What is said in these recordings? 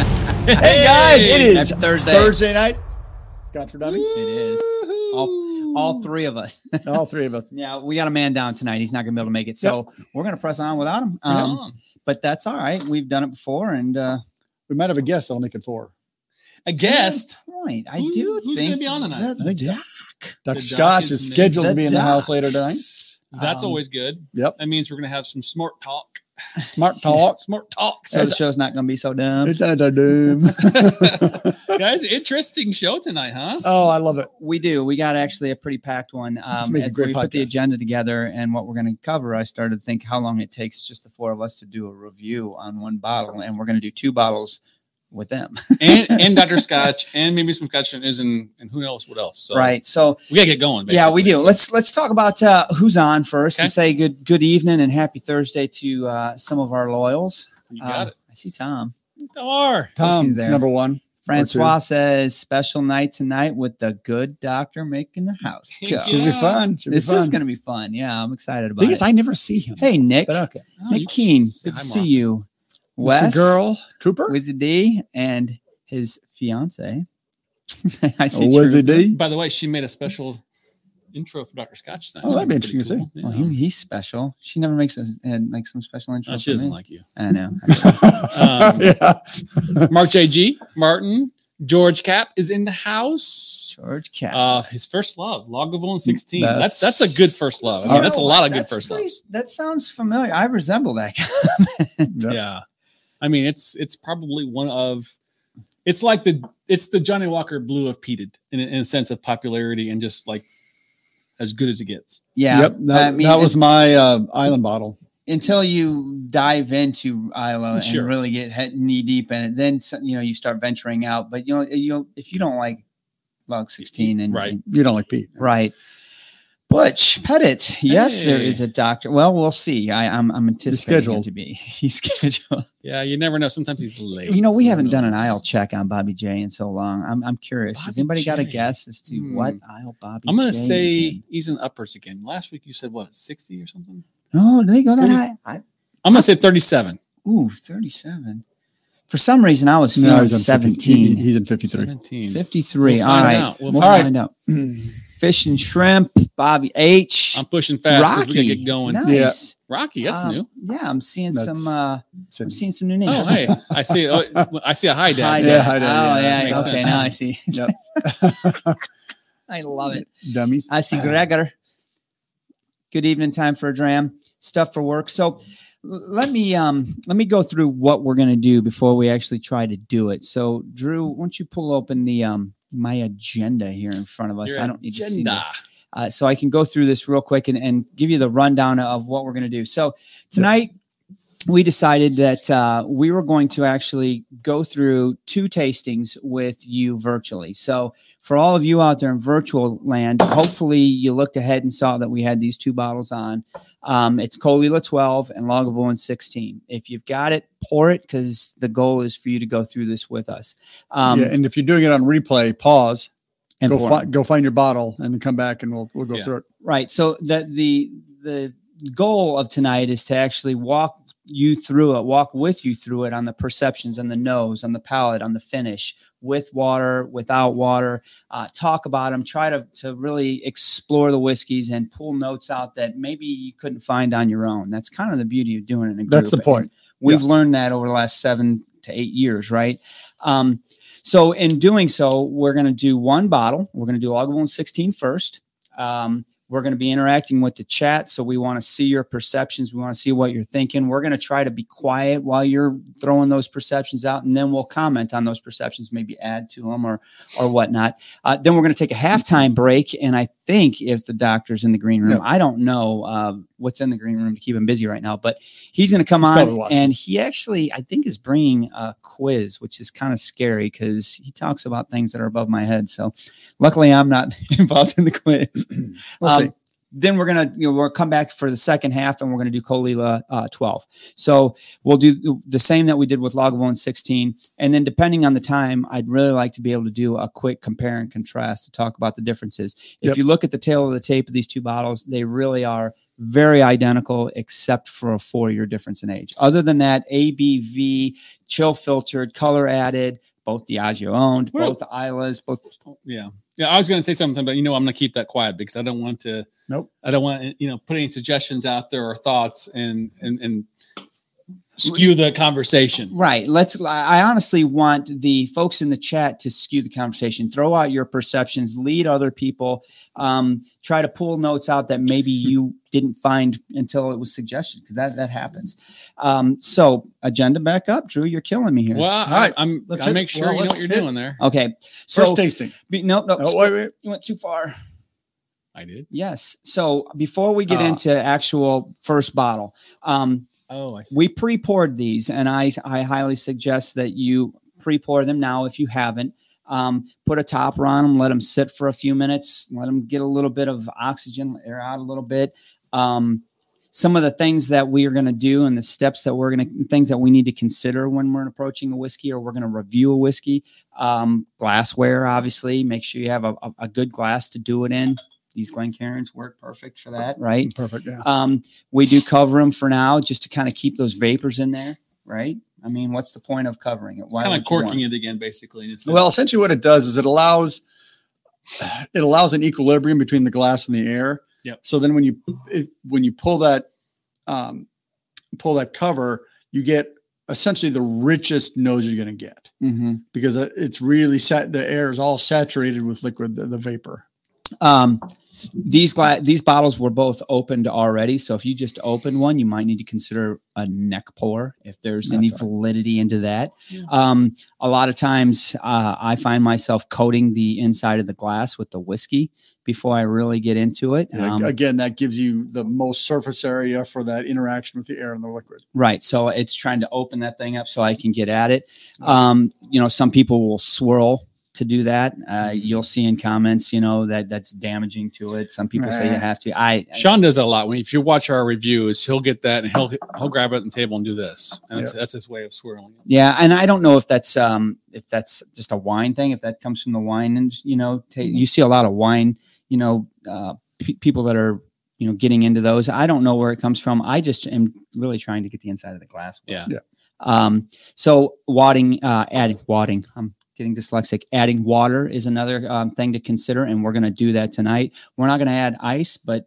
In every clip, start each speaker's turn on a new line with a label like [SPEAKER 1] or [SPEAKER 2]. [SPEAKER 1] Hey guys, it
[SPEAKER 2] Hey,
[SPEAKER 1] is
[SPEAKER 2] happy
[SPEAKER 1] Thursday.
[SPEAKER 2] Thursday.
[SPEAKER 1] night. Scotch for Dummies.
[SPEAKER 2] It is. All, all three of us.
[SPEAKER 1] All three of us.
[SPEAKER 2] yeah, we got a man down tonight. He's not going to be able to make it. So we're going to press on without him. Um, But that's all right. We've done it before. And uh,
[SPEAKER 1] We might have a guest that'll make it four.
[SPEAKER 3] a guest.
[SPEAKER 2] Point. I
[SPEAKER 3] Who-
[SPEAKER 2] do
[SPEAKER 3] who's
[SPEAKER 2] think.
[SPEAKER 3] gonna be on tonight?
[SPEAKER 2] that-
[SPEAKER 1] I think
[SPEAKER 2] that-
[SPEAKER 1] Dr.
[SPEAKER 3] doc
[SPEAKER 1] Scotch
[SPEAKER 3] is
[SPEAKER 1] is
[SPEAKER 3] made.
[SPEAKER 1] scheduled to
[SPEAKER 2] The
[SPEAKER 1] be in the
[SPEAKER 2] doc.
[SPEAKER 1] house later tonight.
[SPEAKER 3] That's
[SPEAKER 2] Um,
[SPEAKER 3] always good.
[SPEAKER 1] Yep.
[SPEAKER 3] That means we're gonna have some smart talk.
[SPEAKER 1] Smart talk.
[SPEAKER 3] Smart talk.
[SPEAKER 2] So the show's not going to be so dumb.
[SPEAKER 1] It's under doom.
[SPEAKER 3] Guys, interesting show tonight, huh?
[SPEAKER 2] Uh,
[SPEAKER 1] oh, I love it.
[SPEAKER 2] We do. We got actually a pretty packed one. Um,
[SPEAKER 1] make a
[SPEAKER 2] as
[SPEAKER 1] great
[SPEAKER 2] we put the
[SPEAKER 1] podcast.
[SPEAKER 2] agenda together and what we're going to cover, I started to think how long it takes just the four of us to do a review on one bottle, and we're going to do two bottles with them.
[SPEAKER 3] and and Dr. Scotch and maybe some Scotch is and and who knows what else. So
[SPEAKER 2] right. So
[SPEAKER 3] we gotta get going.
[SPEAKER 2] yeah, we do.
[SPEAKER 3] uh, basically. So-
[SPEAKER 2] Let's let's talk about uh, who's on first and
[SPEAKER 3] Okay.
[SPEAKER 2] say good good evening and happy Thursday to uh, some of our loyals.
[SPEAKER 3] you got
[SPEAKER 2] Uh, I see Tom.
[SPEAKER 3] it. Dar.
[SPEAKER 1] Tom's
[SPEAKER 2] she's there.
[SPEAKER 1] number one.
[SPEAKER 2] Francois says special night tonight with the good doctor making the house. Go.
[SPEAKER 3] Yeah.
[SPEAKER 1] Should be fun. Should
[SPEAKER 2] This
[SPEAKER 1] be fun.
[SPEAKER 2] is going to be fun. Yeah, I'm excited about
[SPEAKER 1] Thing is,
[SPEAKER 2] it.
[SPEAKER 1] I never see him.
[SPEAKER 2] hey Nick.
[SPEAKER 1] but uh, okay.
[SPEAKER 3] Oh, you-
[SPEAKER 2] Nick Keen,
[SPEAKER 3] say
[SPEAKER 2] good
[SPEAKER 3] hi,
[SPEAKER 2] to see
[SPEAKER 3] Mom.
[SPEAKER 2] you. Wes,
[SPEAKER 1] Mr. Girl Trooper.
[SPEAKER 2] Wizzy D, and his fiance. I see.
[SPEAKER 1] Oh, Wizzy
[SPEAKER 2] Trooper.
[SPEAKER 1] D.
[SPEAKER 3] By the way, she made a special intro for Dr. Scotch tonight.
[SPEAKER 1] Oh,
[SPEAKER 3] so
[SPEAKER 1] that'd be
[SPEAKER 3] it's pretty
[SPEAKER 1] interesting to
[SPEAKER 3] cool.
[SPEAKER 2] Well,
[SPEAKER 3] Yeah.
[SPEAKER 2] he, he's special. She never makes us and makes some special intro.
[SPEAKER 3] Oh,
[SPEAKER 2] for
[SPEAKER 3] she doesn't
[SPEAKER 2] me.
[SPEAKER 3] like you.
[SPEAKER 2] I know.
[SPEAKER 3] Um,
[SPEAKER 1] yeah.
[SPEAKER 3] Mark JG, Martin, George Cap is in the house.
[SPEAKER 2] George Cat.
[SPEAKER 3] Uh, his first love, Lagavulin 16. That's,
[SPEAKER 1] That's-
[SPEAKER 3] that's a good first love. I
[SPEAKER 2] You
[SPEAKER 3] mean, that's a
[SPEAKER 2] know
[SPEAKER 3] lot
[SPEAKER 2] what?
[SPEAKER 3] of good
[SPEAKER 2] Oh, That's
[SPEAKER 3] first
[SPEAKER 2] pretty-
[SPEAKER 3] loves.
[SPEAKER 2] That sounds familiar. I resemble that guy.
[SPEAKER 1] Yeah.
[SPEAKER 3] Yeah. I mean, it's it's probably one of it's like the it's the Johnny Walker blue of peated in, a- in a sense of popularity and just like as good as it gets.
[SPEAKER 2] Yeah.
[SPEAKER 1] Yep. That,
[SPEAKER 2] I mean,
[SPEAKER 1] that was my uh, island bottle.
[SPEAKER 2] until you dive into ILO and
[SPEAKER 3] Mm, Sure.
[SPEAKER 2] really get head, knee deep in it, then so- you know you start venturing out. But you know, you know, if you don't like Log 16 and
[SPEAKER 3] Right.
[SPEAKER 1] You don't like Pete.
[SPEAKER 2] Right. Butch Pettit. Yes, there
[SPEAKER 3] Hey.
[SPEAKER 2] is a doctor. Well, we'll see. I, I'm I'm anticipating him
[SPEAKER 1] scheduled.
[SPEAKER 2] to be. He's scheduled.
[SPEAKER 3] Yeah, you never know. Sometimes he's late.
[SPEAKER 2] you know, we
[SPEAKER 3] so
[SPEAKER 2] haven't
[SPEAKER 3] who
[SPEAKER 2] done an
[SPEAKER 3] knows?
[SPEAKER 2] aisle check on Bobby J in so long. I'm I'm curious. Has
[SPEAKER 3] Bobby
[SPEAKER 2] anybody got a
[SPEAKER 3] J.
[SPEAKER 2] guess as to
[SPEAKER 3] Hmm.
[SPEAKER 2] what aisle Bobby?
[SPEAKER 3] I'm gonna
[SPEAKER 2] J is
[SPEAKER 3] say
[SPEAKER 2] in?
[SPEAKER 3] he's in uppers again. Last week you said what 60 or something?
[SPEAKER 2] no. Do Oh, they go that
[SPEAKER 3] Thirty-
[SPEAKER 2] high? I,
[SPEAKER 3] I'm gonna say 37.
[SPEAKER 2] ooh, 37. For some reason, I was feeling
[SPEAKER 1] No, he's in 50 he-
[SPEAKER 2] 17,
[SPEAKER 1] he's in 53.
[SPEAKER 3] 17.
[SPEAKER 2] 53.
[SPEAKER 3] We'll
[SPEAKER 2] All
[SPEAKER 3] find
[SPEAKER 2] right,
[SPEAKER 3] out. We'll
[SPEAKER 2] we'll
[SPEAKER 1] find
[SPEAKER 2] find out. Fish and shrimp. Bobby H.
[SPEAKER 3] I'm pushing fast because we gotta get going.
[SPEAKER 2] Nice.
[SPEAKER 3] Rocky, that's
[SPEAKER 2] Um,
[SPEAKER 3] new.
[SPEAKER 2] Yeah, I'm seeing
[SPEAKER 1] That's-
[SPEAKER 2] some. uh I'm
[SPEAKER 1] Sydney.
[SPEAKER 2] seeing some new names.
[SPEAKER 3] Oh, hey, I see. Oh, I see a hi, Dad.
[SPEAKER 2] Hi,
[SPEAKER 1] Yeah,
[SPEAKER 2] Dad.
[SPEAKER 1] hi, Dad.
[SPEAKER 2] Oh,
[SPEAKER 1] Yeah,
[SPEAKER 2] yeah.
[SPEAKER 1] that
[SPEAKER 3] makes
[SPEAKER 2] okay,
[SPEAKER 3] sense.
[SPEAKER 2] now I see.
[SPEAKER 1] Yep.
[SPEAKER 2] I love it.
[SPEAKER 1] Dummies.
[SPEAKER 2] I see Gregor. Good evening. Time for a dram. Stuff for work. So l- let me um let me go through what we're gonna do before we actually try to do it. So Drew, why don't you pull open the um my agenda here in front of us?
[SPEAKER 3] Your
[SPEAKER 2] I don't need to see
[SPEAKER 3] agenda.
[SPEAKER 2] that. Uh, so I can go through this real quick and, and give you the rundown of what we're going to do. So tonight we decided that uh, we were going to actually go through two tastings with you virtually. So for all of you out there in virtual land, hopefully you looked ahead and saw that we had these two bottles on. Um, it's Colila 12 and Lagavulin 16. If you've got it, pour it because the goal is for you to go through this with us. Um,
[SPEAKER 1] yeah, and if you're doing it on replay, pause.
[SPEAKER 2] and
[SPEAKER 1] Go
[SPEAKER 2] pour it.
[SPEAKER 1] find go find your bottle and then come back and we'll we'll go
[SPEAKER 3] Yeah.
[SPEAKER 1] through it.
[SPEAKER 2] Right. So the the the goal of tonight is to actually walk you through it, walk with you through it on the perceptions, on the nose, on the palate, on the finish, with water, without water. Uh, talk about them. Try to to really explore the whiskeys and pull notes out that maybe you couldn't find on your own. That's kind of the beauty of doing it in a group.
[SPEAKER 1] That's the point.
[SPEAKER 2] We've learned that over the last seven to eight years, right? Um, so in doing so, we're going to do one bottle. We're going to do Lagavulin 16 first. Um, we're going to be interacting with the chat, so we want to see your perceptions. We want to see what you're thinking. We're going to try to be quiet while you're throwing those perceptions out, and then we'll comment on those perceptions, maybe add to them or or whatnot. Uh, then we're going to take a halftime break, and I think if the doctor's in the green room,
[SPEAKER 1] Yeah.
[SPEAKER 2] I don't know uh, what's in the green room to keep him busy right now, but he's going to come
[SPEAKER 1] He's probably
[SPEAKER 2] on
[SPEAKER 1] watching.
[SPEAKER 2] and he actually i think is bringing a quiz which is kind of scary because he talks about things that are above my head so luckily i'm not involved in the quiz
[SPEAKER 1] We'll
[SPEAKER 2] Um,
[SPEAKER 1] see.
[SPEAKER 2] then we're gonna you know we'll come back for the second half and we're gonna do Colila uh, 12. So we'll do the same that we did with Lagavulin 16, and then depending on the time, I'd really like to be able to do a quick compare and contrast to talk about the differences. If
[SPEAKER 1] Yep.
[SPEAKER 2] you look at the tail of the tape of these two bottles, they really are very identical except for a four-year difference in age. Other than that, ABV, chill filtered, color added, both Diageo owned,
[SPEAKER 3] Well-
[SPEAKER 2] both Islas, both
[SPEAKER 3] Yeah. Yeah. I was going to say something, but you know, I'm going to keep that quiet because I don't want to,
[SPEAKER 1] Nope.
[SPEAKER 3] I don't want, to, you know, put any suggestions out there or thoughts and, and, and skew the conversation.
[SPEAKER 2] Right. Let's. I honestly want the folks in the chat to skew the conversation. Throw out your perceptions. Lead other people. Um, try to pull notes out that maybe
[SPEAKER 1] Hmm.
[SPEAKER 2] you didn't find until it was suggested because that that happens. Um, so agenda back up, Drew. You're killing me here.
[SPEAKER 3] Well,
[SPEAKER 1] All right.
[SPEAKER 3] I, I'm,
[SPEAKER 1] Let's
[SPEAKER 3] I
[SPEAKER 1] hit-
[SPEAKER 3] make sure
[SPEAKER 1] well,
[SPEAKER 3] you know what
[SPEAKER 1] let's
[SPEAKER 3] you're
[SPEAKER 1] hit-
[SPEAKER 3] doing there.
[SPEAKER 2] Okay. So
[SPEAKER 1] First tasting.
[SPEAKER 2] be, no, no,
[SPEAKER 1] Oh, wait, wait.
[SPEAKER 2] you went too far.
[SPEAKER 3] I did.
[SPEAKER 2] Yes. So before we get
[SPEAKER 1] Ah.
[SPEAKER 2] into actual first bottle, um,
[SPEAKER 3] Oh, I see.
[SPEAKER 2] we pre-poured these and i i highly suggest that you pre-pour them now if you haven't um, put a topper on them let them sit for a few minutes let them get a little bit of oxygen air out a little bit um, some of the things that we are going to do and the steps that we're going to things that we need to consider when we're approaching a whiskey or we're going to review a whiskey um, glassware obviously make sure you have a, a, a good glass to do it in these glencairns work perfect for that right
[SPEAKER 1] Perfect. Yeah.
[SPEAKER 2] um, we do cover them for now just to kind of keep those vapors in there, right? I mean, what's the point of covering it? Why
[SPEAKER 3] kind
[SPEAKER 2] would
[SPEAKER 3] of
[SPEAKER 2] you
[SPEAKER 3] corking
[SPEAKER 2] want-
[SPEAKER 3] it again, basically. And it's
[SPEAKER 1] Well, essentially, what it does is it allows it allows an equilibrium between the glass and the air.
[SPEAKER 3] Yep.
[SPEAKER 1] So then, when you if, when you pull that um, pull that cover, you get essentially the richest nose you're going to get
[SPEAKER 2] Mhm.
[SPEAKER 1] because it- it's really sat. The air is all saturated with liquid, the, the vapor.
[SPEAKER 2] Um, these gla- these bottles were both opened already, so if you just open one, you might need to consider a neck pour if there's any
[SPEAKER 1] That's all
[SPEAKER 2] validity into that.
[SPEAKER 3] Yeah.
[SPEAKER 2] Um, a lot of times, uh, I find myself coating the inside of the glass with the whiskey before I really get into it.
[SPEAKER 1] And
[SPEAKER 2] Um,
[SPEAKER 1] again, that gives you the most surface area for that interaction with the air and the liquid.
[SPEAKER 2] Right. So it's trying to open that thing up so I can get at it. Um, you know, some people will swirl to do that. Uh, you'll see in comments, you know, that that's damaging to it. Some people say you
[SPEAKER 1] Nah.
[SPEAKER 2] have to. I,
[SPEAKER 3] Sean does that a lot. When if you watch our reviews, he'll get that and he'll he'll grab it at the table and do this. And that's, that's his way of swirling. it.
[SPEAKER 2] yeah. And I don't know if that's, um, if that's just a wine thing, if that comes from the wine and, you know, ta you see a lot of wine, you know, uh, pe people that are, you know, getting into those. I don't know where it comes from. I just am really trying to get the inside of the glass.
[SPEAKER 3] Yeah.
[SPEAKER 2] Um, so wadding, uh, adding wadding, I'm getting dyslexic. Adding water is another um, thing to consider, and we're going to do that tonight. We're not going to add ice, but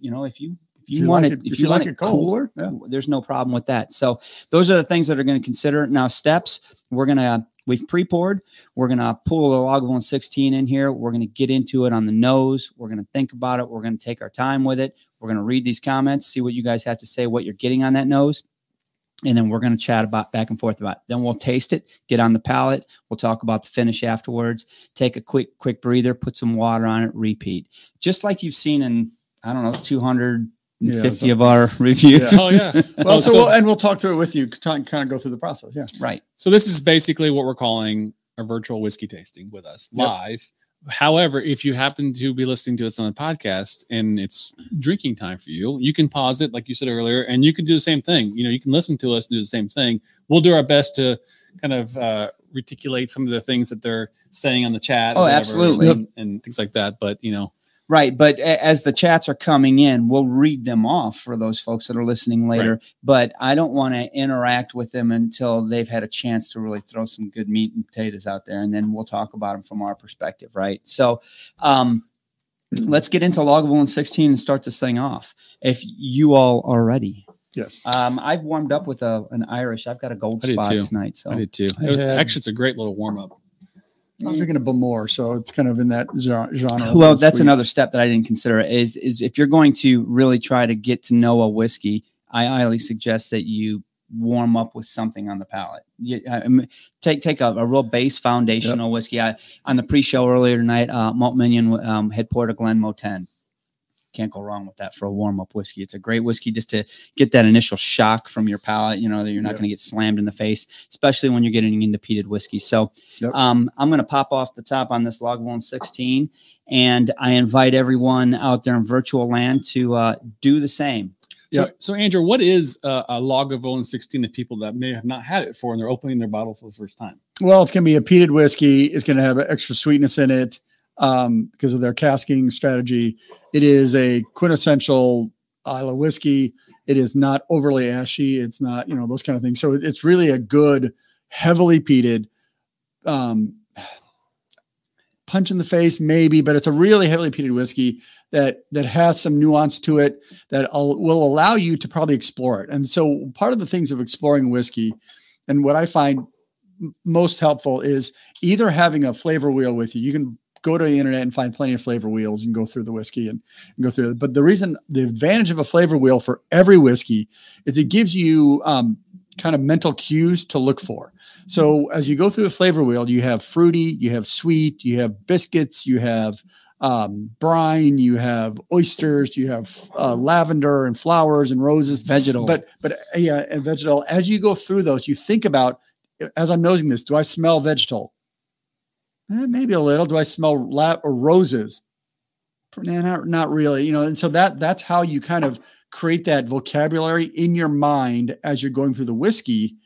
[SPEAKER 2] you know, if you if you,
[SPEAKER 1] you
[SPEAKER 2] want
[SPEAKER 1] like
[SPEAKER 2] it,
[SPEAKER 1] it-
[SPEAKER 2] if, you, like want it
[SPEAKER 1] cold,
[SPEAKER 2] cooler,
[SPEAKER 1] yeah.
[SPEAKER 2] there's no problem with that. So those are the things that are going to consider now. Steps we're gonna we've pre-poured. We're gonna pull the Lagavulin 16 in here. We're gonna get into it on the nose. We're gonna think about it. We're gonna take our time with it. We're gonna read these comments, see what you guys have to say, what you're getting on that nose and then we're going to chat about back and forth about it. then we'll taste it get on the palate we'll talk about the finish afterwards take a quick quick breather put some water on it repeat just like you've seen in i don't know 250
[SPEAKER 1] Yeah,
[SPEAKER 2] of our reviews
[SPEAKER 1] Yeah.
[SPEAKER 3] Oh yeah.
[SPEAKER 1] Well,
[SPEAKER 3] Oh,
[SPEAKER 1] so,
[SPEAKER 3] so-
[SPEAKER 1] we'll, and we'll talk through it with you, kind of go through the process. Yeah.
[SPEAKER 2] right
[SPEAKER 3] So this is basically what we're calling a virtual whiskey tasting with us
[SPEAKER 1] Yep.
[SPEAKER 3] live. However, if you happen to be listening to us on the podcast and it's drinking time for you, you can pause it, like you said earlier, and you can do the same thing. You know, you can listen to us and do the same thing. We'll do our best to kind of uh, reticulate some of the things that they're saying on the chat. or
[SPEAKER 2] Oh,
[SPEAKER 3] whatever
[SPEAKER 2] absolutely.
[SPEAKER 3] And, and things like that. But, you know,
[SPEAKER 2] right but a- as the chats are coming in we'll read them off for those folks that are listening later but i don't want to interact with them until they've had a chance to really throw some good meat and potatoes out there and then we'll talk about them from our perspective right so um let's get into Logable 16 and start this thing off. If you all are ready,
[SPEAKER 1] Yes.
[SPEAKER 2] um, I've warmed up with a, an Irish. I've got a gold
[SPEAKER 3] I did
[SPEAKER 2] spot
[SPEAKER 3] too.
[SPEAKER 2] tonight. So
[SPEAKER 3] I did too.
[SPEAKER 1] Oh, I had-
[SPEAKER 3] Actually, it's a great little warm up.
[SPEAKER 1] I was drinking a Bemore, so it's kind of in that gen- genre.
[SPEAKER 2] well, that's
[SPEAKER 1] Sweet.
[SPEAKER 2] another step that I didn't consider is is if you're going to really try to get to know a whiskey, I highly suggest that you warm up with something on the palate. You, I mean, take take a, a real base foundational whiskey. I, on the pre-show earlier tonight, uh, Malt Minion um, had poured a Glen Moten. Can't go wrong with that for a warm-up whiskey. It's a great whiskey just to get that initial shock from your palate. You know that you're not
[SPEAKER 1] Yep.
[SPEAKER 2] going to get slammed in the face, especially when you're getting into peated whiskey. So,
[SPEAKER 1] Yep.
[SPEAKER 2] um, I'm going to pop off the top on this Lagavulin 16, and I invite everyone out there in virtual land to uh, do the same.
[SPEAKER 3] So,
[SPEAKER 1] Yeah.
[SPEAKER 3] so Andrew, what is a, a Lagavulin 16 to people that may have not had it for and they're opening their bottle for the first time?
[SPEAKER 1] Well, it's going to be a peated whiskey. It's going to have extra sweetness in it um, because of their casking strategy. It is a quintessential Isla whiskey. It is not overly ashy. It's not, you know, those kind of things. So it- it's really a good, heavily peated, um, punch in the face, maybe, but it's a really heavily peated whiskey that that has some nuance to it that al- will allow you to probably explore it. And so, part of the things of exploring whiskey, and what I find m- most helpful is either having a flavor wheel with you. You can go to the internet and find plenty of flavor wheels and go through the whiskey and, and go through it. But the reason, the advantage of a flavor wheel for every whiskey is it gives you um, kind of mental cues to look for. So as you go through the flavor wheel, you have fruity, you have sweet, you have biscuits, you have um, brine, you have oysters, you have uh, lavender and flowers and roses.
[SPEAKER 2] Vegetal.
[SPEAKER 1] But but uh, yeah, and vegetal. As you go through those, you think about as I'm nosing this. Do I smell vegetal? Eh, maybe a little. Do I smell la- or roses? Nah, not not really. You know, and so that that's how you kind of create that vocabulary in your mind as you're going through the whiskey.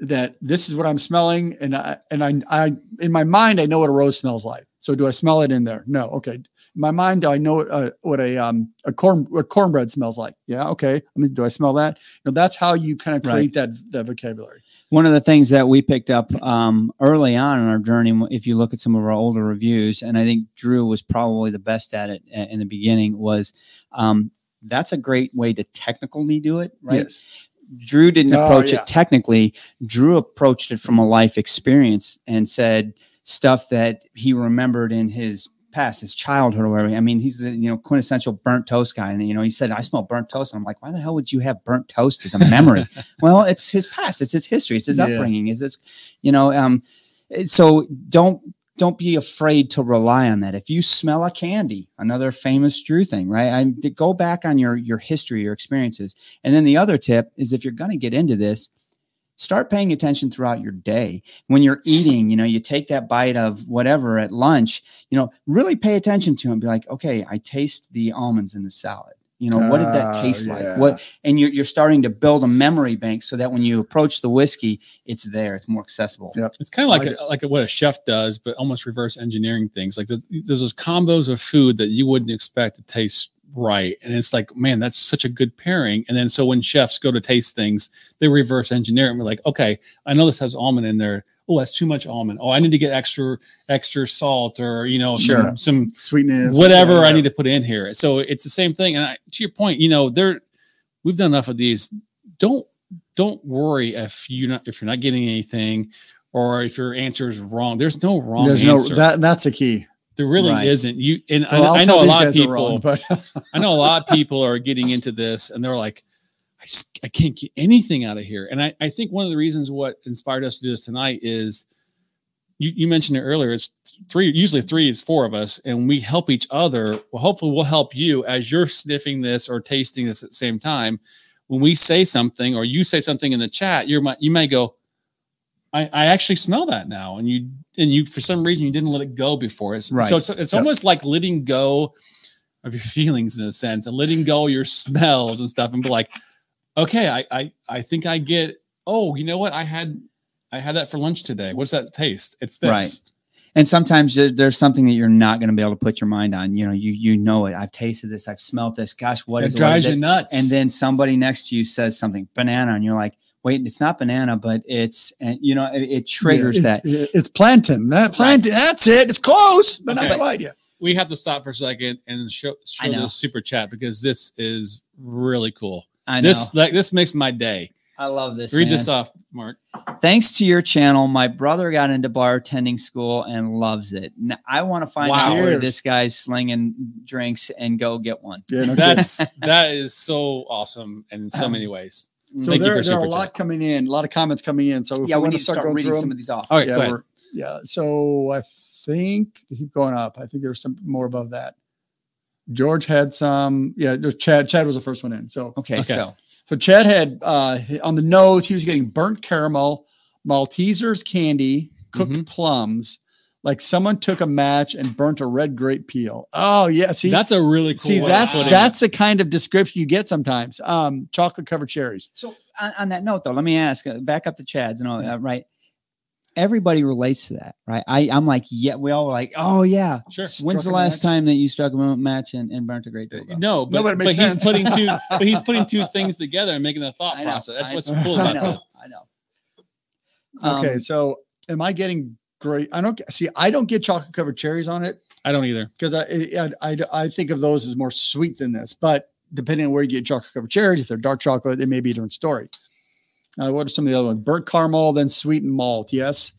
[SPEAKER 1] That this is what I'm smelling, and I and I, I in my mind I know what a rose smells like. So do I smell it in there? No. Okay. In my mind, do I know what a, what a um a corn what cornbread smells like? Yeah. Okay. I mean, do I smell that? You know, that's how you kind of create that that vocabulary.
[SPEAKER 2] One of the things that we picked up um, early on in our journey, if you look at some of our older reviews, and I think Drew was probably the best at it uh, in the beginning, was um, that's a great way to technically do it, right?
[SPEAKER 1] Yes.
[SPEAKER 2] Drew didn't
[SPEAKER 1] Oh,
[SPEAKER 2] approach
[SPEAKER 1] yeah.
[SPEAKER 2] it technically. Drew approached it from a life experience and said stuff that he remembered in his past, his childhood or whatever. I mean, he's the you know quintessential burnt toast guy. And you know, he said, I smell burnt toast. And I'm like, why the hell would you have burnt toast as a memory? well, it's his past, it's his history, it's his
[SPEAKER 1] Yeah.
[SPEAKER 2] upbringing, it's his, you know, um it- so don't don't be afraid to rely on that. If you smell a candy, another famous Drew thing, right? I go back on your your history, your experiences. And then the other tip is if you're going to get into this, start paying attention throughout your day. When you're eating, you know, you take that bite of whatever at lunch, you know, really pay attention to and be like, okay, I taste the almonds in the salad. You know, what did that
[SPEAKER 1] Ah,
[SPEAKER 2] taste like?
[SPEAKER 1] yeah.
[SPEAKER 2] What and you're you're starting to build a memory bank so that when you approach the whiskey, it's there, it's more accessible.
[SPEAKER 1] Yeah.
[SPEAKER 3] It's kind of like
[SPEAKER 1] Like
[SPEAKER 3] a, like what a chef does, but almost reverse engineering things. Like there's, there's those combos of food that you wouldn't expect to taste right, and it's like, man, that's such a good pairing. And then so when chefs go to taste things, they reverse engineer it and we're like, okay, I know this has almond in there. Oh, that's too much almond. Oh, I need to get extra extra salt or you know
[SPEAKER 1] Sure.
[SPEAKER 3] some- some
[SPEAKER 1] Sweetness.
[SPEAKER 3] whatever I need to put in here. So it's the same thing. And I, to your point, you know, there we've done enough of these. Don't don't worry if you not if you're not getting anything or if your answer is wrong. There's no wrong
[SPEAKER 1] There's
[SPEAKER 3] answer.
[SPEAKER 1] no that that's a key.
[SPEAKER 3] there really
[SPEAKER 2] Right.
[SPEAKER 3] isn't. You and I-
[SPEAKER 1] Well, I'll
[SPEAKER 3] I,
[SPEAKER 1] tell
[SPEAKER 3] know a
[SPEAKER 1] these
[SPEAKER 3] lot of
[SPEAKER 1] guys they're wrong,
[SPEAKER 3] people.
[SPEAKER 1] but
[SPEAKER 3] I know a lot of people are getting into this and they're like, I just I can't get anything out of here. And I, I think one of the reasons what inspired us to do this tonight is you, you mentioned it earlier, it's three, usually three is four of us, and we help each other. Well, hopefully we'll help you as you're sniffing this or tasting this at the same time. When we say something or you say something in the chat, you're my, you may go, I, I actually smell that now. And you and you for some reason you didn't let it go before. It's,
[SPEAKER 2] Right.
[SPEAKER 3] So it's, it's
[SPEAKER 1] Yep.
[SPEAKER 3] almost like letting go of your feelings in a sense and letting go your smells and stuff and be like, okay, I I, I think I get, oh, you know what? I had I had that for lunch today. What's that taste? It's this.
[SPEAKER 2] Right. and sometimes there, there's something that you're not going to be able to put your mind on. You know, you you know it. I've tasted this. I've smelled this. Gosh, what
[SPEAKER 3] it
[SPEAKER 2] is- what
[SPEAKER 3] drives
[SPEAKER 2] is
[SPEAKER 3] you
[SPEAKER 2] it?
[SPEAKER 3] nuts.
[SPEAKER 2] And then somebody next to you says something banana, and you're like, wait, it's not banana, but it's and you know it, it triggers
[SPEAKER 1] Yeah,
[SPEAKER 2] that.
[SPEAKER 1] it's, It's plantain. That plantain. That's it. It's close, but
[SPEAKER 3] Okay.
[SPEAKER 1] not quite yet.
[SPEAKER 3] we have to stop for a second and show, show
[SPEAKER 2] I know.
[SPEAKER 3] the super chat because this is really cool.
[SPEAKER 2] I know.
[SPEAKER 3] This like this makes my day.
[SPEAKER 2] I love this.
[SPEAKER 3] Read
[SPEAKER 2] man.
[SPEAKER 3] this off, Mark.
[SPEAKER 2] Thanks to your channel, my brother got into bartending school and loves it. Now, I want to find
[SPEAKER 3] Wow.
[SPEAKER 2] out where
[SPEAKER 1] Cheers.
[SPEAKER 2] this guy's slinging drinks and go get one.
[SPEAKER 1] Yeah, no kidding.
[SPEAKER 3] That's that is so awesome in
[SPEAKER 2] Um,
[SPEAKER 3] so many ways.
[SPEAKER 1] so there,
[SPEAKER 3] thank you for
[SPEAKER 1] there are
[SPEAKER 3] super
[SPEAKER 1] a lot
[SPEAKER 3] chat.
[SPEAKER 1] coming in, a lot of comments coming in. So if
[SPEAKER 2] yeah, we
[SPEAKER 1] want
[SPEAKER 2] need to start,
[SPEAKER 1] going
[SPEAKER 2] reading
[SPEAKER 1] through
[SPEAKER 2] some
[SPEAKER 1] them,
[SPEAKER 2] of these off.
[SPEAKER 3] All right,
[SPEAKER 1] yeah,
[SPEAKER 3] go ahead.
[SPEAKER 1] we're- yeah. So I think keep going up. I think there's some more above that. George had some. Yeah, there's Chad. Chad was the first one in. So
[SPEAKER 2] Okay,
[SPEAKER 3] Okay.
[SPEAKER 2] so
[SPEAKER 1] So Chad had uh, on the nose, he was getting burnt caramel, Maltesers candy, cooked
[SPEAKER 3] Mhm.
[SPEAKER 1] plums, like someone took a match and burnt a red grape peel. Oh yeah, see
[SPEAKER 3] that's a really cool.
[SPEAKER 1] see
[SPEAKER 3] way of
[SPEAKER 1] that's
[SPEAKER 3] putting it.
[SPEAKER 1] that's the kind of description you get sometimes. Um, chocolate covered cherries.
[SPEAKER 2] So on, on that note, though, let me ask uh, back up to Chad's and all that, right? Everybody relates to that, right? I, I'm like, yeah, we all were like, oh yeah.
[SPEAKER 3] sure. Uh,
[SPEAKER 2] When's the
[SPEAKER 1] Struck a
[SPEAKER 2] last
[SPEAKER 1] match.
[SPEAKER 2] time that you struck a mo- match and, and burnt a great deal?
[SPEAKER 3] No, but,
[SPEAKER 1] but it
[SPEAKER 3] but,
[SPEAKER 1] makes
[SPEAKER 3] he's
[SPEAKER 1] sense.
[SPEAKER 3] putting two. But he's putting two things together and making a thought process. That's what's cool
[SPEAKER 2] I
[SPEAKER 3] about
[SPEAKER 2] know,
[SPEAKER 3] this.
[SPEAKER 2] I know. Um,
[SPEAKER 1] Okay, so am I getting great. I don't get- see. I don't get chocolate covered cherries on it
[SPEAKER 3] I don't either.
[SPEAKER 1] because I, I I I think of those as more sweet than this. But depending on where you get chocolate covered cherries, if they're dark chocolate, it may be a different story. Uh, what are some of the other ones? Burnt caramel, then sweet and malt. Yes.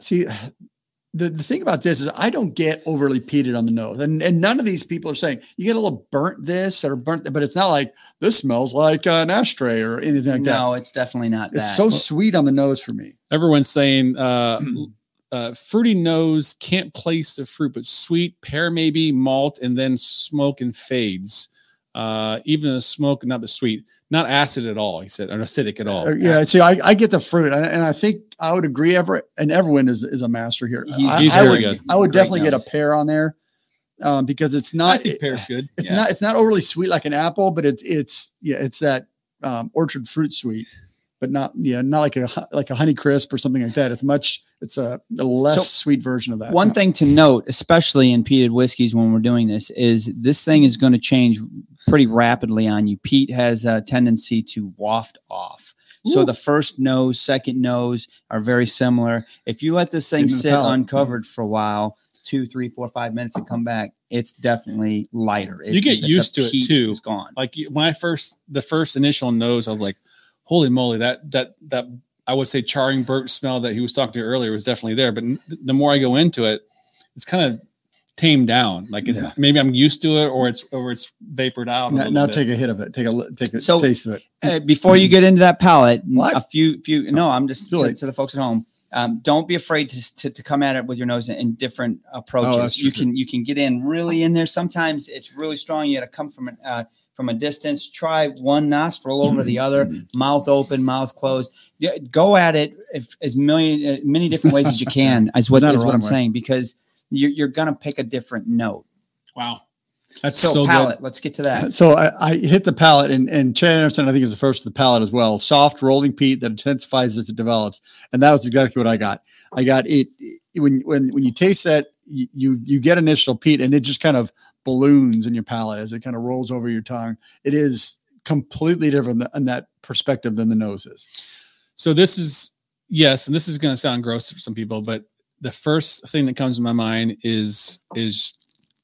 [SPEAKER 1] See, the, the thing about this is I don't get overly peated on the nose, and and none of these people are saying you get a little burnt this or burnt, that, but it's not like this smells like an ashtray or anything like that.
[SPEAKER 2] no, it's definitely not that.
[SPEAKER 1] It's so sweet on the nose for me.
[SPEAKER 3] Everyone's saying uh,
[SPEAKER 1] Mm-hmm.
[SPEAKER 3] uh, fruity nose can't place the fruit, but sweet pear maybe malt and then smoke and fades. Uh, even the smoke, not the sweet, not acid at all. He said, or acidic at all.
[SPEAKER 1] Uh, Yeah, see, I, I get the fruit, and, and I think I would agree. Everett and Everwin is, is a master here.
[SPEAKER 2] He's-
[SPEAKER 1] I,
[SPEAKER 3] he's
[SPEAKER 1] I
[SPEAKER 3] very
[SPEAKER 1] would,
[SPEAKER 3] good.
[SPEAKER 1] I would
[SPEAKER 2] Great
[SPEAKER 1] definitely
[SPEAKER 2] nose.
[SPEAKER 1] get a pear on there um, because it's
[SPEAKER 3] I
[SPEAKER 1] not
[SPEAKER 3] think
[SPEAKER 1] it-
[SPEAKER 3] pear's good.
[SPEAKER 1] it's
[SPEAKER 2] yeah.
[SPEAKER 1] not it's not overly sweet like an apple, but it's it's yeah it's that um, orchard fruit sweet, but not yeah not like a hu- like a honey crisp or something like that. It's much it's a, a less
[SPEAKER 2] So,
[SPEAKER 1] sweet version of that.
[SPEAKER 2] One thing to note, especially in peated whiskeys when we're doing this, is this thing is going to change pretty rapidly on you. Peat has a tendency to waft off. So
[SPEAKER 1] Ooh.
[SPEAKER 2] the first nose, second nose are very similar. If you let this thing
[SPEAKER 1] Into the
[SPEAKER 2] sit
[SPEAKER 1] palate.
[SPEAKER 2] uncovered for a while, two, three, four, five minutes and come back, it's definitely lighter. It-
[SPEAKER 3] You get used to it,
[SPEAKER 2] peat
[SPEAKER 3] too.
[SPEAKER 2] Is gone.
[SPEAKER 3] like you- when I first the first initial nose, I was like, "Holy moly!" That that that I would say charring burnt smell that he was talking to earlier was definitely there. But n- the more I go into it, it's kind of tamed down. Like it's,
[SPEAKER 1] Yeah.
[SPEAKER 3] maybe I'm used to it, or it's or it's vapored out. a
[SPEAKER 1] now,
[SPEAKER 3] little
[SPEAKER 1] now
[SPEAKER 3] bit.
[SPEAKER 1] take a hit of it. Take a li- take a
[SPEAKER 2] So-
[SPEAKER 1] taste of it.
[SPEAKER 2] Uh, before you get into that palette, n-
[SPEAKER 1] What?
[SPEAKER 2] a few, few. No, I'm just
[SPEAKER 1] Do
[SPEAKER 2] to,
[SPEAKER 1] it.
[SPEAKER 2] to the folks at home. Um, don't be afraid to, to, to come at it with your nose in, in different approaches.
[SPEAKER 1] Oh, that's true,
[SPEAKER 2] you can you can get in really in there. Sometimes it's really strong. You got to come from an, uh, from a distance. Try one nostril over the other, mouth open, mouth closed. Yeah, Go at it if, as million uh, many different ways as you can. Is what
[SPEAKER 1] Not a
[SPEAKER 2] is what
[SPEAKER 1] wrong
[SPEAKER 2] I'm
[SPEAKER 1] way.
[SPEAKER 2] saying because you're, you're gonna pick a different note.
[SPEAKER 3] Wow, that's
[SPEAKER 2] So,
[SPEAKER 3] so,
[SPEAKER 2] palette. Let's get to that.
[SPEAKER 1] So I, I hit the palate, and, and Chad Anderson, I think, is the first to the palate as well. Soft, rolling peat that intensifies as it develops, and that was exactly what I got. I got it it- when when when you taste that, you you, you get initial peat, and it just kind of balloons in your palate as it kind of rolls over your tongue. It is completely different than- in that perspective than the nose is.
[SPEAKER 3] good. So this is yes, and this is going to sound gross to some people, but the first thing that comes to my mind is is.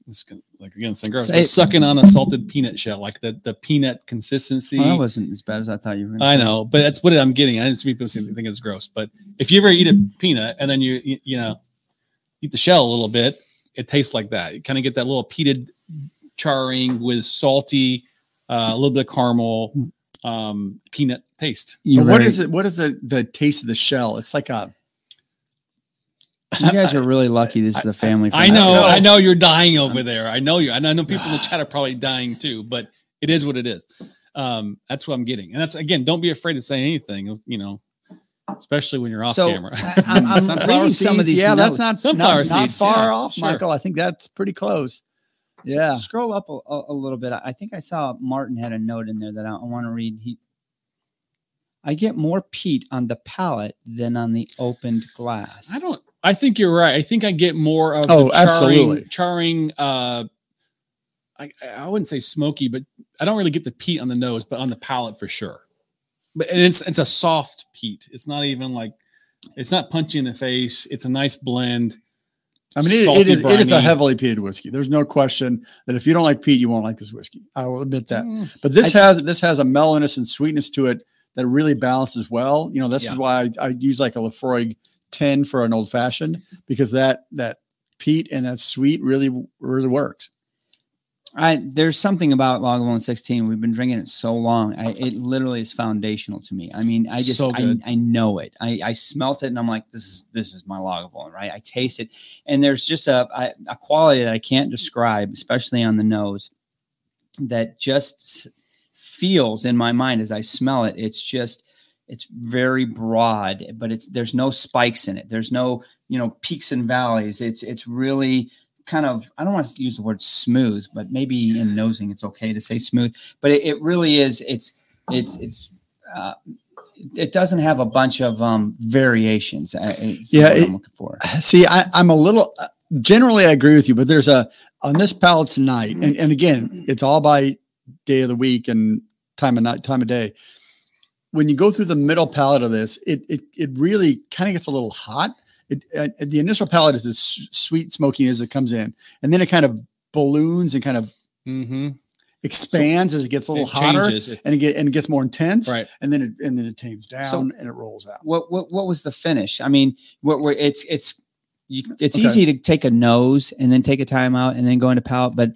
[SPEAKER 3] It's gonna, like again, it's gross.
[SPEAKER 2] Say
[SPEAKER 3] but
[SPEAKER 2] it.
[SPEAKER 3] sucking on a salted peanut shell, like the, the peanut consistency.
[SPEAKER 2] Well, that wasn't as bad as I thought you were. Gonna
[SPEAKER 3] I know, but that's what I'm getting. I didn't see people seem to think it's gross, but if you ever eat a peanut and then you you, you know eat the shell a little bit, it tastes like that. You kind of get that little peated charring with salty, uh, a little bit of caramel, um, peanut taste.
[SPEAKER 2] You
[SPEAKER 1] but what
[SPEAKER 2] very-
[SPEAKER 1] is it? What is the the taste of the shell? It's like a
[SPEAKER 2] You guys are really lucky. This is a family.
[SPEAKER 3] I
[SPEAKER 2] friendly
[SPEAKER 3] know,
[SPEAKER 1] No.
[SPEAKER 3] I know you're dying over there. I know you, and I know people in the chat are probably dying too. But it is what it is. Um, that's what I'm getting, and that's again. Don't be afraid to say anything. You know, especially when you're off
[SPEAKER 2] so
[SPEAKER 3] camera.
[SPEAKER 2] I, I'm, I'm
[SPEAKER 1] sunflower
[SPEAKER 2] reading some of
[SPEAKER 1] seeds.
[SPEAKER 2] these.
[SPEAKER 1] Yeah, that's
[SPEAKER 2] notes.
[SPEAKER 1] not
[SPEAKER 3] Sunflower
[SPEAKER 1] not, not
[SPEAKER 3] seeds,
[SPEAKER 1] far
[SPEAKER 3] yeah,
[SPEAKER 1] off,
[SPEAKER 3] sure.
[SPEAKER 1] Michael. I think that's pretty close. Yeah.
[SPEAKER 2] Scroll up a, a- a little bit. I I think I saw Martin had a note in there that I, want to read. He, I get more peat on the palate than on the opened glass.
[SPEAKER 3] I don't. I think you're right. I think I get more of
[SPEAKER 1] Oh,
[SPEAKER 3] the charring,
[SPEAKER 1] absolutely.
[SPEAKER 3] charring. Uh, I I wouldn't say smoky, but I don't really get the peat on the nose, but on the palate for sure. But and it's it's a soft peat. It's not even like it's not punchy in the face. It's a nice blend.
[SPEAKER 1] I mean, it,
[SPEAKER 3] salty,
[SPEAKER 1] it is it is a
[SPEAKER 3] briny.
[SPEAKER 1] heavily peated whiskey. There's no question that if you don't like peat, you won't like this whiskey. I will admit that.
[SPEAKER 3] Mm.
[SPEAKER 1] But this
[SPEAKER 2] I-
[SPEAKER 1] has this has a mellowness and sweetness to it that really balances well. You know, this
[SPEAKER 3] Yeah.
[SPEAKER 1] is why I, I use like a Lafroig 10 for an old fashioned because that that peat and that sweet really really works.
[SPEAKER 2] I there's something about Lagavulin 16. We've been drinking it so long. I, it literally is foundational to me. I mean, I just
[SPEAKER 3] So
[SPEAKER 2] I,
[SPEAKER 3] good.
[SPEAKER 2] I know it. I, I smelt it and I'm like, this is this is my Lagavulin, right? I taste it, and there's just a I- a quality that I can't describe, especially on the nose, that just s- feels in my mind as I smell it. It's just it's very broad, but it's there's no spikes in it. There's no you know peaks and valleys. It's it's really kind of I don't want to use the word smooth, but maybe in nosing it's okay to say smooth. But it, it really is. It's it's it's. Uh, it doesn't have a bunch of um, variations. uh, is
[SPEAKER 1] Yeah,
[SPEAKER 2] what
[SPEAKER 1] it-
[SPEAKER 2] I'm looking for.
[SPEAKER 1] See, I, I'm a little generally I agree with you, but there's a on this palette tonight, and, and again, it's all by day of the week and time of night, time of day. When you go through the middle palette of this, it it it really kind of gets a little hot. it, uh, the initial palate is as sweet smoky as it comes in, and then it kind of balloons and kind of
[SPEAKER 3] Mm-hmm.
[SPEAKER 1] expands as it gets a little hotter
[SPEAKER 3] It's-
[SPEAKER 1] and it, get, and it gets more intense,
[SPEAKER 3] right.
[SPEAKER 1] and then it and then it tames down
[SPEAKER 2] So-
[SPEAKER 1] and it rolls out.
[SPEAKER 2] What what what was the finish? I mean, what were it's it's you, it's
[SPEAKER 1] Okay.
[SPEAKER 2] easy to take a nose and then take a timeout and then go into palate, but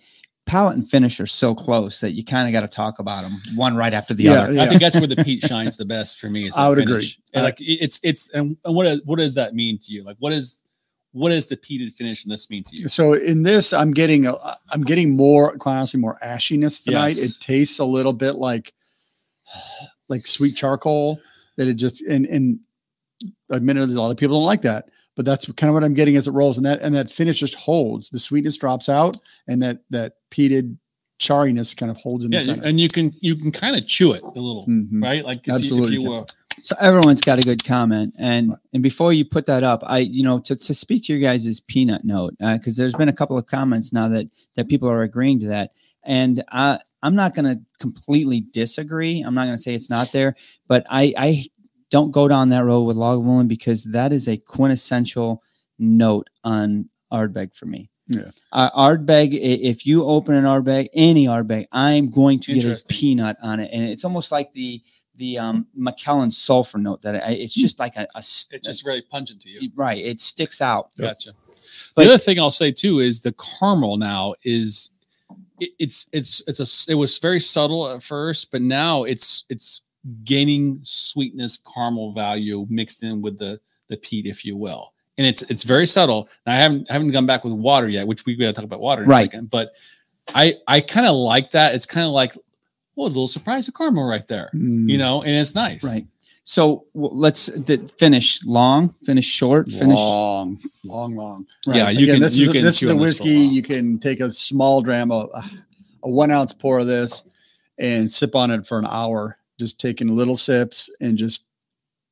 [SPEAKER 2] palate and finish are so close that you kind of got to talk about them one right after the other.
[SPEAKER 1] yeah.
[SPEAKER 3] I think that's where the peat shines the best for me. Is
[SPEAKER 1] I
[SPEAKER 3] the
[SPEAKER 1] would agree.
[SPEAKER 3] finish. And, like it- it's it's and, and what what does that mean to you? Like what is what does the peated finish in this mean to you?
[SPEAKER 1] So in this, I'm getting a, I'm getting more, quite honestly, more ashiness tonight.
[SPEAKER 3] Yes.
[SPEAKER 1] It tastes a little bit like, like sweet charcoal. That it just and and admittedly, a lot of people don't like that, but that's kind of what I'm getting as it rolls, and that and that finish just holds. The sweetness drops out, and that that peated charriness kind of holds in
[SPEAKER 3] Yeah,
[SPEAKER 1] the
[SPEAKER 3] you- uh,
[SPEAKER 1] center.
[SPEAKER 3] and you can you can kind of chew it a little,
[SPEAKER 1] Mhm.
[SPEAKER 3] right? Like if
[SPEAKER 1] Absolutely
[SPEAKER 3] you, uh, if you will.
[SPEAKER 2] So everyone's got a good comment, and and before you put that up, I you know to, to speak to your guys' peanut note because there's been a couple of comments now that that people are agreeing to that, and I I'm not going to completely disagree. I'm not going to say it's not there, but I I don't go down that road with Lagavulin because that is a quintessential note on Ardbeg for me.
[SPEAKER 1] Yeah.
[SPEAKER 2] Uh, Ardbeg, i- if you open an Ardbeg, any Ardbeg, I'm going to get a
[SPEAKER 3] Interesting.
[SPEAKER 2] peanut on it, and it's almost like the the um, McKellen sulfur note that I, it's just like a, a s-
[SPEAKER 3] It's just really pungent to you.
[SPEAKER 2] right. It sticks out.
[SPEAKER 1] Yep.
[SPEAKER 3] Gotcha.
[SPEAKER 2] But-
[SPEAKER 3] the other thing I'll say too is the caramel now is it, it's it's it's a s- it was very subtle at first, but now it's it's gaining sweetness caramel value mixed in with the the peat, if you will. And it's it's very subtle. And I haven't haven't gone back with water yet, which we gotta talk about water in
[SPEAKER 2] Right.
[SPEAKER 3] a second. But I I kind of like that. It's kind of like oh, a little surprise of caramel right there.
[SPEAKER 1] Mm-hmm. Hmm.
[SPEAKER 3] You know, and it's nice.
[SPEAKER 2] Right. So w- let's d- finish long, finish short, finish.
[SPEAKER 1] long, long, long.
[SPEAKER 3] Yeah, you
[SPEAKER 1] Again,
[SPEAKER 3] can-
[SPEAKER 1] This
[SPEAKER 3] you
[SPEAKER 1] is a,
[SPEAKER 3] can
[SPEAKER 1] this
[SPEAKER 3] chew
[SPEAKER 1] is a
[SPEAKER 3] on this for a
[SPEAKER 1] whiskey.
[SPEAKER 3] while.
[SPEAKER 1] you can take a small dram, a, a one ounce pour of this, and sip on it for an hour, just taking little sips and just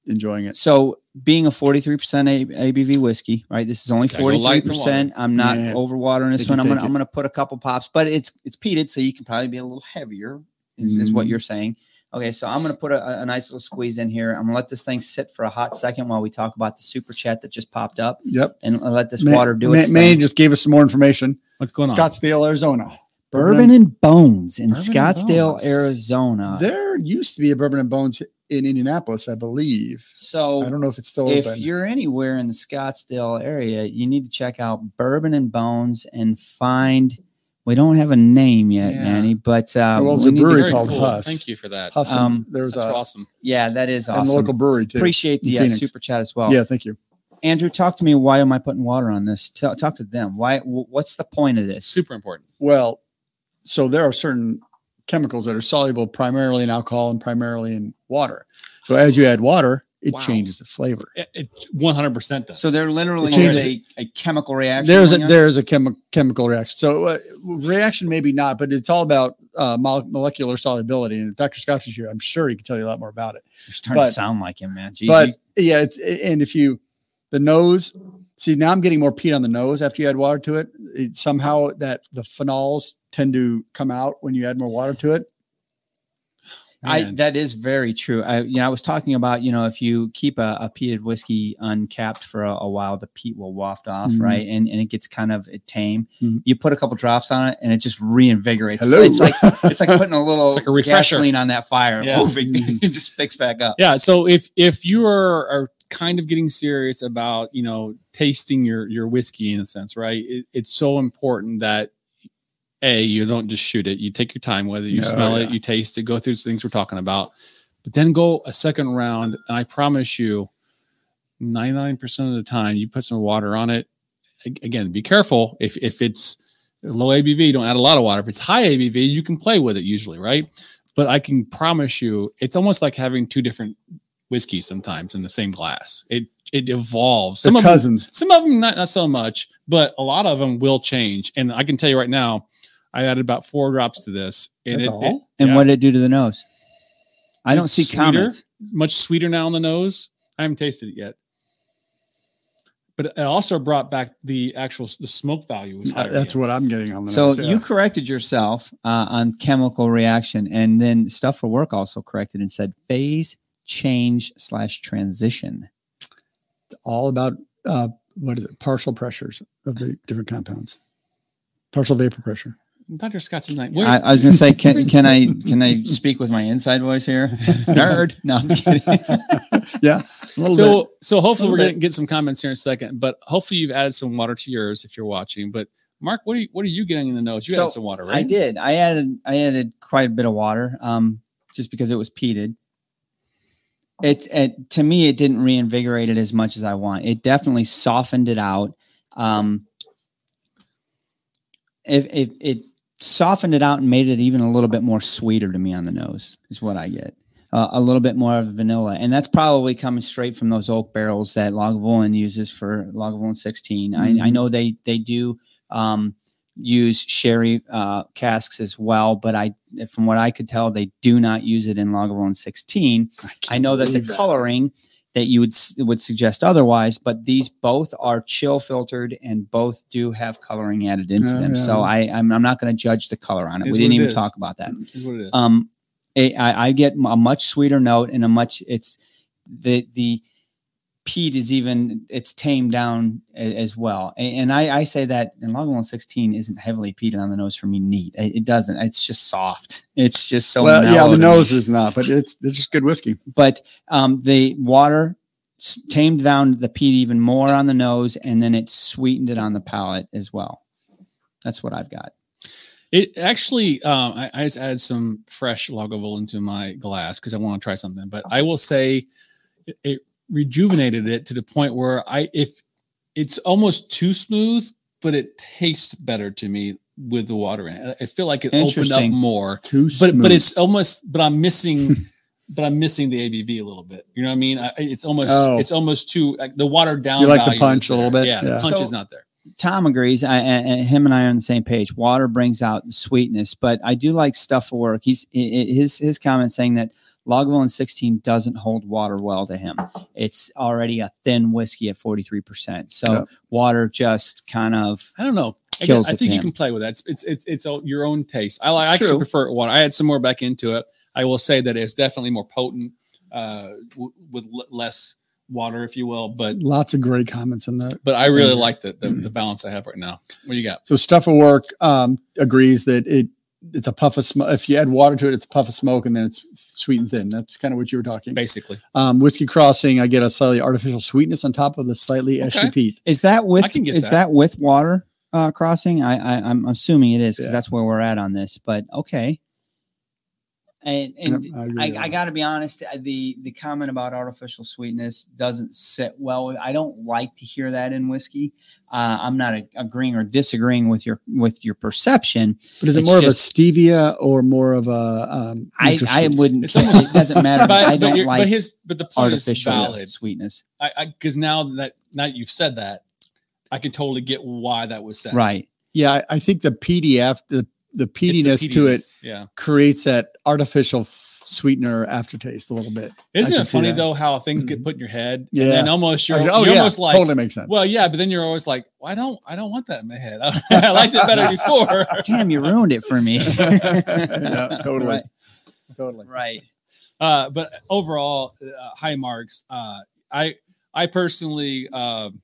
[SPEAKER 1] enjoying it.
[SPEAKER 2] So being a 43% A- ABV whiskey, right? This is only
[SPEAKER 3] Gotta go light and
[SPEAKER 2] 43%. I'm not
[SPEAKER 1] Yeah.
[SPEAKER 2] overwatering this
[SPEAKER 1] Take
[SPEAKER 2] one.
[SPEAKER 1] it,
[SPEAKER 2] I'm going to
[SPEAKER 1] take
[SPEAKER 2] I'm
[SPEAKER 1] it.
[SPEAKER 2] going to put a couple pops, but it's it's peated so you can probably be a little heavier is, is what
[SPEAKER 3] Mm-hmm.
[SPEAKER 1] Mhm.
[SPEAKER 2] you're saying. Okay, so I'm going to put a, a- a nice little squeeze in here. I'm going to let this thing sit for a hot second while we talk about the super chat that just popped up
[SPEAKER 1] Yep.
[SPEAKER 2] and let this
[SPEAKER 1] Ma-
[SPEAKER 2] water do
[SPEAKER 1] Ma-
[SPEAKER 2] its
[SPEAKER 1] Manny
[SPEAKER 2] thing.
[SPEAKER 1] just gave us some more information.
[SPEAKER 3] What's going on?
[SPEAKER 1] Scottsdale, Arizona.
[SPEAKER 2] Bourbon and Bones in
[SPEAKER 1] Bourbon and
[SPEAKER 2] Scottsdale,
[SPEAKER 1] Bones.
[SPEAKER 2] Arizona.
[SPEAKER 1] There used to be a Bourbon and Bones in Indianapolis, I believe. I
[SPEAKER 2] so
[SPEAKER 1] don't know if it's still
[SPEAKER 2] if
[SPEAKER 1] open.
[SPEAKER 2] you're anywhere in the Scottsdale area, you need to check out Bourbon and Bones and find. We don't have a name yet,
[SPEAKER 3] Yeah.
[SPEAKER 2] Manny, but uh,
[SPEAKER 1] There was
[SPEAKER 2] we
[SPEAKER 1] a
[SPEAKER 2] need to-
[SPEAKER 1] brewery
[SPEAKER 3] Very
[SPEAKER 1] called Huss.
[SPEAKER 3] Thank you for that.
[SPEAKER 1] Husson.
[SPEAKER 2] um,
[SPEAKER 1] there was
[SPEAKER 3] That's
[SPEAKER 1] a
[SPEAKER 3] awesome.
[SPEAKER 2] yeah, that is
[SPEAKER 1] and
[SPEAKER 2] awesome.
[SPEAKER 1] local brewery too.
[SPEAKER 2] Appreciate
[SPEAKER 1] in
[SPEAKER 2] the uh,
[SPEAKER 1] Phoenix.
[SPEAKER 2] super chat as well.
[SPEAKER 1] Yeah, thank you.
[SPEAKER 2] Andrew, talk to me. Why am I putting water on this? Tell, talk to them. Why? wh- What's the point of this?
[SPEAKER 3] Super important.
[SPEAKER 1] Well, so there are certain chemicals that are soluble primarily in alcohol and primarily in water. So as you add water, it
[SPEAKER 3] Wow.
[SPEAKER 1] changes the flavor.
[SPEAKER 3] It- it- 100% does.
[SPEAKER 2] So there literally
[SPEAKER 1] It changes
[SPEAKER 2] is a, a chemical reaction.
[SPEAKER 1] There's a
[SPEAKER 2] going on?
[SPEAKER 1] there's a chemi- chemical reaction. So uh, reaction maybe not, but it's all about uh, mole- molecular solubility. And if Dr. Scotch is here, I'm sure he can tell you a lot more about it.
[SPEAKER 2] You're starting
[SPEAKER 1] but-
[SPEAKER 2] to sound like him, man. Jeez,
[SPEAKER 1] but
[SPEAKER 2] you-
[SPEAKER 1] yeah, it's and if you the nose, see now I'm getting more peat on the nose after you add water to it. it somehow that the phenols tend to come out when you add more water to it.
[SPEAKER 2] I
[SPEAKER 3] Man.
[SPEAKER 2] that is very true. I you know I was talking about you know if you keep a, a peated whiskey uncapped for a, a while, the peat will waft off,
[SPEAKER 3] Mm-hmm.
[SPEAKER 1] Mhm.
[SPEAKER 2] right? And and it gets kind of it tame.
[SPEAKER 1] Mhm.
[SPEAKER 2] You put a couple drops on it, and it just reinvigorates.
[SPEAKER 1] Hello.
[SPEAKER 2] It's like it's like putting a little
[SPEAKER 3] It's like a refresher.
[SPEAKER 2] gasoline on that fire.
[SPEAKER 3] Yeah. Mm-hmm.
[SPEAKER 2] it just picks back up.
[SPEAKER 3] yeah so if if you are, are kind of getting serious about you know tasting your your whiskey in a sense right it, it's so important that a you don't just shoot it you take your time whether you
[SPEAKER 1] No,
[SPEAKER 3] smell
[SPEAKER 1] yeah.
[SPEAKER 3] it you taste it go through the things we're talking about but then go a second round and i promise you 99% of the time you put some water on it a- again be careful if if it's low abv don't add a lot of water if it's high abv you can play with it usually right but i can promise you it's almost like having two different whiskeys sometimes in the same glass it it evolves
[SPEAKER 1] The
[SPEAKER 3] some of them,
[SPEAKER 1] cousins.
[SPEAKER 3] some of them not, not so much but a lot of them will change and i can tell you right now i added about four drops to this and
[SPEAKER 1] That's
[SPEAKER 3] it,
[SPEAKER 1] all?
[SPEAKER 3] it-
[SPEAKER 2] And
[SPEAKER 3] Yeah.
[SPEAKER 2] what did it do to the nose? I don't
[SPEAKER 3] It's
[SPEAKER 2] see
[SPEAKER 3] sweeter.
[SPEAKER 2] comments.
[SPEAKER 3] much sweeter now on the nose. I haven't tasted it yet. But it also brought back the actual the smoke value. Was higher
[SPEAKER 1] Uh, That's
[SPEAKER 3] again.
[SPEAKER 1] what I'm getting on the
[SPEAKER 2] So
[SPEAKER 1] nose.
[SPEAKER 2] you corrected yourself uh, on chemical reaction, and then stuff for work also corrected and said phase change slash transition.
[SPEAKER 1] all about uh, what is it? Partial pressures of the different compounds. Partial vapor pressure.
[SPEAKER 3] Dr. Scott's tonight.
[SPEAKER 2] I, I was gonna say, can can I can I speak with my inside voice here? Nerd. No, I'm just kidding.
[SPEAKER 1] yeah. A little
[SPEAKER 3] so so
[SPEAKER 1] Little
[SPEAKER 3] hopefully we're
[SPEAKER 1] bit.
[SPEAKER 3] gonna get some comments here in a second, but hopefully you've added some water to yours if you're watching. But Mark, what are you what are you getting in the nose? You
[SPEAKER 2] So,
[SPEAKER 3] added some water, right?
[SPEAKER 2] I did. I added I added quite a bit of water, um, just because it was peated. It, it to me it didn't reinvigorate it as much as I want. It definitely softened it out. Um, if if it softened it out and made it even a little bit more sweeter to me on the nose is what I get. Uh, a little bit more of vanilla, and that's probably coming straight from those oak barrels that Lagavulin uses for Lagavulin 16. I, I
[SPEAKER 1] Mhm.
[SPEAKER 2] know they they do um, use sherry uh, casks as well, but I, from what I could tell, they do not use it in Lagavulin 16.
[SPEAKER 1] bit.
[SPEAKER 2] I know that the
[SPEAKER 1] believe that.
[SPEAKER 2] coloring that you would s- would suggest otherwise, but these both are chill filtered and both do have coloring added into
[SPEAKER 1] Oh,
[SPEAKER 2] them.
[SPEAKER 1] yeah.
[SPEAKER 2] So I I'm, I'm not going to judge the color on it.
[SPEAKER 3] Is
[SPEAKER 2] we didn't
[SPEAKER 3] what it
[SPEAKER 2] even
[SPEAKER 3] is.
[SPEAKER 2] talk about that.
[SPEAKER 1] Mm,
[SPEAKER 3] Is what it is.
[SPEAKER 2] Um, it, I, I get a much sweeter note and a much it's the the peat is even it's tamed down a- as well. A- And, I, I say that in Lagavulin 16 isn't heavily peated on the nose for me. Neat, it, it doesn't. It's just soft. It's just so
[SPEAKER 1] well, yeah,
[SPEAKER 2] mellow
[SPEAKER 1] the
[SPEAKER 2] to me.
[SPEAKER 1] nose is not, but it's it's just good whiskey.
[SPEAKER 2] But um, the water s- tamed down the peat even more on the nose, and then it sweetened it on the palate as well. That's what I've got.
[SPEAKER 3] It actually, um, I, I just added some fresh Lagavulin into my glass because I want to try something. But I will say, it, it rejuvenated it to the point where I, if it's almost too smooth, but it tastes better to me with the water in it. I feel like it opened up
[SPEAKER 2] Interesting.
[SPEAKER 3] more.
[SPEAKER 1] Too
[SPEAKER 3] But but it's almost, but I'm missing. But I'm missing the ABV a little bit. You know what I mean? I, it's almost,
[SPEAKER 1] Oh.
[SPEAKER 3] it's almost too like the watered down.
[SPEAKER 1] You like the
[SPEAKER 3] value is
[SPEAKER 1] punch a little
[SPEAKER 3] there.
[SPEAKER 1] bit?
[SPEAKER 3] Yeah,
[SPEAKER 1] Yeah.
[SPEAKER 3] the punch
[SPEAKER 2] So-
[SPEAKER 3] is not there.
[SPEAKER 2] Tom agrees, I, and, and him and I are on the same page. Water brings out the sweetness, but I do like stuff for work. He's i- i- his his comment saying that Lagavulin 16 doesn't hold water well to him. It's already a thin whiskey at 43 percent, so
[SPEAKER 1] Yeah.
[SPEAKER 2] water just kind of
[SPEAKER 3] I don't know. I,
[SPEAKER 2] Kills
[SPEAKER 3] get- I
[SPEAKER 2] it
[SPEAKER 3] think
[SPEAKER 2] to
[SPEAKER 3] you
[SPEAKER 2] him.
[SPEAKER 3] can play with that. It's it's it's, it's all your own taste. I, like- I actually
[SPEAKER 2] True.
[SPEAKER 3] prefer it water. I had some more back into it. I will say that it's definitely more potent uh, w- with l- less water, if you will. But
[SPEAKER 1] lots of great comments in that.
[SPEAKER 3] but I really
[SPEAKER 1] Mhm.
[SPEAKER 3] like the, the the balance I have right now. What do you got?
[SPEAKER 1] So stuff of work um, agrees that it it's a puff of smoke. If you add water to it, it's a puff of smoke, and then it's sweet and thin. That's kind of what you were talking.
[SPEAKER 3] Basically,
[SPEAKER 1] Um, Whiskey Crossing, I get a slightly artificial sweetness on top of the slightly ashy
[SPEAKER 3] Okay.
[SPEAKER 1] peat.
[SPEAKER 2] is that with
[SPEAKER 3] I can get
[SPEAKER 2] is
[SPEAKER 3] that.
[SPEAKER 2] that. with water uh, crossing? I, I I'm assuming it is because
[SPEAKER 1] Yeah.
[SPEAKER 2] that's where we're at on this. But okay, and and
[SPEAKER 1] Yep, I agree
[SPEAKER 2] I,
[SPEAKER 1] with
[SPEAKER 2] I
[SPEAKER 1] that.
[SPEAKER 2] got to be honest. I- The the comment about artificial sweetness doesn't sit well. with- I don't like to hear that in whiskey. Uh, I'm not a, agreeing or disagreeing with your with your perception.
[SPEAKER 1] But is it
[SPEAKER 2] It's
[SPEAKER 1] more of
[SPEAKER 2] just-
[SPEAKER 1] a stevia or more of a? Um,
[SPEAKER 2] I,
[SPEAKER 1] neutral
[SPEAKER 2] I
[SPEAKER 1] sweet?
[SPEAKER 2] wouldn't.
[SPEAKER 3] It's almost-
[SPEAKER 2] it doesn't matter.
[SPEAKER 3] but,
[SPEAKER 2] but I
[SPEAKER 3] but,
[SPEAKER 2] don't
[SPEAKER 3] your- but
[SPEAKER 2] like
[SPEAKER 3] his but the point is
[SPEAKER 2] artificial
[SPEAKER 3] valid.
[SPEAKER 2] sweetness.
[SPEAKER 3] I because now that now that you've said that, I can totally get why that was said.
[SPEAKER 2] Right.
[SPEAKER 1] yeah, I, I think the PDF the the
[SPEAKER 3] It's the
[SPEAKER 1] peatiness to it
[SPEAKER 3] peatiness. Yeah.
[SPEAKER 1] creates that artificial f- sweetener aftertaste a little bit.
[SPEAKER 3] Isn't
[SPEAKER 1] I
[SPEAKER 3] it
[SPEAKER 1] can see
[SPEAKER 3] funny
[SPEAKER 1] that.
[SPEAKER 3] though how things
[SPEAKER 1] Mhm.
[SPEAKER 3] get put in your head?
[SPEAKER 1] Yeah.
[SPEAKER 3] And then almost you're,
[SPEAKER 1] I-
[SPEAKER 3] you're almost like
[SPEAKER 1] oh totally makes sense.
[SPEAKER 3] Well, yeah, but then you're always like, well, I don't, I don't want that in my head. I liked it better before.
[SPEAKER 2] Damn, you ruined it for me.
[SPEAKER 1] Yeah, totally.
[SPEAKER 2] Right.
[SPEAKER 1] totally.
[SPEAKER 2] right.
[SPEAKER 3] Uh, but overall, uh, high marks. Uh, I, I personally, um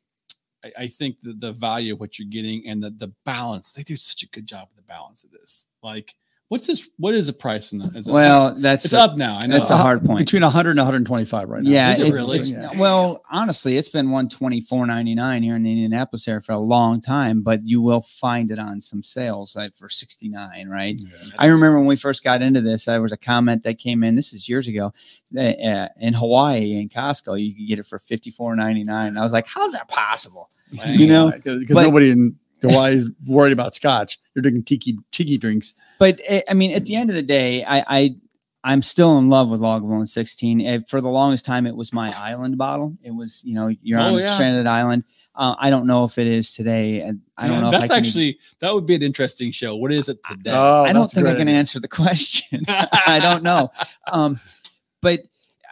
[SPEAKER 3] I, I think that the value of what you're getting and the the balance. They do such a good job with the balance of this. Like, what's this? What is the price in the? Is it-
[SPEAKER 2] Well, that's
[SPEAKER 3] it's up now. I know.
[SPEAKER 2] that's a hard point.
[SPEAKER 1] Uh, Between 100 and 125 right now.
[SPEAKER 2] yeah,
[SPEAKER 3] Is it
[SPEAKER 2] it's,
[SPEAKER 3] really?
[SPEAKER 2] it's-
[SPEAKER 1] Yeah.
[SPEAKER 2] well, honestly, it's been one twenty four ninety nine here in Indianapolis there for a long time, but you will find it on some sales like for sixty nine, right? I remember when we first got into this, there was a comment that came in. This is years ago, that, uh, in Hawaii in Costco, you could get it for fifty four ninety nine, and I was like, "How's that possible?" you know,
[SPEAKER 1] because
[SPEAKER 2] but-
[SPEAKER 1] nobody in Hawaii is worried about scotch. You're drinking tiki tiki drinks.
[SPEAKER 2] But eh, I mean, at the end of the day, I, I I'm still in love with Lagavulin 16. Eh, For the longest time, it was my island bottle. It was you know you're on
[SPEAKER 3] Oh,
[SPEAKER 2] a
[SPEAKER 3] yeah.
[SPEAKER 2] stranded island. Uh, I don't know if it is today, and I don't
[SPEAKER 3] Yeah,
[SPEAKER 2] know.
[SPEAKER 3] That's
[SPEAKER 2] if I can even-
[SPEAKER 3] actually that would be an interesting show. What is it today?
[SPEAKER 1] Oh,
[SPEAKER 2] I don't
[SPEAKER 1] that's a
[SPEAKER 2] think I
[SPEAKER 1] great
[SPEAKER 2] can
[SPEAKER 1] idea.
[SPEAKER 2] answer the question. I don't know. Um, but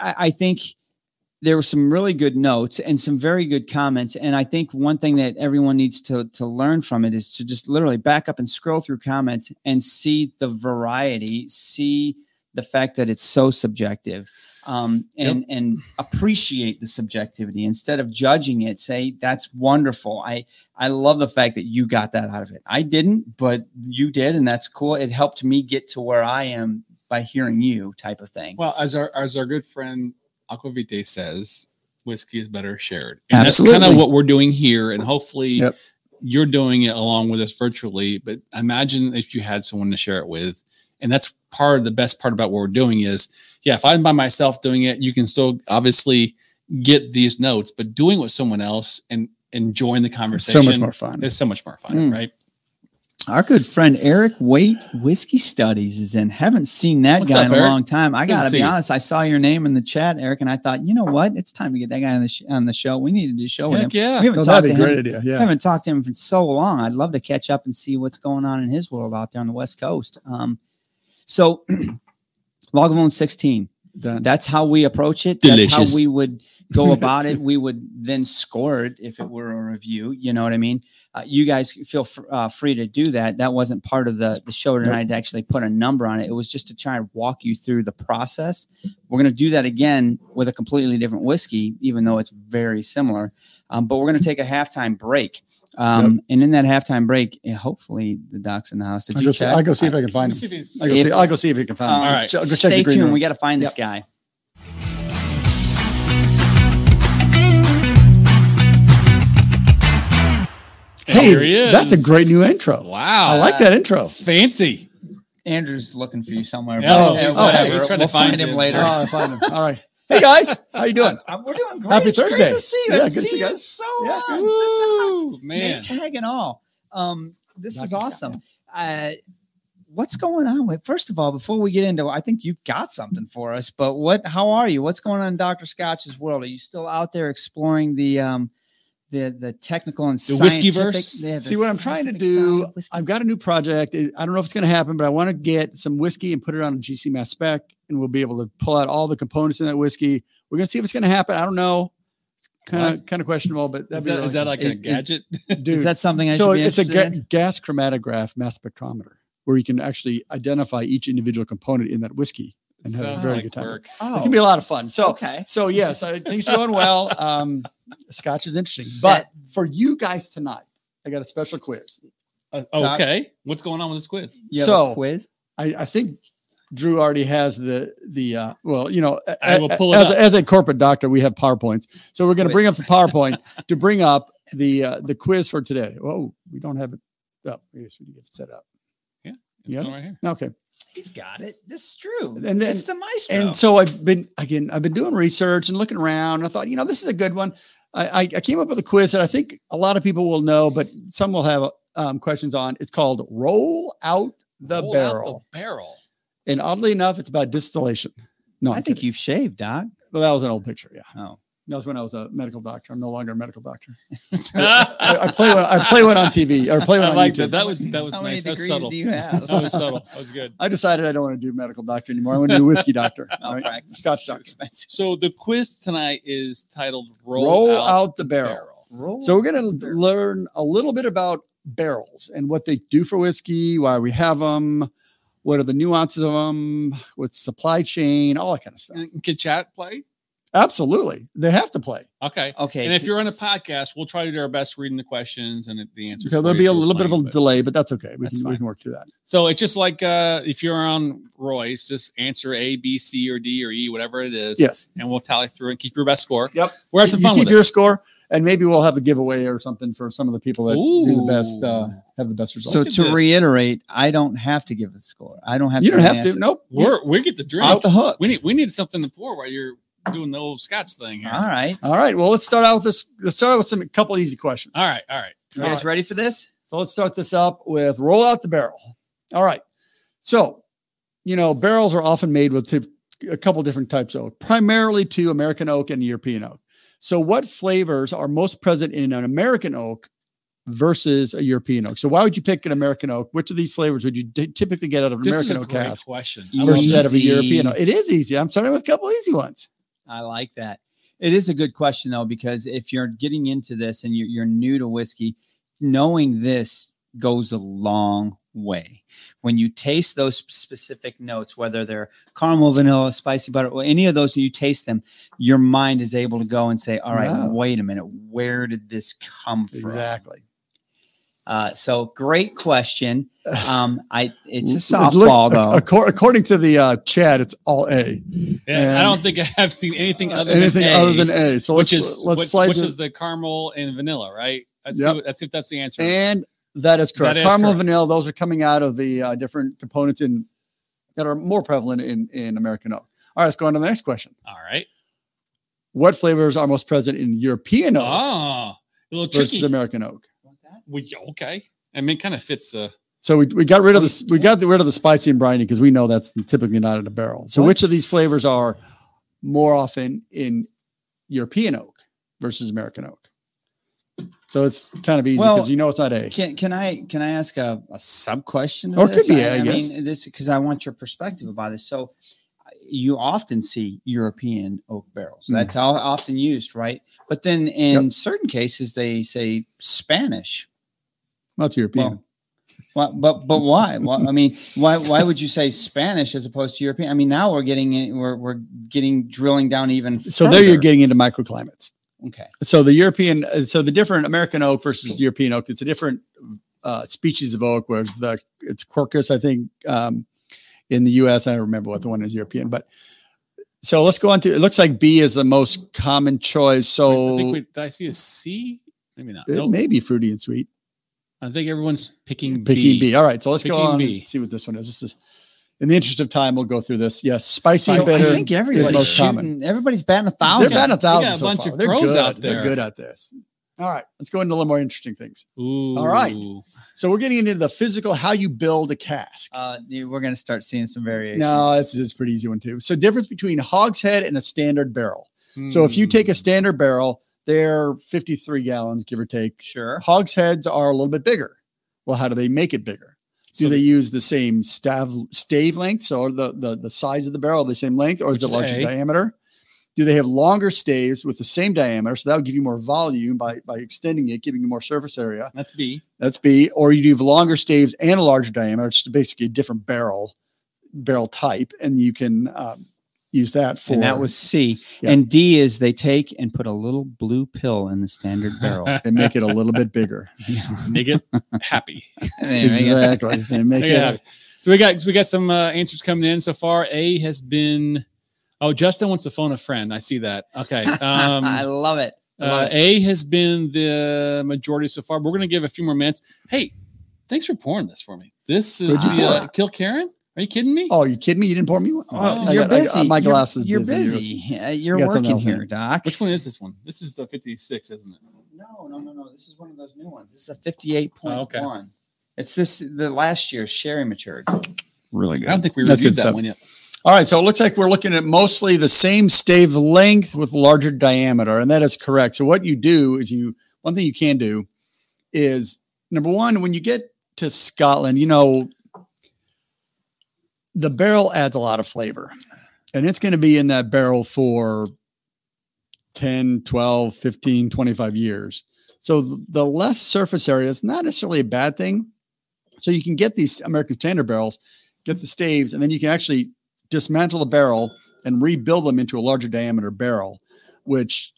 [SPEAKER 2] I, I think there were some really good notes and some very good comments. And I think one thing that everyone needs to to learn from it is to just literally back up and scroll through comments and see the variety, see the fact that it's so subjective um, and and appreciate the subjectivity instead of judging it. Say that's wonderful. I I love the fact that you got that out of it. I didn't, but you did, and that's cool. It helped me get to where I am by hearing you, type of thing.
[SPEAKER 3] Well, as our as our good friend Aquavite says, whiskey is better shared, and that's kind
[SPEAKER 2] Absolutely.
[SPEAKER 3] of what we're doing here. And hopefully,
[SPEAKER 1] Yep.
[SPEAKER 3] you're doing it along with us virtually. But imagine if you had someone to share it with, and that's part of the best part about what we're doing is, yeah, if I'm by myself doing it, you can still obviously get these notes, but doing it with someone else and enjoying the conversation
[SPEAKER 1] so much more fun.
[SPEAKER 3] is so much more fun,
[SPEAKER 2] Mm.
[SPEAKER 3] right?
[SPEAKER 2] Our good friend Eric Waite Whiskey Studies is in. Haven't seen that
[SPEAKER 3] What's
[SPEAKER 2] guy
[SPEAKER 3] up,
[SPEAKER 2] in a
[SPEAKER 3] Eric?
[SPEAKER 2] long time. I
[SPEAKER 3] Good to
[SPEAKER 2] gotta
[SPEAKER 3] see
[SPEAKER 2] be
[SPEAKER 3] you.
[SPEAKER 2] honest. I saw your name in the chat, Eric, and I thought, you know what? It's time to get that guy on the sh- on the show. We need to do a
[SPEAKER 1] Oh,
[SPEAKER 2] show with him.
[SPEAKER 3] Heck yeah.
[SPEAKER 2] We haven't
[SPEAKER 1] So
[SPEAKER 2] talked
[SPEAKER 1] that'd
[SPEAKER 2] to
[SPEAKER 1] be a great
[SPEAKER 2] him.
[SPEAKER 1] idea.
[SPEAKER 2] I
[SPEAKER 1] Yeah.
[SPEAKER 2] haven't talked to him for so long. I'd love to catch up and see what's going on in his world out there on the West Coast. Um, so, Logavulin 16.
[SPEAKER 1] Done.
[SPEAKER 2] That's how we approach it. That's
[SPEAKER 3] Delicious.
[SPEAKER 2] how we would go about it. We would then score it if it were a review. You know what I mean? Uh, you guys feel fr- uh, free to do that. That wasn't part of the, the show tonight to actually put a number on it. It was just to try and walk you through the process. We're going to do that again with a completely different whiskey, even though it's very similar. Um, but we're going to take a halftime break. Um, And in that halftime break, eh, hopefully the doc's in the house. Did
[SPEAKER 1] I'll
[SPEAKER 2] you
[SPEAKER 1] go, see,
[SPEAKER 2] check?
[SPEAKER 1] I'll go see if I can find him.
[SPEAKER 3] It's
[SPEAKER 1] I'll go,
[SPEAKER 2] If-
[SPEAKER 1] see, I'll go see if he can find
[SPEAKER 2] Um,
[SPEAKER 1] him.
[SPEAKER 3] All right.
[SPEAKER 1] So I'll go check the
[SPEAKER 2] Stay
[SPEAKER 1] green
[SPEAKER 2] tuned.
[SPEAKER 1] room.
[SPEAKER 2] We got to find this guy.
[SPEAKER 3] Here he
[SPEAKER 1] Hey,
[SPEAKER 3] is.
[SPEAKER 1] that's a great new intro.
[SPEAKER 3] Wow.
[SPEAKER 1] I like that intro.
[SPEAKER 3] Fancy.
[SPEAKER 2] Andrew's looking for you somewhere.
[SPEAKER 3] Yeah,
[SPEAKER 2] but,
[SPEAKER 1] oh,
[SPEAKER 2] eh,
[SPEAKER 1] he's-
[SPEAKER 2] whatever.
[SPEAKER 3] he's trying to
[SPEAKER 2] we'll find,
[SPEAKER 3] find
[SPEAKER 2] him
[SPEAKER 3] you.
[SPEAKER 2] later.
[SPEAKER 1] Oh, I find him. All right. Hey guys, how you doing?
[SPEAKER 2] Uh, We're doing great.
[SPEAKER 1] Happy
[SPEAKER 2] It's great
[SPEAKER 1] Thursday.
[SPEAKER 2] to see
[SPEAKER 1] Yeah,
[SPEAKER 2] you. I haven't
[SPEAKER 1] good to
[SPEAKER 2] seen
[SPEAKER 1] see you
[SPEAKER 2] you in
[SPEAKER 1] guys.
[SPEAKER 2] so
[SPEAKER 1] Yeah.
[SPEAKER 2] long.
[SPEAKER 3] Woo,
[SPEAKER 2] Name
[SPEAKER 3] man.
[SPEAKER 2] tag and all. Um, this is
[SPEAKER 1] Knocking
[SPEAKER 2] awesome. Uh, what's going on with? First of all, before we get into, I think you've got something for us. But what? How are you? What's going on in Doctor Scotch's world? Are you still out there exploring the um, the the technical and
[SPEAKER 3] The whiskey
[SPEAKER 2] scientific-
[SPEAKER 3] verse?
[SPEAKER 2] yeah, the
[SPEAKER 1] See what I'm trying to
[SPEAKER 2] scientific
[SPEAKER 1] do.
[SPEAKER 2] side of whiskey?
[SPEAKER 1] I've got a new project. It- I don't know if it's going to happen, but I want to get some whiskey and put it on a GC mass spec, and we'll be able to pull out all the components in that whiskey. We're going to see if it's going to happen. I don't know. It's kind of kind of questionable, but that'd
[SPEAKER 3] Is
[SPEAKER 1] be
[SPEAKER 3] that,
[SPEAKER 1] really
[SPEAKER 3] is that like
[SPEAKER 2] Is-
[SPEAKER 3] a
[SPEAKER 2] is-
[SPEAKER 3] gadget?
[SPEAKER 1] cool. dude?
[SPEAKER 2] Is that something I
[SPEAKER 1] so
[SPEAKER 2] should be
[SPEAKER 1] it's a
[SPEAKER 2] interested
[SPEAKER 1] ga-
[SPEAKER 2] in?
[SPEAKER 1] gas chromatograph mass spectrometer where you can actually identify each individual component in that whiskey. and have a
[SPEAKER 3] Sounds
[SPEAKER 1] very
[SPEAKER 3] like
[SPEAKER 1] good time.
[SPEAKER 3] work.
[SPEAKER 1] It can be a lot of fun. So
[SPEAKER 2] Oh, okay.
[SPEAKER 1] So yes, I, things are going well. Um, Scotch is interesting, but for you guys tonight, I got a special quiz.
[SPEAKER 3] Uh,
[SPEAKER 2] Top-
[SPEAKER 3] okay. What's going on with this quiz?
[SPEAKER 2] You have
[SPEAKER 1] so-
[SPEAKER 2] a quiz.
[SPEAKER 1] I, I think Drew already has the the uh, well, you know,
[SPEAKER 3] I will pull it
[SPEAKER 1] as,
[SPEAKER 3] up.
[SPEAKER 1] as a corporate doctor, we have powerpoints, so we're going to bring up the powerpoint to bring up the uh, the quiz for today. Oh, we don't have it. Oh, I guess we can get it set up.
[SPEAKER 3] It's
[SPEAKER 1] Yeah.
[SPEAKER 3] going right here.
[SPEAKER 1] Okay.
[SPEAKER 2] He's got it. This is true.
[SPEAKER 1] And then-
[SPEAKER 2] it's the maestro.
[SPEAKER 1] And so I've been again, I've been doing research and looking around. And I thought, you know, this is a good one. I, I, I came up with a quiz that I think a lot of people will know, but some will have um, questions on. It's called "Roll Out the
[SPEAKER 3] Roll out
[SPEAKER 1] Barrel,"
[SPEAKER 3] the barrel.
[SPEAKER 1] and oddly enough, it's about distillation. No,
[SPEAKER 2] I think you've shaved, Doc.
[SPEAKER 1] well, that was an old picture. Yeah,
[SPEAKER 2] Oh,
[SPEAKER 1] that was when I was a medical doctor. I'm no longer a medical doctor. I, I play one. I play one on TV or play one
[SPEAKER 3] I
[SPEAKER 1] on
[SPEAKER 3] like
[SPEAKER 1] YouTube.
[SPEAKER 3] that. That was that was
[SPEAKER 2] how many
[SPEAKER 3] nice. That was
[SPEAKER 2] degrees
[SPEAKER 3] subtle.
[SPEAKER 2] do
[SPEAKER 3] That
[SPEAKER 2] you have?
[SPEAKER 3] was subtle. That was good.
[SPEAKER 1] I decided I don't want to do medical doctor anymore. I want to do whiskey doctor. all right?
[SPEAKER 2] Malpractice
[SPEAKER 1] Scotch
[SPEAKER 2] is too
[SPEAKER 1] doctor.
[SPEAKER 2] expensive.
[SPEAKER 3] So the quiz tonight is titled "Roll,
[SPEAKER 1] Roll,
[SPEAKER 3] out,
[SPEAKER 1] out the
[SPEAKER 3] the
[SPEAKER 1] barrel.
[SPEAKER 3] barrel.
[SPEAKER 2] Roll.
[SPEAKER 1] So we're going to learn a little bit about barrels and what they do for whiskey, why we have them, what are the nuances of them, what's supply chain, all that kind of stuff.
[SPEAKER 3] And Can chat play?
[SPEAKER 1] Absolutely, they have to play.
[SPEAKER 3] Okay.
[SPEAKER 2] okay.
[SPEAKER 3] And if you're on a podcast, we'll try to do our best reading the questions and the answers.
[SPEAKER 1] So
[SPEAKER 3] for
[SPEAKER 1] there'll
[SPEAKER 3] you
[SPEAKER 1] be a
[SPEAKER 3] if you're
[SPEAKER 1] little bit of a
[SPEAKER 3] playing, but-
[SPEAKER 1] delay, but that's okay. We,
[SPEAKER 3] That's
[SPEAKER 1] can, we
[SPEAKER 3] fine.
[SPEAKER 1] can work through that.
[SPEAKER 3] So it's just like uh, if you're on Royce, just answer A, B, C, or D, or E, whatever it is,
[SPEAKER 1] Yes,
[SPEAKER 3] and we'll tally through and keep your best score.
[SPEAKER 1] Yep.
[SPEAKER 3] We're having some
[SPEAKER 1] you
[SPEAKER 3] fun
[SPEAKER 1] keep
[SPEAKER 3] with
[SPEAKER 1] your
[SPEAKER 3] this.
[SPEAKER 1] score, and maybe we'll have a giveaway or something for some of the people that do the best, uh,
[SPEAKER 3] Ooh.
[SPEAKER 1] have the best results.
[SPEAKER 2] So
[SPEAKER 3] Look at
[SPEAKER 2] to
[SPEAKER 3] this.
[SPEAKER 2] reiterate, I don't have to give a score. I don't have.
[SPEAKER 1] you
[SPEAKER 2] to
[SPEAKER 1] don't have
[SPEAKER 2] announce
[SPEAKER 1] to. Nope.
[SPEAKER 3] We're, we get the
[SPEAKER 2] it.
[SPEAKER 3] drink.
[SPEAKER 2] Off the hook.
[SPEAKER 3] We need we need something to pour while you're doing the old scotch thing here.
[SPEAKER 2] All right.
[SPEAKER 1] All right. Well, let's start out with this. Let's start out with some couple easy questions.
[SPEAKER 3] All right, all right.
[SPEAKER 2] You guys ready for this?
[SPEAKER 1] So let's start this up with roll out the barrel. All right. So, you know, barrels are often made with two, a couple different types of oak, primarily two American oak and European oak. So, what flavors are most present in an American oak versus a European oak? So, why would you pick an American oak? Which of these flavors would you t- typically get out of an
[SPEAKER 3] This
[SPEAKER 1] American
[SPEAKER 3] is a
[SPEAKER 1] oak
[SPEAKER 3] great
[SPEAKER 1] cask
[SPEAKER 3] question. I love
[SPEAKER 1] versus
[SPEAKER 3] this.
[SPEAKER 1] out of a
[SPEAKER 2] Easy.
[SPEAKER 1] European oak? It is easy. I'm starting with a couple easy ones.
[SPEAKER 2] I like that. It is a good question though, because if you're getting into this and you're, you're new to whiskey, knowing this goes a long way. When you taste those specific notes, whether they're caramel, vanilla, spicy butter, or any of those, you taste them, your mind is able to go and say, all right,
[SPEAKER 1] Wow.
[SPEAKER 2] wait a minute, where did this come from?
[SPEAKER 1] Exactly.
[SPEAKER 2] Uh, so great question. Um, I it's a
[SPEAKER 1] Look, look,
[SPEAKER 2] softball
[SPEAKER 1] ac-
[SPEAKER 2] though.
[SPEAKER 1] accor- according to the uh, chat, it's all A.
[SPEAKER 3] Yeah,
[SPEAKER 1] And-
[SPEAKER 3] I don't think I have seen anything other
[SPEAKER 1] Anything
[SPEAKER 3] than
[SPEAKER 1] other
[SPEAKER 3] A,
[SPEAKER 1] than A. So let's
[SPEAKER 3] which is
[SPEAKER 1] let's
[SPEAKER 3] which,
[SPEAKER 1] slide
[SPEAKER 3] which
[SPEAKER 1] to-
[SPEAKER 3] is the caramel and vanilla, right? Let's,
[SPEAKER 1] Yep.
[SPEAKER 3] see, what- let's see if that's the answer.
[SPEAKER 1] and that is correct.
[SPEAKER 3] That is
[SPEAKER 1] Caramel
[SPEAKER 3] correct.
[SPEAKER 1] vanilla; those are coming out of the uh, different components in that are more prevalent in in American oak. All right, let's go on to the next question.
[SPEAKER 3] All right.
[SPEAKER 1] What flavors are most present in European oak
[SPEAKER 3] Ah, a little
[SPEAKER 1] versus
[SPEAKER 3] tricky.
[SPEAKER 1] American oak?
[SPEAKER 3] We- okay. I mean, it kind of fits the.
[SPEAKER 1] So we, we got rid of the we got rid of the spicy and briny because we know that's typically not in a barrel. So
[SPEAKER 2] What?
[SPEAKER 1] which of these flavors are more often in European oak versus American oak? So it's kind of easy because
[SPEAKER 2] Well,
[SPEAKER 1] you know it's not A.
[SPEAKER 2] Can, can I can I ask a, a sub question?
[SPEAKER 1] Or Oh, it could be,
[SPEAKER 2] I,
[SPEAKER 1] I guess.
[SPEAKER 2] mean this because I want your perspective about this. So you often see European oak barrels.
[SPEAKER 1] Mm.
[SPEAKER 2] That's all often used, right? But then in certain cases they say Spanish.
[SPEAKER 1] Not European.
[SPEAKER 2] Well, Well, but but why? Well, I mean, why why would you say Spanish as opposed to European? I mean, now we're getting in- we're we're getting drilling down even.
[SPEAKER 1] so there you're
[SPEAKER 2] further.
[SPEAKER 1] getting into microclimates.
[SPEAKER 2] okay.
[SPEAKER 1] So the European, uh, so the different American oak versus European oak, it's a different uh, species of oak. Whereas the it's Quercus, I think, um, in the U.S. I don't remember what the one is European, but so let's go on to. It looks like B is the most common choice. So
[SPEAKER 3] I think we, did I see a C? Maybe not.
[SPEAKER 1] It
[SPEAKER 3] Nope.
[SPEAKER 1] may be fruity and sweet.
[SPEAKER 3] I think everyone's picking,
[SPEAKER 1] Picking B.
[SPEAKER 3] B.
[SPEAKER 1] All right, so let's go
[SPEAKER 3] Picking
[SPEAKER 1] on
[SPEAKER 3] B.
[SPEAKER 1] and see what this one is. This is. In the interest of time, we'll go through this. Yes, spicy
[SPEAKER 3] So
[SPEAKER 1] and
[SPEAKER 3] I
[SPEAKER 1] bitter.
[SPEAKER 2] I think everybody's
[SPEAKER 1] most
[SPEAKER 2] shooting.
[SPEAKER 1] common.
[SPEAKER 2] Everybody's batting a
[SPEAKER 1] They're
[SPEAKER 2] thousand.
[SPEAKER 1] about a
[SPEAKER 3] We
[SPEAKER 1] thousand
[SPEAKER 3] got a
[SPEAKER 1] so
[SPEAKER 3] bunch
[SPEAKER 1] far.
[SPEAKER 3] of
[SPEAKER 1] They're
[SPEAKER 3] pros
[SPEAKER 1] good.
[SPEAKER 3] out
[SPEAKER 1] They're
[SPEAKER 3] there.
[SPEAKER 1] good at this. All right, let's go into a little more interesting things.
[SPEAKER 3] Ooh.
[SPEAKER 1] All right. So we're getting into the physical, how you build a cask.
[SPEAKER 3] Ah,
[SPEAKER 2] Uh, you- we're going to start seeing some variation.
[SPEAKER 1] no, this is a pretty easy one too. So difference between hogshead and a standard barrel. So
[SPEAKER 3] Mm,
[SPEAKER 1] if you
[SPEAKER 3] Hmm.
[SPEAKER 1] take a standard barrel, they're 53 gallons, give or take.
[SPEAKER 2] Sure.
[SPEAKER 1] Hogsheads are a little bit bigger. Well, how do they make it bigger? Do
[SPEAKER 3] So-
[SPEAKER 1] they use the same stav, stave length? So are the, the, the size of the barrel the same length or is
[SPEAKER 3] Which
[SPEAKER 1] it
[SPEAKER 3] is
[SPEAKER 1] larger
[SPEAKER 3] A.
[SPEAKER 1] diameter? Do they have longer staves with the same diameter? So that would give you more volume by, by extending it, giving you more surface area.
[SPEAKER 3] that's B.
[SPEAKER 1] That's B. Or you do have longer staves and a larger diameter, just basically a different barrel, barrel type, and you can um, use that for.
[SPEAKER 2] And that was C.
[SPEAKER 1] Yeah.
[SPEAKER 2] And D is they take and put a little blue pill in the standard barrel.
[SPEAKER 1] and make it a little bit bigger.
[SPEAKER 3] Make it happy.
[SPEAKER 2] uh,
[SPEAKER 1] exactly. And make
[SPEAKER 3] Make it happy.
[SPEAKER 1] it.
[SPEAKER 3] So we got so we got some uh, answers coming in so far. A has been. Oh, Justin wants to phone a friend. I see that. Okay.
[SPEAKER 2] I
[SPEAKER 3] Um,
[SPEAKER 2] love it. I love
[SPEAKER 3] uh,
[SPEAKER 2] it.
[SPEAKER 3] a has been the majority so far. We're going to give a few more minutes. Hey, thanks for pouring this for me. This is
[SPEAKER 1] Where'd
[SPEAKER 2] you
[SPEAKER 3] the,
[SPEAKER 2] pour
[SPEAKER 3] uh, Kill Karen. Are you kidding me?
[SPEAKER 1] Oh, you kidding me? You didn't pour me one?
[SPEAKER 3] Oh,
[SPEAKER 1] I
[SPEAKER 2] you're
[SPEAKER 1] got- I-
[SPEAKER 2] busy.
[SPEAKER 1] my
[SPEAKER 2] You're-
[SPEAKER 1] glass is
[SPEAKER 2] you're
[SPEAKER 1] busy.
[SPEAKER 2] busy. Uh, You're
[SPEAKER 1] You got something
[SPEAKER 2] working
[SPEAKER 1] else in
[SPEAKER 2] here,
[SPEAKER 1] it.
[SPEAKER 2] Doc.
[SPEAKER 3] Which one is this one? This is the 56, isn't it?
[SPEAKER 2] No, no, no, no. This is one of those new ones. This is a fifty-eight point one.
[SPEAKER 3] Oh, okay.
[SPEAKER 2] It's this the last year's sherry matured. Really
[SPEAKER 3] I don't think we
[SPEAKER 1] That's
[SPEAKER 3] reviewed
[SPEAKER 1] good
[SPEAKER 3] that
[SPEAKER 1] stuff.
[SPEAKER 3] one yet.
[SPEAKER 1] All right. So it looks like we're looking at mostly the same stave length with larger diameter. And that is correct. So what you do is you, one thing you can do is number one, when you get to Scotland, you know, the barrel adds a lot of flavor and it's going to be in that barrel for 10, 12, 15, 25 years. So th- the less surface area is not necessarily a bad thing. So you can get these American standard barrels, get the staves, and then you can actually dismantle the barrel and rebuild them into a larger diameter barrel, which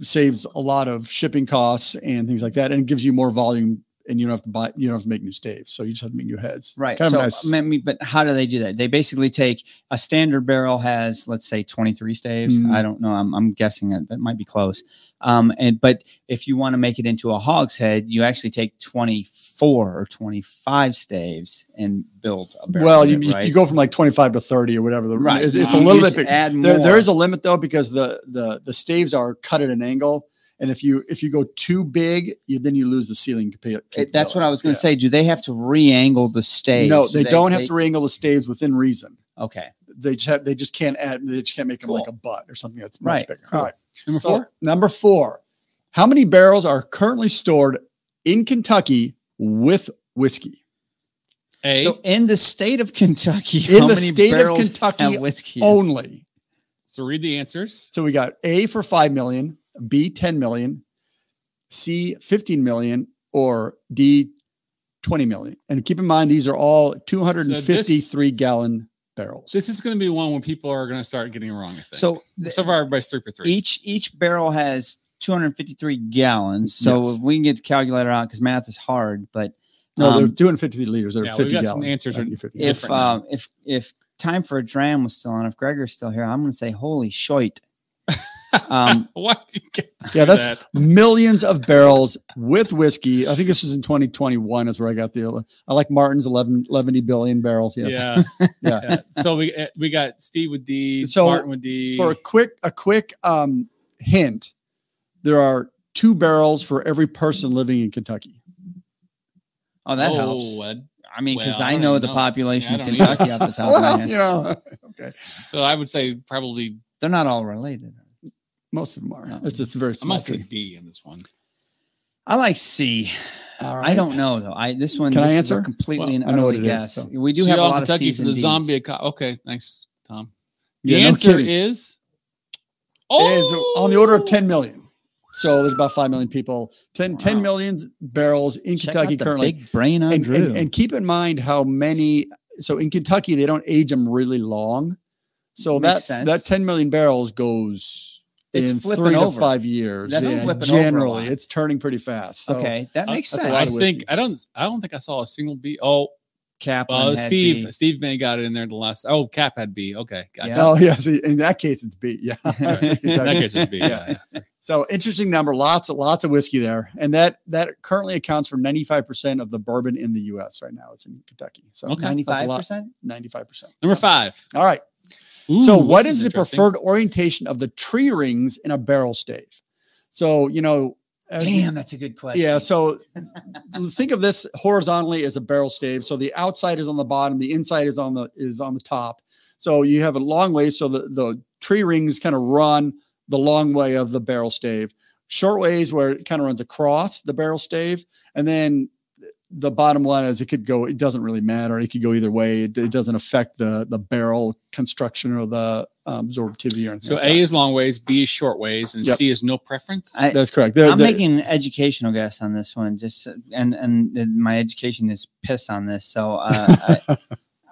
[SPEAKER 1] saves a lot of shipping costs and things like that, and it gives you more volume. And you don't have to buy, you don't have to make new staves, so you just have to make new heads.
[SPEAKER 2] Right.
[SPEAKER 1] Kind of
[SPEAKER 2] so,
[SPEAKER 1] a nice.
[SPEAKER 2] I mean, but how do they do that? They basically take a standard barrel has, let's say, 23 staves.
[SPEAKER 1] Mm.
[SPEAKER 2] I don't know. I'm, I'm guessing that, that might be close. Um, and but if you want to make it into a hogshead, you actually take 24 or 25 staves and build a barrel.
[SPEAKER 1] Well,
[SPEAKER 2] of
[SPEAKER 1] you,
[SPEAKER 2] it,
[SPEAKER 1] you-
[SPEAKER 2] right?
[SPEAKER 1] you go from like 25 to 30 or whatever. The,
[SPEAKER 2] right.
[SPEAKER 1] It's, it's a
[SPEAKER 3] You
[SPEAKER 1] little
[SPEAKER 2] just
[SPEAKER 1] bit big.
[SPEAKER 2] Add more.
[SPEAKER 1] There, there is a limit though because the the the staves are cut at an angle, and if you if you go too big, you then you lose the ceiling capa- capability.
[SPEAKER 2] It- that's what I was going
[SPEAKER 1] Yeah.
[SPEAKER 2] to say. Do they have to re-angle the staves?
[SPEAKER 1] No,
[SPEAKER 2] Do
[SPEAKER 1] they, don't have to wrangle the staves within reason.
[SPEAKER 2] Okay.
[SPEAKER 1] They just have, they just can't add. They just can't make them
[SPEAKER 2] Cool.
[SPEAKER 1] like a butt or something that's
[SPEAKER 2] Right,
[SPEAKER 1] much bigger.
[SPEAKER 2] cool.
[SPEAKER 1] All right.
[SPEAKER 3] Number
[SPEAKER 1] So,
[SPEAKER 3] four.
[SPEAKER 1] number four, how many barrels are currently stored in Kentucky with whiskey
[SPEAKER 3] A.
[SPEAKER 2] So in the state of Kentucky,
[SPEAKER 1] in
[SPEAKER 2] how
[SPEAKER 1] the
[SPEAKER 2] many
[SPEAKER 1] state of
[SPEAKER 2] barrels
[SPEAKER 1] Kentucky oh,
[SPEAKER 2] have whiskey?
[SPEAKER 1] only?
[SPEAKER 3] so read the answers.
[SPEAKER 1] So we got A for 5 million, B 10 million, C 15 million, or D 20 million. And keep in mind, these are all 253 gallon barrels.
[SPEAKER 3] This is going to be one where people are going to start getting it wrong. I think.
[SPEAKER 2] So th-
[SPEAKER 3] so far, everybody's three for
[SPEAKER 1] E
[SPEAKER 3] three.
[SPEAKER 2] each each barrel has 253 gallons. So
[SPEAKER 1] Yes.
[SPEAKER 2] if we can get the calculator out because math is hard, but
[SPEAKER 1] no,
[SPEAKER 2] um,
[SPEAKER 1] they're 250 liters. They're
[SPEAKER 3] yeah, we've
[SPEAKER 1] 50
[SPEAKER 3] got some
[SPEAKER 1] gallon.
[SPEAKER 3] answers are-
[SPEAKER 1] 50.
[SPEAKER 2] if
[SPEAKER 3] different now.
[SPEAKER 2] um, if if time for a dram was still on, if Gregor's still here, I'm going to say holy shit. um,
[SPEAKER 3] What? You get
[SPEAKER 1] yeah, that's
[SPEAKER 3] that?
[SPEAKER 1] millions of barrels with whiskey. I think this was in 2021 is where I got the, I like Martin's 11, 11 billion barrels. Yes.
[SPEAKER 3] Yeah.
[SPEAKER 1] Yeah.
[SPEAKER 3] So we eh, we got Steve with D,
[SPEAKER 1] So
[SPEAKER 3] Martin with D.
[SPEAKER 1] For a quick, a quick um, hint, there are two barrels for every person living in Kentucky.
[SPEAKER 2] oh, that
[SPEAKER 3] oh,
[SPEAKER 2] helps.
[SPEAKER 3] Ed.
[SPEAKER 2] I mean, because
[SPEAKER 3] well, I
[SPEAKER 2] I
[SPEAKER 3] don't
[SPEAKER 2] know
[SPEAKER 3] even
[SPEAKER 2] the
[SPEAKER 3] know.
[SPEAKER 2] population
[SPEAKER 3] Yeah, I
[SPEAKER 2] of
[SPEAKER 3] don't even-
[SPEAKER 2] Kentucky off the top of
[SPEAKER 1] Well,
[SPEAKER 2] my head.
[SPEAKER 1] you know,
[SPEAKER 3] So I would say probably
[SPEAKER 2] They're not all related.
[SPEAKER 1] most of them are.
[SPEAKER 2] No.
[SPEAKER 1] It's just a very
[SPEAKER 3] I
[SPEAKER 1] small.
[SPEAKER 3] must say
[SPEAKER 1] city.
[SPEAKER 3] D in this one.
[SPEAKER 2] I like C.
[SPEAKER 1] All
[SPEAKER 2] I don't know though. I this one
[SPEAKER 1] Can I
[SPEAKER 2] this is a
[SPEAKER 1] answer?
[SPEAKER 2] completely
[SPEAKER 3] Well,
[SPEAKER 2] and
[SPEAKER 1] I know what
[SPEAKER 2] utterly
[SPEAKER 1] it is,
[SPEAKER 2] guess.
[SPEAKER 1] so.
[SPEAKER 2] We do
[SPEAKER 3] So
[SPEAKER 2] have a
[SPEAKER 3] y'all
[SPEAKER 2] lot of
[SPEAKER 3] Kentucky
[SPEAKER 2] C's
[SPEAKER 3] for
[SPEAKER 2] and
[SPEAKER 3] the
[SPEAKER 2] D's.
[SPEAKER 3] zombie. aco- okay, thanks, Tom. The
[SPEAKER 1] Yeah, no
[SPEAKER 3] answer
[SPEAKER 1] kidding.
[SPEAKER 3] is
[SPEAKER 1] is
[SPEAKER 3] oh,
[SPEAKER 1] on the order of 10 million. So there's about 5 million people, 10, 10
[SPEAKER 2] Wow.
[SPEAKER 1] million barrels in
[SPEAKER 2] Check out
[SPEAKER 1] Kentucky
[SPEAKER 2] the
[SPEAKER 1] currently.
[SPEAKER 2] Big brain on
[SPEAKER 1] And,
[SPEAKER 2] Drew.
[SPEAKER 1] and, and keep in mind how many, so in Kentucky, they don't age them really long. So
[SPEAKER 2] Makes
[SPEAKER 1] that,
[SPEAKER 2] sense.
[SPEAKER 1] that 10 million barrels goes
[SPEAKER 2] It's
[SPEAKER 1] in
[SPEAKER 2] flipping
[SPEAKER 1] three
[SPEAKER 2] over.
[SPEAKER 1] to five years.
[SPEAKER 2] That's
[SPEAKER 1] Yeah,
[SPEAKER 2] flipping over a
[SPEAKER 1] generally,
[SPEAKER 2] lot.
[SPEAKER 1] it's turning pretty fast. So
[SPEAKER 2] okay, that
[SPEAKER 3] Uh,
[SPEAKER 2] makes
[SPEAKER 1] that's a
[SPEAKER 2] sense.
[SPEAKER 1] lot
[SPEAKER 3] I
[SPEAKER 1] of whiskey.
[SPEAKER 3] think I don't I don't think I saw a single B. Oh,
[SPEAKER 2] Kaplan
[SPEAKER 3] well,
[SPEAKER 2] had
[SPEAKER 3] Steve
[SPEAKER 2] B.
[SPEAKER 3] Steve May got it in there the last. Oh, Cap had B. Okay, gotcha.
[SPEAKER 2] Yeah.
[SPEAKER 1] Oh, yeah. See, in that case, it's beat. Yeah.
[SPEAKER 3] Right.
[SPEAKER 1] Kentucky.
[SPEAKER 3] In that case, it's B. Yeah.
[SPEAKER 1] Yeah.
[SPEAKER 3] yeah.
[SPEAKER 1] So interesting number, lots of lots of whiskey there, and that that currently accounts for ninety five percent of the bourbon in the U.S. right now. It's in Kentucky, so
[SPEAKER 3] Okay.
[SPEAKER 2] Ninety-five percent.
[SPEAKER 1] ninety five percent.
[SPEAKER 3] Number five.
[SPEAKER 1] All right.
[SPEAKER 3] Ooh,
[SPEAKER 1] so, what
[SPEAKER 3] this
[SPEAKER 1] is the
[SPEAKER 3] interesting.
[SPEAKER 1] preferred orientation of the tree rings in a barrel stave? So, you know, as you-
[SPEAKER 2] Damn, that's a good question.
[SPEAKER 1] yeah. So, think of this horizontally as a barrel stave. So the outside is on the bottom, the inside is on the is on the top. So you have a long way. So the the tree rings kind of run the long way of the barrel stave. Short ways where it kind of runs across the barrel stave, and then the bottom line is it could go. It doesn't really matter. It could go either way. It, it doesn't affect the the barrel construction or the um, absorptivity or anything.
[SPEAKER 3] So
[SPEAKER 1] like
[SPEAKER 3] A
[SPEAKER 1] that.
[SPEAKER 3] is long ways, B is short ways, and
[SPEAKER 1] Yep.
[SPEAKER 3] C is no preference.
[SPEAKER 2] I,
[SPEAKER 1] that's correct. They're-
[SPEAKER 2] I'm
[SPEAKER 1] they're-
[SPEAKER 2] making an educational guess on this one. Just and and my education is piss on this. So uh, I,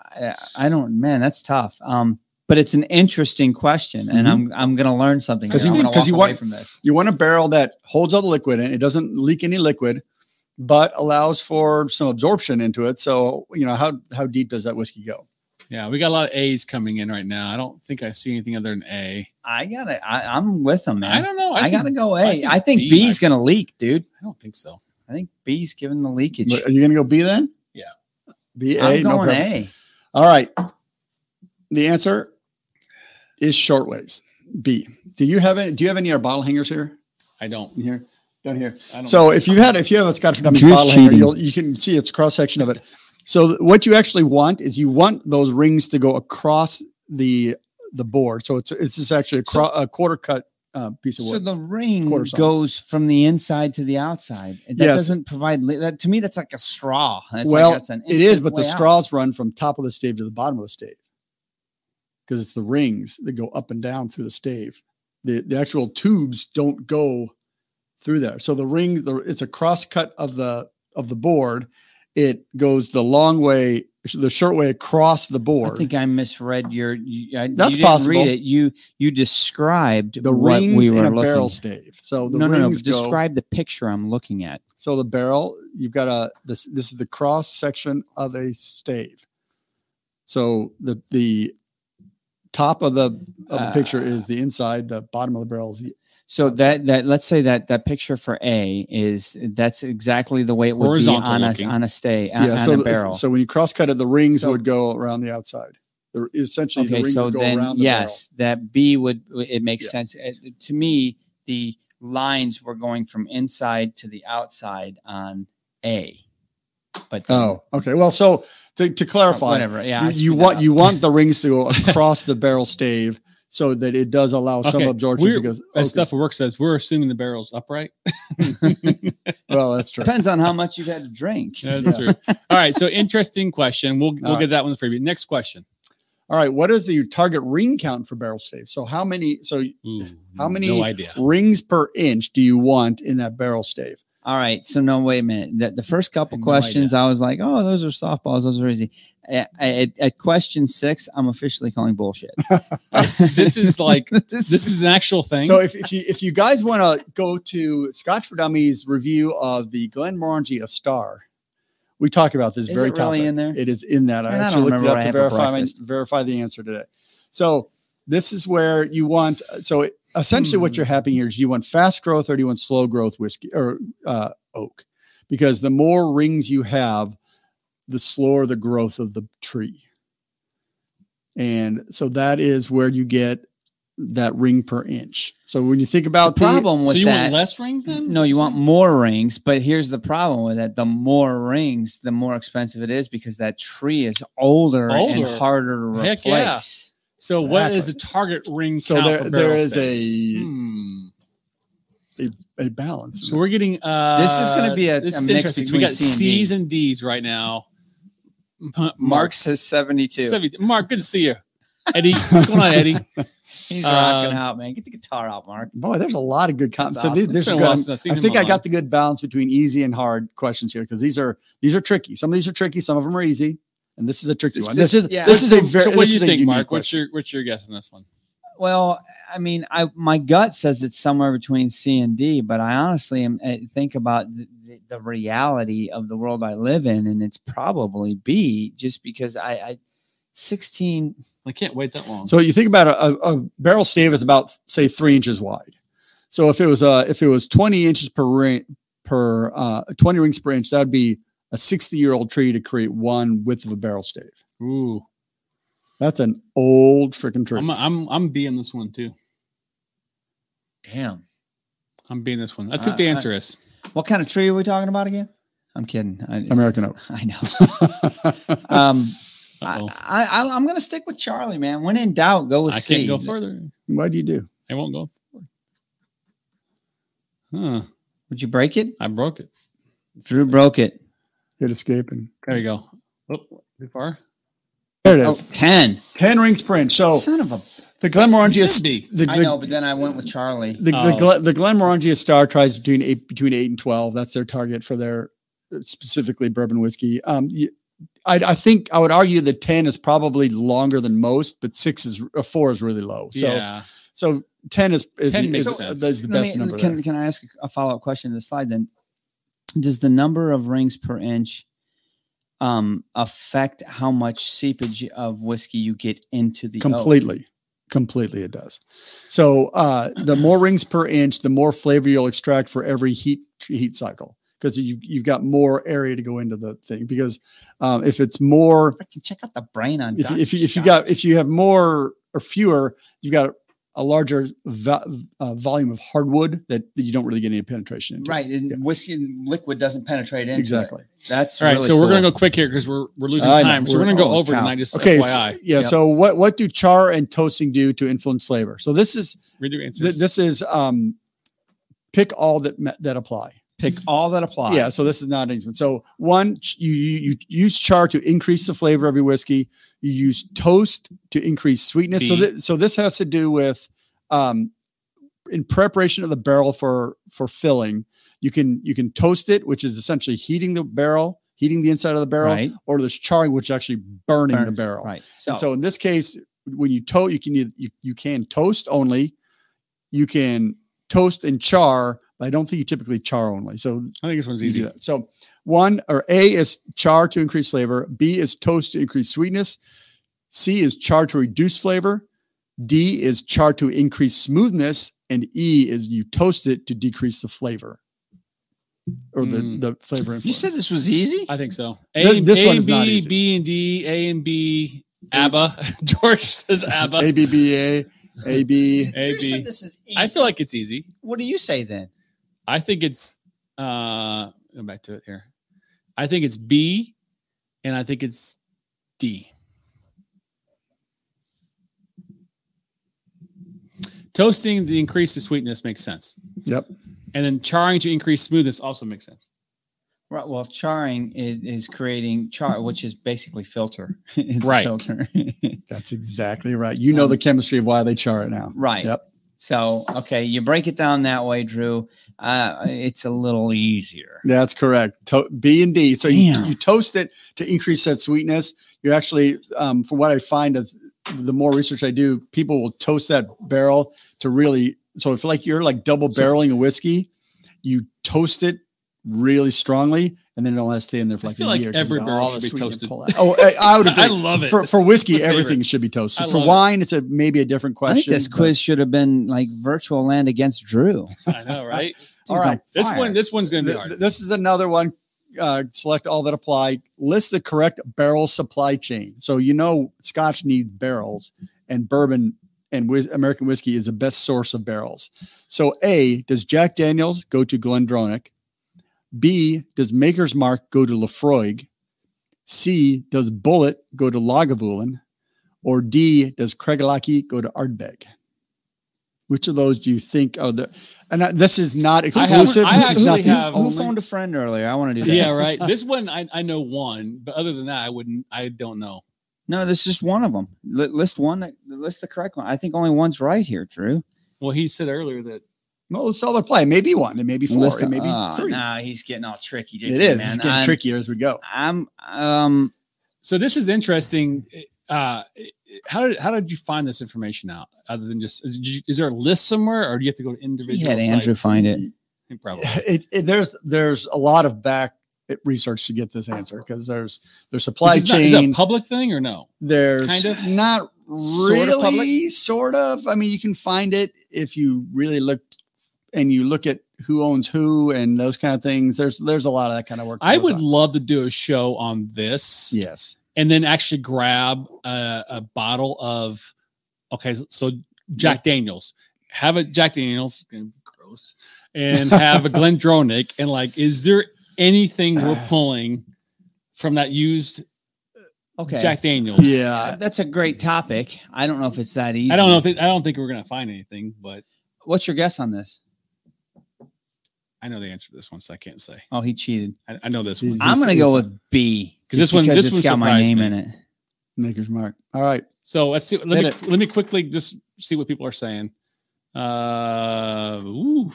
[SPEAKER 2] I, I don't. Man, that's tough. Um, but it's an interesting question, and I'm I'm gonna learn something
[SPEAKER 1] Mm-hmm. 'Cause
[SPEAKER 2] here.
[SPEAKER 1] you-
[SPEAKER 2] I'm gonna
[SPEAKER 1] 'cause
[SPEAKER 2] walk
[SPEAKER 1] you
[SPEAKER 2] away
[SPEAKER 1] want-
[SPEAKER 2] from this.
[SPEAKER 1] You want a barrel that holds all the liquid in. It doesn't leak any liquid, but allows for some absorption into it. So you know how how deep does that whiskey go?
[SPEAKER 3] Yeah, we got a lot of A's coming in right now. I don't think I see anything other than A.
[SPEAKER 2] I gotta. I, I'm with them, man.
[SPEAKER 3] I don't know.
[SPEAKER 2] I,
[SPEAKER 3] think-
[SPEAKER 2] gotta go A.
[SPEAKER 3] I
[SPEAKER 2] I think,
[SPEAKER 3] think B
[SPEAKER 2] B's gonna leak, dude.
[SPEAKER 3] I don't think so.
[SPEAKER 2] I think B's giving the leakage.
[SPEAKER 1] Are you going to go B then?
[SPEAKER 3] Yeah.
[SPEAKER 1] B A.
[SPEAKER 2] I'm
[SPEAKER 1] uh, no
[SPEAKER 2] going
[SPEAKER 1] problem.
[SPEAKER 2] A.
[SPEAKER 1] All right. The answer is shortways. B. Do you have any? Do you have any of our bottle hangers here?
[SPEAKER 3] I don't.
[SPEAKER 1] In here, down here.
[SPEAKER 3] I don't
[SPEAKER 1] So if you had if you have a Scotch Dummy
[SPEAKER 2] Drew's
[SPEAKER 1] bottle hanger,
[SPEAKER 2] cheating.
[SPEAKER 1] you'll, you can see it's cross section of it. So th- what you actually want is you want those rings to go across the the board. So it's it's just actually a, cro- a quarter cut uh, piece of
[SPEAKER 2] So
[SPEAKER 1] wood.
[SPEAKER 2] the ring
[SPEAKER 1] Quarter size.
[SPEAKER 2] goes from the inside to the outside. That
[SPEAKER 1] Yes.
[SPEAKER 2] doesn't provide li- that to me. That's like a straw. That's like-
[SPEAKER 1] Well,
[SPEAKER 2] that's an
[SPEAKER 1] it is,
[SPEAKER 2] instant
[SPEAKER 1] but the
[SPEAKER 2] way out.
[SPEAKER 1] straws run from top of the stave to the bottom of the stave because it's the rings that go up and down through the stave. The the actual tubes don't go through there. So the ring, the, it's a cross cut of the of the board. It goes the long way, the short way across the board.
[SPEAKER 2] I think I misread your. You, I,
[SPEAKER 1] That's
[SPEAKER 2] you didn't
[SPEAKER 1] possible.
[SPEAKER 2] Read it. You you described
[SPEAKER 1] the
[SPEAKER 2] what
[SPEAKER 1] rings
[SPEAKER 2] we were
[SPEAKER 1] in a
[SPEAKER 2] looking.
[SPEAKER 1] barrel stave. So the
[SPEAKER 2] no, no, no.
[SPEAKER 1] rings go.
[SPEAKER 2] Describe the picture I'm looking at.
[SPEAKER 1] so the barrel, you've got a this. This is the cross section of a stave. So the the top of the of the picture
[SPEAKER 2] Uh,
[SPEAKER 1] is the inside. The bottom of the barrel is the
[SPEAKER 2] So that that let's say that that picture for A is that's exactly the way it would be
[SPEAKER 3] Horizontal
[SPEAKER 2] on
[SPEAKER 3] looking.
[SPEAKER 2] a on a stay on, on
[SPEAKER 1] So
[SPEAKER 2] a
[SPEAKER 1] the-
[SPEAKER 2] barrel.
[SPEAKER 1] so when you cross cut it, the rings
[SPEAKER 2] So-
[SPEAKER 1] would go around the outside. The, essentially, the
[SPEAKER 2] okay,
[SPEAKER 1] rings
[SPEAKER 2] so
[SPEAKER 1] would go
[SPEAKER 2] then
[SPEAKER 1] around the barrel.
[SPEAKER 2] yes, that B would it makes
[SPEAKER 1] Yeah.
[SPEAKER 2] sense Uh, to me. The lines were going from inside to the outside on A, but then- uh,
[SPEAKER 1] Oh, okay. Well, so to, to clarify,
[SPEAKER 2] whatever. Yeah, I
[SPEAKER 1] you, you
[SPEAKER 2] screwed that
[SPEAKER 1] want
[SPEAKER 2] up.
[SPEAKER 1] you want the rings to go across the barrel stave so that it does allow some
[SPEAKER 3] Okay,
[SPEAKER 1] absorption
[SPEAKER 3] we're-
[SPEAKER 1] because okay,
[SPEAKER 3] As stuff at work says, we're assuming the barrel's upright.
[SPEAKER 1] well that's true
[SPEAKER 2] depends on how much you've had to drink.
[SPEAKER 3] That's true. All right. So interesting question. We'll we'll
[SPEAKER 1] right.
[SPEAKER 3] get that one for you. Next question.
[SPEAKER 1] all right what is the target ring count for barrel stave so how many so
[SPEAKER 3] Ooh,
[SPEAKER 1] How many-
[SPEAKER 3] No idea.
[SPEAKER 1] rings per inch do you want in that barrel stave
[SPEAKER 2] All right. So no, wait a minute. The, the first couple
[SPEAKER 3] I have no
[SPEAKER 2] questions, I was like, "Oh, those are softballs. Those are easy." At, at, at question six, I'm officially calling bullshit.
[SPEAKER 3] this is like
[SPEAKER 2] this
[SPEAKER 3] this is an actual thing.
[SPEAKER 1] So if, if you if you guys want to go to Scotch for Dummies review of the Glenmorangie A Star, we talk about this
[SPEAKER 2] Is
[SPEAKER 1] very
[SPEAKER 2] it really
[SPEAKER 1] topic.
[SPEAKER 2] in there?
[SPEAKER 1] It is in that. I
[SPEAKER 2] Man, I
[SPEAKER 1] actually
[SPEAKER 2] don't
[SPEAKER 1] looked it
[SPEAKER 2] remember what
[SPEAKER 1] up
[SPEAKER 2] I
[SPEAKER 1] to
[SPEAKER 2] had for
[SPEAKER 1] verify my,
[SPEAKER 2] breakfast.
[SPEAKER 1] verify the answer today. So this is where you want. So it, essentially, what
[SPEAKER 2] Hmm.
[SPEAKER 1] you're happening here is you want fast growth or do you want slow growth whiskey or uh, oak? Because the more rings you have, the slower the growth of the tree. And so that is where you get that ring per inch. So when you think
[SPEAKER 2] the
[SPEAKER 1] about uh, the,
[SPEAKER 2] problem
[SPEAKER 3] so
[SPEAKER 2] with
[SPEAKER 3] you
[SPEAKER 2] that.
[SPEAKER 3] want less rings then?
[SPEAKER 2] no, you want more rings, but here's the problem with it: the more rings, the more expensive it is because that tree is older, and
[SPEAKER 3] Older.
[SPEAKER 2] harder to
[SPEAKER 3] Heck
[SPEAKER 2] replace.
[SPEAKER 3] yeah. So what is the
[SPEAKER 1] Exactly.
[SPEAKER 3] target ring
[SPEAKER 1] So
[SPEAKER 3] count
[SPEAKER 1] there-
[SPEAKER 3] for
[SPEAKER 1] there
[SPEAKER 3] barrel
[SPEAKER 1] is
[SPEAKER 3] staves?
[SPEAKER 1] a-
[SPEAKER 3] Hmm.
[SPEAKER 1] a balance.
[SPEAKER 3] So we're getting uh
[SPEAKER 2] This is gonna be a-
[SPEAKER 3] this
[SPEAKER 2] a
[SPEAKER 3] is
[SPEAKER 2] mix
[SPEAKER 3] interesting.
[SPEAKER 2] between
[SPEAKER 3] we got
[SPEAKER 2] C and D.
[SPEAKER 3] C's and D's right now. M-
[SPEAKER 2] Mark
[SPEAKER 3] Mark's
[SPEAKER 2] says 72.
[SPEAKER 3] 70 Mark, good to see you. Eddie, what's going on, Eddie?
[SPEAKER 2] He's
[SPEAKER 3] Um,
[SPEAKER 2] rocking out, man. Get the guitar out, Mark.
[SPEAKER 1] Boy, there's a lot of good comments.
[SPEAKER 2] That's
[SPEAKER 1] So these,
[SPEAKER 2] awesome.
[SPEAKER 1] there's
[SPEAKER 3] It's been a
[SPEAKER 1] good-
[SPEAKER 3] while since I've seen
[SPEAKER 1] I
[SPEAKER 3] him
[SPEAKER 1] think I
[SPEAKER 3] online.
[SPEAKER 1] got the good balance between easy and hard questions here because these are these are tricky. Some of these are tricky. Some of them are easy, and this is a tricky one. This,
[SPEAKER 2] This-
[SPEAKER 1] is
[SPEAKER 2] yeah.
[SPEAKER 1] this is a very.
[SPEAKER 3] so what
[SPEAKER 1] this
[SPEAKER 3] do you
[SPEAKER 1] is a
[SPEAKER 3] think,
[SPEAKER 1] unique
[SPEAKER 3] Mark? What's
[SPEAKER 1] question.
[SPEAKER 3] your what's your guess on this one?
[SPEAKER 2] Well, I mean, I my gut says it's somewhere between C and D, but I honestly am, I think about the, the, the reality of the world I live in, and it's probably B, just because I, I 16.
[SPEAKER 3] I can't wait that long.
[SPEAKER 1] So you think about a, a, a barrel stave is about say three inches wide. So if it was uh if it was 20 inches per ring per uh 20 rings per inch, that would be a 60 year old tree to create one width of a barrel stave.
[SPEAKER 3] Ooh,
[SPEAKER 1] That's an old freaking tree.
[SPEAKER 3] I'm I'm I'm being this one too.
[SPEAKER 2] Damn.
[SPEAKER 3] I'm being this one. That's what
[SPEAKER 2] Uh,
[SPEAKER 3] the
[SPEAKER 2] I-
[SPEAKER 3] answer is.
[SPEAKER 2] What kind of tree are we talking about again? I'm kidding. I,
[SPEAKER 1] American oak.
[SPEAKER 2] I know. Um, I,
[SPEAKER 3] Uh-oh.
[SPEAKER 2] I, I, I'm going to stick with Charlie, man. When in doubt, go with
[SPEAKER 3] I
[SPEAKER 2] C.
[SPEAKER 3] can't go further.
[SPEAKER 1] Why do you do?
[SPEAKER 3] I won't go further. Huh.
[SPEAKER 2] Would you break it?
[SPEAKER 3] I broke it.
[SPEAKER 2] Drew broke it.
[SPEAKER 1] Hit escape and
[SPEAKER 3] There you go. Oh, too far.
[SPEAKER 1] there it
[SPEAKER 2] Oh,
[SPEAKER 1] is.
[SPEAKER 2] 10.
[SPEAKER 1] 10 rings per inch. So
[SPEAKER 2] Son of a.
[SPEAKER 1] the Glenmorangie is
[SPEAKER 3] B.
[SPEAKER 1] Oh. the,
[SPEAKER 2] I
[SPEAKER 1] the-
[SPEAKER 2] know, but then I went with Charlie.
[SPEAKER 1] The,
[SPEAKER 3] Oh.
[SPEAKER 1] the, Gle- the Glenmorangie Star tries between eight between eight and twelve. That's their target for their uh, specifically bourbon whiskey. Um, you- I, I think I would argue that ten is probably longer than most, but six is uh, four is really low. So
[SPEAKER 3] yeah.
[SPEAKER 1] so ten is, is
[SPEAKER 3] 10 makes
[SPEAKER 1] is-
[SPEAKER 3] sense.
[SPEAKER 1] is the
[SPEAKER 2] Let
[SPEAKER 1] best
[SPEAKER 2] me-
[SPEAKER 1] number.
[SPEAKER 2] Can,
[SPEAKER 1] there.
[SPEAKER 2] can I ask a follow up question to the slide then? Does the number of rings per inch um, affect how much seepage of whiskey you get into the oak?
[SPEAKER 1] Completely, completely, it does. So uh, the more rings per inch, the more flavor you'll extract for every heat heat cycle because you you've got more area to go into the thing. Because um, if it's more
[SPEAKER 2] Freaking check out the brain on
[SPEAKER 1] if,
[SPEAKER 2] Dr.
[SPEAKER 1] if, you, if you
[SPEAKER 2] Scott.
[SPEAKER 1] got if you have more or fewer you've got a larger va- uh, volume of hardwood that, that you don't really get any penetration into.
[SPEAKER 2] right, and
[SPEAKER 1] Yeah.
[SPEAKER 2] whiskey and liquid doesn't penetrate into it.
[SPEAKER 1] exactly
[SPEAKER 2] That's
[SPEAKER 3] All right.
[SPEAKER 2] really
[SPEAKER 3] so we're
[SPEAKER 2] cool.
[SPEAKER 3] gonna go quick here because we're we're losing
[SPEAKER 1] I know.
[SPEAKER 3] time. So
[SPEAKER 1] We're-
[SPEAKER 3] we're gonna go
[SPEAKER 2] holy
[SPEAKER 3] over
[SPEAKER 2] cow.
[SPEAKER 3] tonight. Just
[SPEAKER 1] okay so-
[SPEAKER 3] FYI,
[SPEAKER 1] yeah
[SPEAKER 2] Yep.
[SPEAKER 1] so what what do char and toasting do to influence flavor so this is
[SPEAKER 3] read your answers.
[SPEAKER 1] th- this is um pick all that ma- that apply
[SPEAKER 2] pick all that apply.
[SPEAKER 1] Yeah, so this is not an easy one. So one, ch- you, you you use char to increase the flavor of your whiskey. You use toast to increase sweetness. So
[SPEAKER 3] B.
[SPEAKER 1] th- so this has to do with um, in preparation of the barrel for for filling. You can you can toast it, which is essentially heating the barrel, heating the inside of the barrel,
[SPEAKER 2] right,
[SPEAKER 1] or there's charring, which is actually burning the
[SPEAKER 2] Burn-
[SPEAKER 1] barrel.
[SPEAKER 2] right. Oh. So,
[SPEAKER 1] And so in this case, when you toast, you can either, you, you can toast only. You can toast and char, but I don't think you typically char only. So
[SPEAKER 3] I think this one's
[SPEAKER 1] you do
[SPEAKER 3] easy.
[SPEAKER 1] that. So one or A is char to increase flavor. B is toast to increase sweetness. C is char to reduce flavor. D is char to increase smoothness. And E is you toast it to decrease the flavor or the,
[SPEAKER 3] Mm.
[SPEAKER 1] the flavor. Influence.
[SPEAKER 2] you said this was easy.
[SPEAKER 3] I think so. A,
[SPEAKER 1] Th- this
[SPEAKER 3] A,
[SPEAKER 1] one is
[SPEAKER 3] B,
[SPEAKER 1] not easy.
[SPEAKER 3] B and D, A and B, ABBA. George says ABBA.
[SPEAKER 1] A, B, B, A, A, B.
[SPEAKER 3] A,
[SPEAKER 2] Drew said
[SPEAKER 3] B.
[SPEAKER 2] this is easy.
[SPEAKER 3] I feel like it's easy.
[SPEAKER 2] What do you say then?
[SPEAKER 3] I think it's uh go back to it here. I think it's B and I think it's D. Toasting the increase the sweetness makes sense.
[SPEAKER 1] Yep.
[SPEAKER 3] And then charring to increase smoothness also makes sense.
[SPEAKER 2] Right. Well, charring is, is creating char, which is basically filter. It's a
[SPEAKER 3] Right.
[SPEAKER 2] Filter.
[SPEAKER 1] That's exactly right. You know the chemistry of why they char it now.
[SPEAKER 2] right.
[SPEAKER 1] Yep.
[SPEAKER 2] So, okay, you break it down that way, Drew. Uh, it's a little easier.
[SPEAKER 1] That's correct. To- B and D. So you,
[SPEAKER 2] Damn.
[SPEAKER 1] you toast it to increase that sweetness. You actually, um, from what I find, as the more research I do, people will toast that barrel to really. So if like you're like double
[SPEAKER 2] So-
[SPEAKER 1] barreling a whiskey, you toast it really strongly, and then it'll stay in there for
[SPEAKER 3] I
[SPEAKER 1] like
[SPEAKER 3] feel
[SPEAKER 1] a
[SPEAKER 3] like
[SPEAKER 1] year. 'cause
[SPEAKER 3] every
[SPEAKER 1] all
[SPEAKER 3] barrel
[SPEAKER 1] the
[SPEAKER 3] should be
[SPEAKER 1] sweetness
[SPEAKER 3] toasted.
[SPEAKER 1] pull out. Oh, I, I would agree.
[SPEAKER 3] I love it.
[SPEAKER 1] for for whiskey,
[SPEAKER 3] my favorite.
[SPEAKER 1] everything should be
[SPEAKER 3] I
[SPEAKER 1] toasted. For
[SPEAKER 3] love it.
[SPEAKER 1] wine, it's a maybe a different
[SPEAKER 2] I
[SPEAKER 1] question.
[SPEAKER 2] think this
[SPEAKER 1] but-
[SPEAKER 2] quiz should have been like virtual land against Drew.
[SPEAKER 3] I know, right?
[SPEAKER 1] All right.
[SPEAKER 3] This
[SPEAKER 2] Fire.
[SPEAKER 3] one, this one's going to be
[SPEAKER 1] Th-
[SPEAKER 3] hard.
[SPEAKER 1] th- this is another one. Uh, select all that apply. List the correct barrel supply chain. So you know Scotch needs barrels, and bourbon and whis- American whiskey is the best source of barrels. So A, does Jack Daniels go to Glendronach? B, does Maker's Mark go to Lafroig? C, does Bullet go to Lagavulin? Or D, does Kregelaki go to Ardbeg? Which of those do you think are the? And I, this is not exclusive.
[SPEAKER 3] I
[SPEAKER 1] this is not
[SPEAKER 3] actually
[SPEAKER 1] the
[SPEAKER 3] have-
[SPEAKER 2] Who
[SPEAKER 1] only-
[SPEAKER 2] phoned a friend earlier? I want to do that.
[SPEAKER 3] yeah, right. This one, I, I know one, but other than that, I wouldn't. I don't know.
[SPEAKER 2] No, this is just one of them. Li- list one. That, list the correct one. I think only one's right here, Drew.
[SPEAKER 3] Well, he said earlier that
[SPEAKER 1] No, let's all apply. Maybe one, and maybe four,
[SPEAKER 2] list
[SPEAKER 1] and maybe
[SPEAKER 3] Ah,
[SPEAKER 2] oh,
[SPEAKER 1] three.
[SPEAKER 2] Nah, he's getting all tricky.
[SPEAKER 1] it is.
[SPEAKER 2] Man.
[SPEAKER 1] It's getting
[SPEAKER 2] I'm,
[SPEAKER 1] trickier as we go.
[SPEAKER 2] I'm um.
[SPEAKER 3] So this is interesting. Uh, how did how did you find this information out? Other than just is, did you- is there a list somewhere, or do you have to go to
[SPEAKER 2] He
[SPEAKER 3] individual?
[SPEAKER 2] had Andrew
[SPEAKER 3] sites?
[SPEAKER 2] find it.
[SPEAKER 3] Probably.
[SPEAKER 1] It, it, there's there's a lot of back research to get this answer because there's there's supply
[SPEAKER 3] Is this not-
[SPEAKER 1] chain.
[SPEAKER 3] is that a public thing or no?
[SPEAKER 1] there's
[SPEAKER 3] kind of?
[SPEAKER 1] not
[SPEAKER 2] Sort of public?
[SPEAKER 1] really sort of. I mean, you can find it if you really look and you look at who owns who and those kind of things. There's there's a lot of that kind of work. that
[SPEAKER 3] I
[SPEAKER 1] goes
[SPEAKER 3] would
[SPEAKER 1] on.
[SPEAKER 3] love to do a show on this,
[SPEAKER 1] Yes.
[SPEAKER 3] and then actually grab a, a bottle of. Okay, so Jack Daniels, have a Jack Daniels, gonna be gross, and have a Glendronic, and like, is there anything we're pulling from that used
[SPEAKER 2] Okay. Uh,
[SPEAKER 3] Jack Daniels?
[SPEAKER 1] Yeah.
[SPEAKER 2] That's a great topic. I don't know if it's that easy.
[SPEAKER 3] I don't know if it, I don't think we're gonna find anything, but
[SPEAKER 2] What's your guess on this?
[SPEAKER 3] I know the answer to this one, so I can't say.
[SPEAKER 2] Oh, he cheated.
[SPEAKER 3] I, I know this
[SPEAKER 1] He's-
[SPEAKER 3] one.
[SPEAKER 2] I'm
[SPEAKER 1] This
[SPEAKER 2] gonna go
[SPEAKER 1] is a-
[SPEAKER 2] with B.
[SPEAKER 3] This
[SPEAKER 2] just
[SPEAKER 3] one-
[SPEAKER 2] because
[SPEAKER 3] this
[SPEAKER 2] it's
[SPEAKER 3] one
[SPEAKER 2] got my
[SPEAKER 3] surprised
[SPEAKER 2] name
[SPEAKER 3] me.
[SPEAKER 2] in it.
[SPEAKER 1] Maker's mark. All right.
[SPEAKER 3] So let's see.
[SPEAKER 1] Hit
[SPEAKER 3] Let me
[SPEAKER 1] it.
[SPEAKER 3] let me quickly just see what people are saying. Uh, ooh,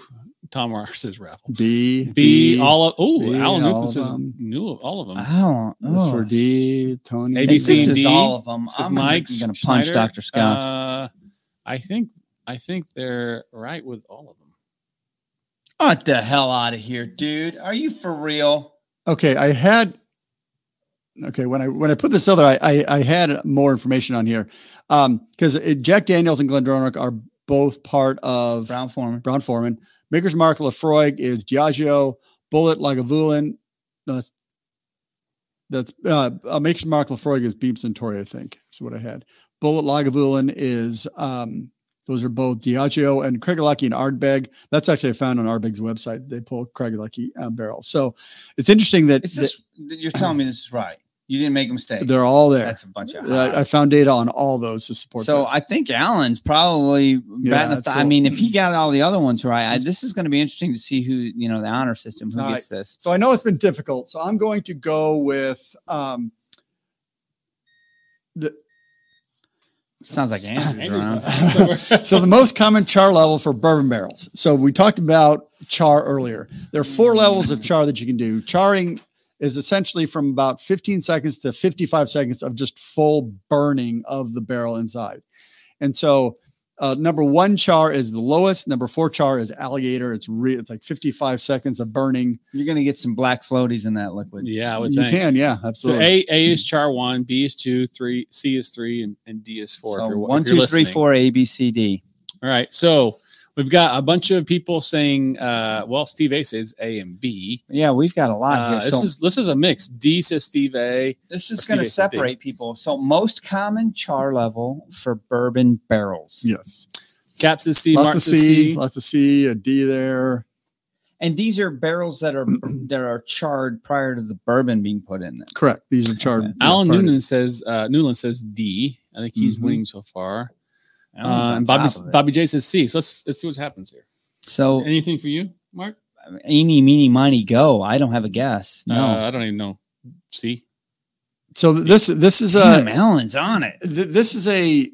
[SPEAKER 3] Tom R says raffle.
[SPEAKER 1] B
[SPEAKER 3] B, all of ooh,
[SPEAKER 1] B,
[SPEAKER 3] Alan
[SPEAKER 1] all
[SPEAKER 3] Newton
[SPEAKER 1] of
[SPEAKER 3] says
[SPEAKER 1] them.
[SPEAKER 3] knew all of them.
[SPEAKER 2] Oh,
[SPEAKER 1] That's
[SPEAKER 2] oh.
[SPEAKER 1] for D. Tony.
[SPEAKER 3] A, B,
[SPEAKER 2] If
[SPEAKER 3] C,
[SPEAKER 2] this
[SPEAKER 3] and
[SPEAKER 2] is
[SPEAKER 3] D,
[SPEAKER 2] all of them.
[SPEAKER 3] says
[SPEAKER 2] I'm
[SPEAKER 3] Mike's
[SPEAKER 2] going to punch
[SPEAKER 3] Schneider.
[SPEAKER 2] Dr. Scott.
[SPEAKER 3] Uh, I think I think they're right with all of them. Uh,
[SPEAKER 2] Get the hell out of here, dude. Are you for real?
[SPEAKER 1] okay i had okay when i when i put this other i i, I had more information on here um because jack daniels and glendronach are both part of brown,
[SPEAKER 2] Brown Foreman.
[SPEAKER 1] foreman maker's mark lefroy is diageo bullet lagavulin that's that's uh, uh maker's mark lefroy is beeps and Torrey, i think is what i had bullet lagavulin is um those are both Diageo and Kregelaki and Ardbeg. That's actually found on Ardbeg's website. They pull Kregelaki uh, barrels. So it's interesting that
[SPEAKER 2] Is
[SPEAKER 1] that-
[SPEAKER 2] this, you're telling me this is right. You didn't make a mistake.
[SPEAKER 1] They're all there.
[SPEAKER 2] That's a bunch of
[SPEAKER 1] Uh, I found data on all those to support.
[SPEAKER 2] So
[SPEAKER 1] this.
[SPEAKER 2] I think Allen's probably batting a
[SPEAKER 1] that's
[SPEAKER 2] th- I
[SPEAKER 1] cool.
[SPEAKER 2] mean, if he got all the other ones right, I, this is going to be interesting to see who, you know, the honor system, who
[SPEAKER 1] All
[SPEAKER 2] gets this.
[SPEAKER 1] so I know it's been difficult. So I'm going to go with um, the
[SPEAKER 2] Sounds like Andrew's
[SPEAKER 3] Andrew's
[SPEAKER 2] around.
[SPEAKER 1] so the most common char level for bourbon barrels. So we talked about char earlier. There are four levels of char that you can do. Charring is essentially from about 15 seconds to 55 seconds of just full burning of the barrel inside. And so uh, number one char is the lowest. Number four char is alligator. It's re- it's like 55 seconds of burning.
[SPEAKER 2] You're going to get some black floaties in that liquid.
[SPEAKER 3] yeah, I would
[SPEAKER 1] You
[SPEAKER 3] think.
[SPEAKER 1] can, yeah,
[SPEAKER 3] So
[SPEAKER 1] absolutely.
[SPEAKER 3] A A is char one, B is two, three C is three, and, and D is four.
[SPEAKER 2] So
[SPEAKER 3] if you're,
[SPEAKER 2] one,
[SPEAKER 3] if you're
[SPEAKER 2] two, three,
[SPEAKER 3] listening.
[SPEAKER 2] four, A, B, C, D.
[SPEAKER 3] All right. So we've got a bunch of people saying, uh, well, Steve A says A and B.
[SPEAKER 2] Ah, Yeah, we've got a lot
[SPEAKER 3] Uh,
[SPEAKER 2] here.
[SPEAKER 3] this
[SPEAKER 2] So
[SPEAKER 3] is this is a mix. D says Steve A.
[SPEAKER 2] This is
[SPEAKER 3] Or
[SPEAKER 2] going to
[SPEAKER 3] CBSD.
[SPEAKER 2] separate people. So most common char level for bourbon barrels.
[SPEAKER 1] yes,
[SPEAKER 3] Cap says C.
[SPEAKER 1] lots
[SPEAKER 3] Mark
[SPEAKER 1] of
[SPEAKER 3] says
[SPEAKER 1] C,
[SPEAKER 3] C.
[SPEAKER 1] lots of C, a D there.
[SPEAKER 2] And these are barrels that are that are charred prior to the bourbon being put in them.
[SPEAKER 1] Correct. These are charred.
[SPEAKER 2] Okay.
[SPEAKER 3] Alan
[SPEAKER 1] burning.
[SPEAKER 3] Noonan says uh, Newland says D. I think he's
[SPEAKER 1] Mhm.
[SPEAKER 3] winning so far.
[SPEAKER 2] Mm-hmm. That one's
[SPEAKER 3] Uh,
[SPEAKER 2] on
[SPEAKER 1] Um,
[SPEAKER 3] and Bobby
[SPEAKER 2] top of it.
[SPEAKER 3] Bobby J says C. So let's let's see what happens here.
[SPEAKER 2] So
[SPEAKER 3] Anything for you, Mark?
[SPEAKER 2] any meeny miny go. I don't have a guess. No.
[SPEAKER 3] Uh, I don't even know. C.
[SPEAKER 1] So th- this this is a uh,
[SPEAKER 2] Damn, Alan's on it.
[SPEAKER 1] th- this is a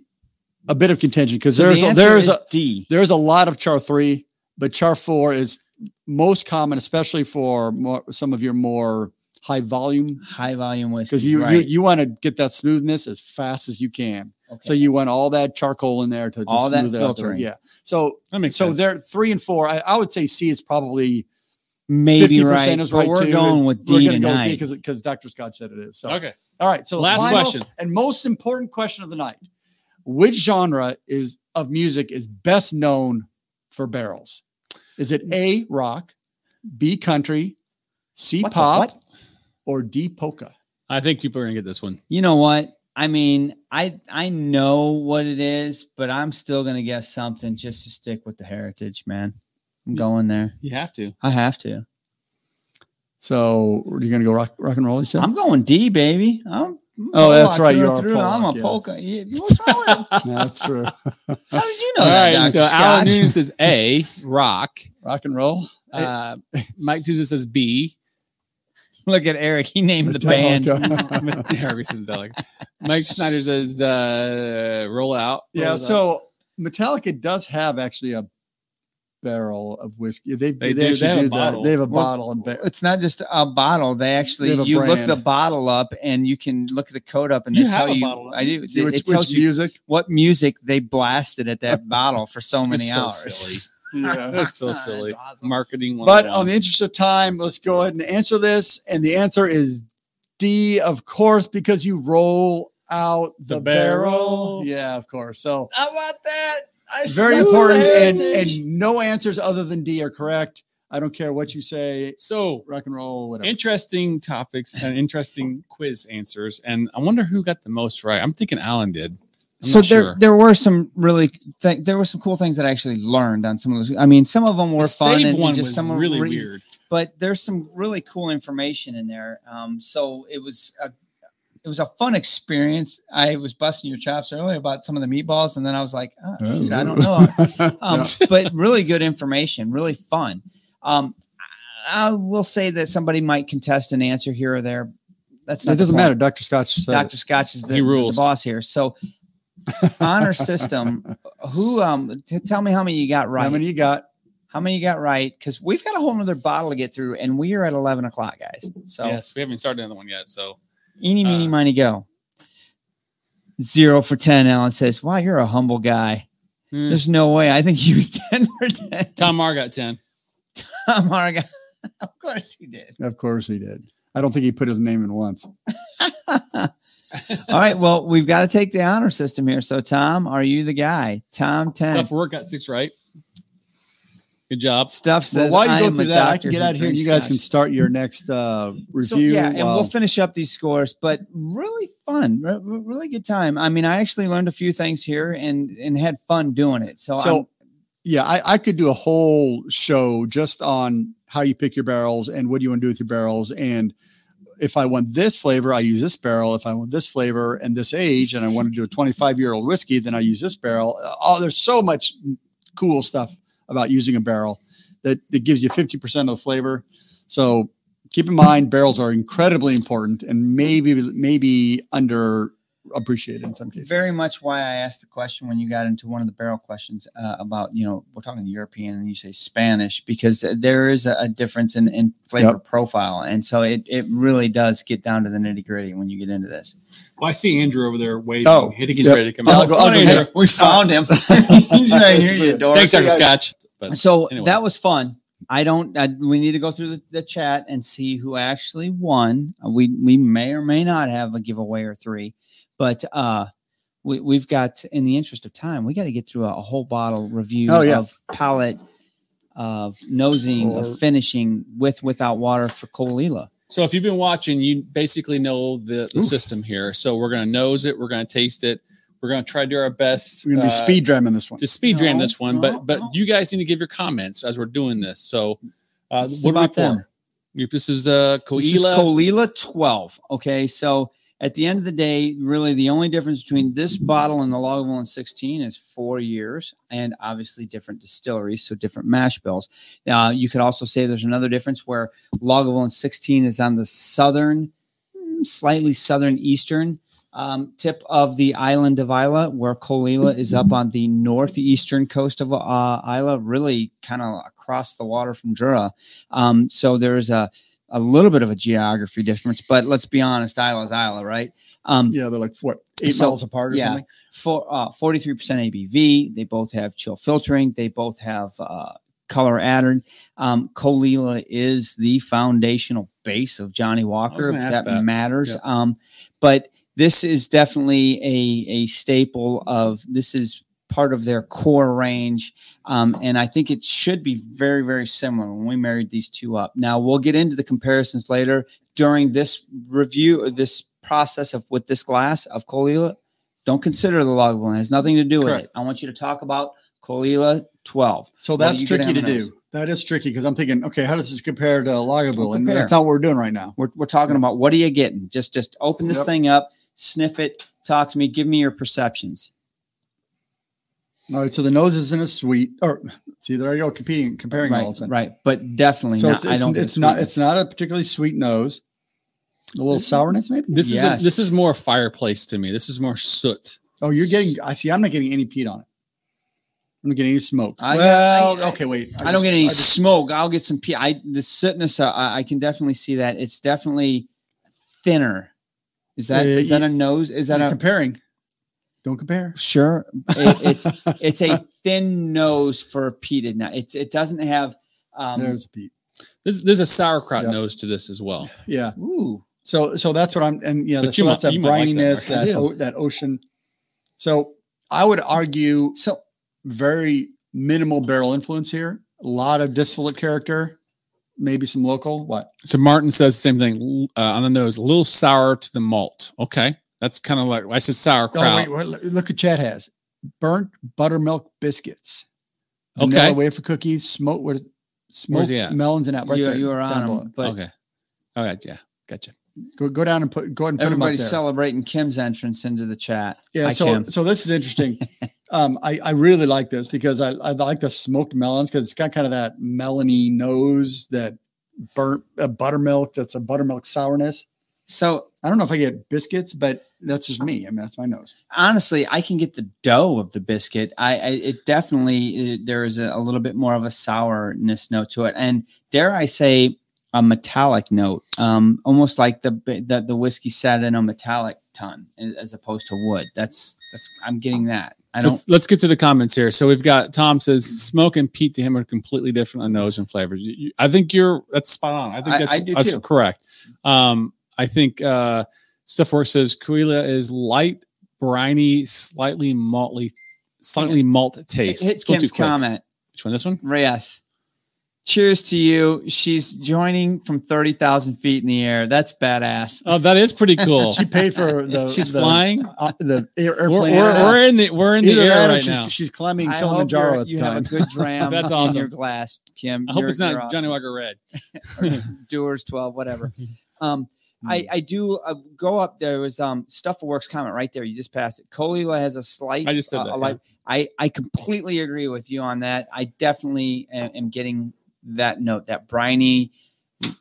[SPEAKER 1] a bit of contention because
[SPEAKER 2] So the
[SPEAKER 1] there's a,
[SPEAKER 2] answer
[SPEAKER 1] there's
[SPEAKER 2] is
[SPEAKER 1] a
[SPEAKER 2] D.
[SPEAKER 1] there's a lot of char three, but char four is most common, especially for more, some of your more high volume
[SPEAKER 2] High volume whiskey.
[SPEAKER 1] because you, you
[SPEAKER 2] right.
[SPEAKER 1] you want to get that smoothness as fast as you can.
[SPEAKER 2] Okay.
[SPEAKER 1] So you want all that charcoal in there to just
[SPEAKER 2] All that
[SPEAKER 1] smooth it out the-
[SPEAKER 2] filtering.
[SPEAKER 1] Yeah. So
[SPEAKER 3] That makes
[SPEAKER 1] so
[SPEAKER 3] sense.
[SPEAKER 1] there three and four. I, I would say C is probably
[SPEAKER 2] maybe
[SPEAKER 1] 50%
[SPEAKER 2] right,
[SPEAKER 1] is
[SPEAKER 2] but
[SPEAKER 1] right
[SPEAKER 2] we're
[SPEAKER 1] too.
[SPEAKER 2] going with
[SPEAKER 1] we're
[SPEAKER 2] D
[SPEAKER 1] gonna go
[SPEAKER 2] tonight.
[SPEAKER 1] with D because Dr. Scott said it is. So
[SPEAKER 3] okay.
[SPEAKER 1] all right. So
[SPEAKER 3] Last
[SPEAKER 1] final
[SPEAKER 3] question.
[SPEAKER 1] and most important question of the night: Which genre is of music is best known for barrels? Is it A rock, B country, C
[SPEAKER 2] What the
[SPEAKER 1] pop,
[SPEAKER 2] what?
[SPEAKER 1] or D polka?
[SPEAKER 3] I think people are gonna get this one.
[SPEAKER 2] you know what? I mean, I I know what it is, but I'm still gonna guess something just to stick with the heritage, man. I'm going there.
[SPEAKER 3] You have to.
[SPEAKER 2] I have to.
[SPEAKER 1] So you're gonna go rock, rock and roll? You said
[SPEAKER 2] I'm going D, baby. I'm,
[SPEAKER 1] Oh, that's
[SPEAKER 2] I'm
[SPEAKER 1] right,
[SPEAKER 2] through
[SPEAKER 1] you
[SPEAKER 2] and
[SPEAKER 1] are a
[SPEAKER 2] through. I'm a
[SPEAKER 1] Pollock, yeah.
[SPEAKER 2] polka. Yeah, what's wrong with-
[SPEAKER 1] No, that's true.
[SPEAKER 2] How did you know
[SPEAKER 3] All
[SPEAKER 2] that,
[SPEAKER 3] right.
[SPEAKER 2] Dr.
[SPEAKER 3] So
[SPEAKER 2] Oh, Scott?
[SPEAKER 3] Alan Nunes says A, rock.
[SPEAKER 1] rock and roll.
[SPEAKER 3] Uh, Mike Tuesday says B.
[SPEAKER 2] Look at Eric. He named the band.
[SPEAKER 1] Metallica.
[SPEAKER 3] Derek says Metallica. Mike Schneider says uh, roll out.
[SPEAKER 1] yeah.
[SPEAKER 3] Roll out.
[SPEAKER 1] So Metallica does have actually a barrel of whiskey. They they,
[SPEAKER 3] They do. They
[SPEAKER 1] actually
[SPEAKER 3] have a
[SPEAKER 1] do that.
[SPEAKER 3] bottle.
[SPEAKER 1] They have a
[SPEAKER 2] Well,
[SPEAKER 1] bottle and ba-
[SPEAKER 2] It's not just a bottle. They
[SPEAKER 1] They
[SPEAKER 2] actually
[SPEAKER 1] have a
[SPEAKER 2] you look
[SPEAKER 1] brand.
[SPEAKER 2] the bottle up and you can look at the code up and they
[SPEAKER 3] You have
[SPEAKER 2] tell
[SPEAKER 3] a
[SPEAKER 2] you.
[SPEAKER 3] bottle,
[SPEAKER 2] I do. It,
[SPEAKER 1] see which,
[SPEAKER 2] it tells
[SPEAKER 1] which
[SPEAKER 2] you
[SPEAKER 1] music.
[SPEAKER 2] what music they blasted at that bottle for so many
[SPEAKER 3] That's so
[SPEAKER 2] hours.
[SPEAKER 3] silly.
[SPEAKER 1] Yeah.
[SPEAKER 3] That's so silly. Marketing.
[SPEAKER 1] But
[SPEAKER 3] 101.
[SPEAKER 1] on the interest of time, let's go ahead and answer this. And the answer is D, of course, because you roll out the,
[SPEAKER 3] The
[SPEAKER 1] barrel.
[SPEAKER 3] barrel.
[SPEAKER 1] Yeah, of course. So
[SPEAKER 2] How about that? I
[SPEAKER 1] very
[SPEAKER 2] stuck with
[SPEAKER 1] important.
[SPEAKER 2] the
[SPEAKER 1] And,
[SPEAKER 2] heritage.
[SPEAKER 1] and no answers other than D are correct. I don't care what you say,
[SPEAKER 3] so
[SPEAKER 1] rock and roll, whatever.
[SPEAKER 3] interesting topics and interesting quiz answers. And I wonder who got the most right. I'm thinking Alan did. I'm
[SPEAKER 2] so
[SPEAKER 3] not
[SPEAKER 2] there,
[SPEAKER 3] sure.
[SPEAKER 2] there were some really th- there were some cool things that I actually learned on some of those. I mean, some of them were
[SPEAKER 3] The
[SPEAKER 2] fun
[SPEAKER 3] stave
[SPEAKER 2] and,
[SPEAKER 3] one
[SPEAKER 2] and just
[SPEAKER 3] was
[SPEAKER 2] some of e-
[SPEAKER 3] really
[SPEAKER 2] re-
[SPEAKER 3] weird.
[SPEAKER 2] But there's some really cool information in there. Um, so it was a it was a fun experience. I was busting your chops earlier about some of the meatballs, and then I was like, oh, shoot, I don't know. um, but really good information, really fun. Um, I I will say that somebody might contest an answer here or there. That's not
[SPEAKER 1] It
[SPEAKER 2] the
[SPEAKER 1] doesn't
[SPEAKER 2] point.
[SPEAKER 1] matter. uh, Dr. Scott said it.
[SPEAKER 2] Dr. Scotch is the,
[SPEAKER 3] He
[SPEAKER 2] the
[SPEAKER 3] rules.
[SPEAKER 2] boss here. So honor system. Who um t- tell me how many you got right?
[SPEAKER 1] How many you got?
[SPEAKER 2] you got right? Because we've got a whole nother bottle to get through, and we are at eleven o'clock, guys. So
[SPEAKER 3] Yes, we haven't started another one yet. So
[SPEAKER 2] eeny meeny
[SPEAKER 3] Uh,
[SPEAKER 2] miny go. Zero for ten. Alan says, Wow, you're a humble guy.
[SPEAKER 3] Hmm.
[SPEAKER 2] There's no way. I think he was ten for ten.
[SPEAKER 3] Tom Mar got 10.
[SPEAKER 2] Tom Hargan. of course he did.
[SPEAKER 1] Of course he did. I don't think he put his name in once.
[SPEAKER 2] All right. Well, we've got to take the honor system here. So, Tom, are you the guy? Tom ten.
[SPEAKER 3] Tough work got six right. Good job.
[SPEAKER 1] Well,
[SPEAKER 2] Stuff says
[SPEAKER 1] while you
[SPEAKER 2] I
[SPEAKER 1] go
[SPEAKER 2] am
[SPEAKER 1] through
[SPEAKER 2] a
[SPEAKER 1] that, I
[SPEAKER 2] doctor
[SPEAKER 1] can get
[SPEAKER 2] who
[SPEAKER 1] out here and
[SPEAKER 2] drinks
[SPEAKER 1] you guys
[SPEAKER 2] scotch."
[SPEAKER 1] can start your next uh, review. um,
[SPEAKER 2] So, yeah, and
[SPEAKER 1] while-
[SPEAKER 2] we'll finish up these scores, but really fun, re- re- really good time. I mean, I actually learned a few things here and and had fun doing it. So,
[SPEAKER 1] So,
[SPEAKER 2] I'm-
[SPEAKER 1] yeah, I, I could do a whole show just on how you pick your barrels and what do you want to do with your barrels. And if I want this flavor, I use this barrel. If I want this flavor and this age, and I want to do a 25 year old whiskey, then I use this barrel. Oh, there's so much cool stuff about using a barrel that, that gives you 50% of the flavor. So keep in mind, barrels are incredibly important and maybe, maybe underappreciated in some cases.
[SPEAKER 2] very much why I asked the question when you got into one of the barrel questions uh, about you know we're talking European and you say Spanish because there is a, a difference in, in flavor profile, and so it it really does get down to the nitty gritty when you get into this.
[SPEAKER 3] Well, I see Andrew over there waiting.
[SPEAKER 1] Oh,
[SPEAKER 3] I think he's
[SPEAKER 1] yep.
[SPEAKER 3] ready to come
[SPEAKER 1] I'll
[SPEAKER 3] out.
[SPEAKER 1] go-
[SPEAKER 3] Come
[SPEAKER 1] I'll
[SPEAKER 3] on,
[SPEAKER 1] go
[SPEAKER 3] Andrew.
[SPEAKER 1] ahead.
[SPEAKER 2] We found him. He's right here, you dork.
[SPEAKER 3] Thanks, Dr.
[SPEAKER 1] Yeah, yeah.
[SPEAKER 3] Scotch. But
[SPEAKER 2] So
[SPEAKER 3] anyway.
[SPEAKER 2] that was fun. I don't. I, we need to go through the, the chat and see who actually won. We we may or may not have a giveaway or three, but uh, we we've got in the interest of time, we got to get through a, a whole bottle review
[SPEAKER 1] Oh, yeah.
[SPEAKER 2] of palate, of nosing,
[SPEAKER 1] Or-
[SPEAKER 2] of finishing with without water for Colila.
[SPEAKER 3] So if you've been watching, you basically know the, the
[SPEAKER 1] Ooh.
[SPEAKER 3] system here. So we're gonna nose it, we're gonna taste it, we're gonna try to do our best.
[SPEAKER 1] We're going to be
[SPEAKER 3] uh,
[SPEAKER 1] speed dramming this one.
[SPEAKER 3] to speed dram
[SPEAKER 2] No,
[SPEAKER 3] this one,
[SPEAKER 2] no,
[SPEAKER 3] but but
[SPEAKER 2] no.
[SPEAKER 3] you guys need to give your comments as we're doing this. So uh,
[SPEAKER 2] This is
[SPEAKER 3] what about
[SPEAKER 2] about
[SPEAKER 3] we
[SPEAKER 2] them.
[SPEAKER 3] them? This is uh,
[SPEAKER 2] This is
[SPEAKER 3] Coela.
[SPEAKER 2] Colila 12. Okay. So at the end of the day, really the only difference between this bottle and the Lagavulin 16 is four years and obviously different distilleries, so different mash bills. Now, you could also say there's another difference where Lagavulin 16 is on the southern, mm, slightly southern eastern um, tip of the island of Isla, where Kolila is up on the northeastern coast of uh, Isla, really kind of across the water from Jura. Um, so there's a, a little bit of a geography difference, but let's be honest, Isla is Isla, right? Um,
[SPEAKER 1] Yeah, they're like what eight
[SPEAKER 2] So,
[SPEAKER 1] miles apart or
[SPEAKER 2] yeah.
[SPEAKER 1] something.
[SPEAKER 2] for uh, 43% ABV. They both have chill filtering. They both have uh, color added. Um, Kolila is the foundational base of Johnny Walker.
[SPEAKER 3] gonna
[SPEAKER 2] If
[SPEAKER 3] ask
[SPEAKER 2] that,
[SPEAKER 3] that.
[SPEAKER 2] matters.
[SPEAKER 3] Yeah.
[SPEAKER 2] Um, but this is definitely a, a staple of this is part of their core range. Um, and I think it should be very, very similar when we married these two up. Now we'll get into the comparisons later during this review or this process of with this glass of Colila. Don't consider the log one. It has nothing to do with
[SPEAKER 1] Correct.
[SPEAKER 2] it. I want you to talk about Colila 12.
[SPEAKER 1] So
[SPEAKER 2] Well,
[SPEAKER 1] that's
[SPEAKER 2] you get
[SPEAKER 1] tricky to
[SPEAKER 2] M&Ms.
[SPEAKER 1] do. That is tricky because I'm thinking, okay, how does this compare to Lagerville? And
[SPEAKER 2] compare.
[SPEAKER 1] that's not what we're doing right now.
[SPEAKER 2] We're, we're talking about what are you getting? Just just open this
[SPEAKER 1] Yep.
[SPEAKER 2] thing up, sniff it, talk to me, give me your perceptions.
[SPEAKER 1] All right, so the nose is in a sweet. Or see, there I go, competing, comparing all
[SPEAKER 2] Right,
[SPEAKER 1] of a sudden.
[SPEAKER 2] right. But definitely
[SPEAKER 1] So
[SPEAKER 2] not.
[SPEAKER 1] it's,
[SPEAKER 2] I
[SPEAKER 1] it's,
[SPEAKER 2] don't. get
[SPEAKER 1] it's
[SPEAKER 2] a
[SPEAKER 1] not
[SPEAKER 2] sweetness.
[SPEAKER 1] it's not a particularly sweet nose. A little
[SPEAKER 3] This is-
[SPEAKER 1] sourness, maybe.
[SPEAKER 3] This
[SPEAKER 2] Yes.
[SPEAKER 3] is a, this is more fireplace to me. This is more soot.
[SPEAKER 1] Oh, you're getting. I see. I'm not getting any peat on it. I'm not getting any smoke.
[SPEAKER 2] I-
[SPEAKER 1] well,
[SPEAKER 2] I-
[SPEAKER 1] okay, wait.
[SPEAKER 2] I don't
[SPEAKER 1] just-
[SPEAKER 2] get any
[SPEAKER 1] I just-
[SPEAKER 2] smoke. I'll get some pee. I the sootness. uh, I, I can definitely see that. It's definitely thinner. Is that
[SPEAKER 1] Uh,
[SPEAKER 2] is that
[SPEAKER 1] you-
[SPEAKER 2] a nose? Is that
[SPEAKER 1] you're
[SPEAKER 2] a
[SPEAKER 1] comparing? Don't compare.
[SPEAKER 2] sure? It, it's it's a thin nose for peated. Now it's it doesn't have. Um,
[SPEAKER 1] There's a peat.
[SPEAKER 3] There's there's a sauerkraut
[SPEAKER 1] Yeah.
[SPEAKER 3] nose to this as well.
[SPEAKER 1] Yeah.
[SPEAKER 2] ooh,
[SPEAKER 1] So so that's what I'm and you know
[SPEAKER 3] But
[SPEAKER 1] that's,
[SPEAKER 3] you
[SPEAKER 1] so
[SPEAKER 3] might-
[SPEAKER 1] that's that
[SPEAKER 3] you might like that,
[SPEAKER 1] brininess
[SPEAKER 3] Mark.
[SPEAKER 2] I
[SPEAKER 1] that
[SPEAKER 2] do.
[SPEAKER 1] o- that ocean. So I would argue
[SPEAKER 2] so
[SPEAKER 1] very minimal barrel influence here. A lot of distillate character, maybe some local. What?
[SPEAKER 3] So Martin says the same thing l- uh, on the nose, a little sour to the malt. Okay. That's kind of like I
[SPEAKER 1] Oh,
[SPEAKER 3] said sauerkraut.
[SPEAKER 1] wait, wait, look- look at Chad has burnt buttermilk biscuits.
[SPEAKER 3] Okay.
[SPEAKER 1] Vanilla wafer cookies, smoke what is smoked
[SPEAKER 3] he at?
[SPEAKER 1] melons and out right
[SPEAKER 2] you,
[SPEAKER 1] there.
[SPEAKER 2] you are
[SPEAKER 1] down
[SPEAKER 2] on
[SPEAKER 1] below.
[SPEAKER 2] them, but
[SPEAKER 3] okay. All right. Yeah. Gotcha.
[SPEAKER 1] Go, go down and put go ahead and put
[SPEAKER 2] everybody's
[SPEAKER 1] them up
[SPEAKER 2] celebrating Kim's entrance into the chat.
[SPEAKER 1] there. Yeah,
[SPEAKER 2] Hi,
[SPEAKER 1] so
[SPEAKER 2] Kim.
[SPEAKER 1] so this is interesting. um, I I really like this because I I like the smoked melons because it's got kind of that melony nose that burnt uh, buttermilk. That's a buttermilk sourness.
[SPEAKER 2] So
[SPEAKER 1] I don't know if I get biscuits, but that's just me. I mean, that's my nose.
[SPEAKER 2] honestly, I can get the dough of the biscuit. I, I it definitely it, there is a, a little bit more of a sourness note to it, and dare I say, a metallic note, um, almost like the bi- the, the whiskey sat in a metallic ton a- as opposed to wood. That's that's I'm getting that. I don't.
[SPEAKER 3] Let's, let's get to the comments here. So we've got Tom says smoke and Pete to him are completely different on nose and flavors. You- you- I think you're that's spot on. I think
[SPEAKER 2] I-
[SPEAKER 3] that's,
[SPEAKER 2] I do
[SPEAKER 3] that's
[SPEAKER 2] too.
[SPEAKER 3] correct. Um, I think uh, Stuffwork says Kuila is light, briny, slightly malty, slightly malt taste.
[SPEAKER 2] hit
[SPEAKER 3] It's going too
[SPEAKER 2] Kim's
[SPEAKER 3] quick.
[SPEAKER 2] comment,
[SPEAKER 3] Which one? This one?
[SPEAKER 2] Reyes. Cheers to you. She's joining from thirty thousand feet in the air. That's badass.
[SPEAKER 3] Oh, that is pretty cool.
[SPEAKER 1] She paid for the
[SPEAKER 3] She's
[SPEAKER 1] the,
[SPEAKER 3] flying.
[SPEAKER 1] uh, the air,
[SPEAKER 3] We're,
[SPEAKER 1] airplane.
[SPEAKER 3] we're- we're in the we're in
[SPEAKER 1] Either
[SPEAKER 3] the
[SPEAKER 1] that
[SPEAKER 3] air
[SPEAKER 1] or
[SPEAKER 3] right
[SPEAKER 1] she's,
[SPEAKER 3] now.
[SPEAKER 1] she's climbing
[SPEAKER 2] I hope
[SPEAKER 1] Kilimanjaro
[SPEAKER 2] you're-
[SPEAKER 1] at the
[SPEAKER 2] you have a
[SPEAKER 1] time.
[SPEAKER 2] good dram
[SPEAKER 3] That's
[SPEAKER 2] in your
[SPEAKER 3] awesome.
[SPEAKER 2] glass, Kim.
[SPEAKER 3] I hope
[SPEAKER 2] You're-
[SPEAKER 3] it's not
[SPEAKER 2] you're awesome.
[SPEAKER 3] Johnny Walker Red.
[SPEAKER 2] doers 12 whatever um I, I do uh, go up there was um stuff for works comment right there you just passed it Colila has a slight
[SPEAKER 3] I just said
[SPEAKER 2] uh,
[SPEAKER 3] that,
[SPEAKER 2] a light- I I completely agree with you on that I definitely am, am getting that note that briny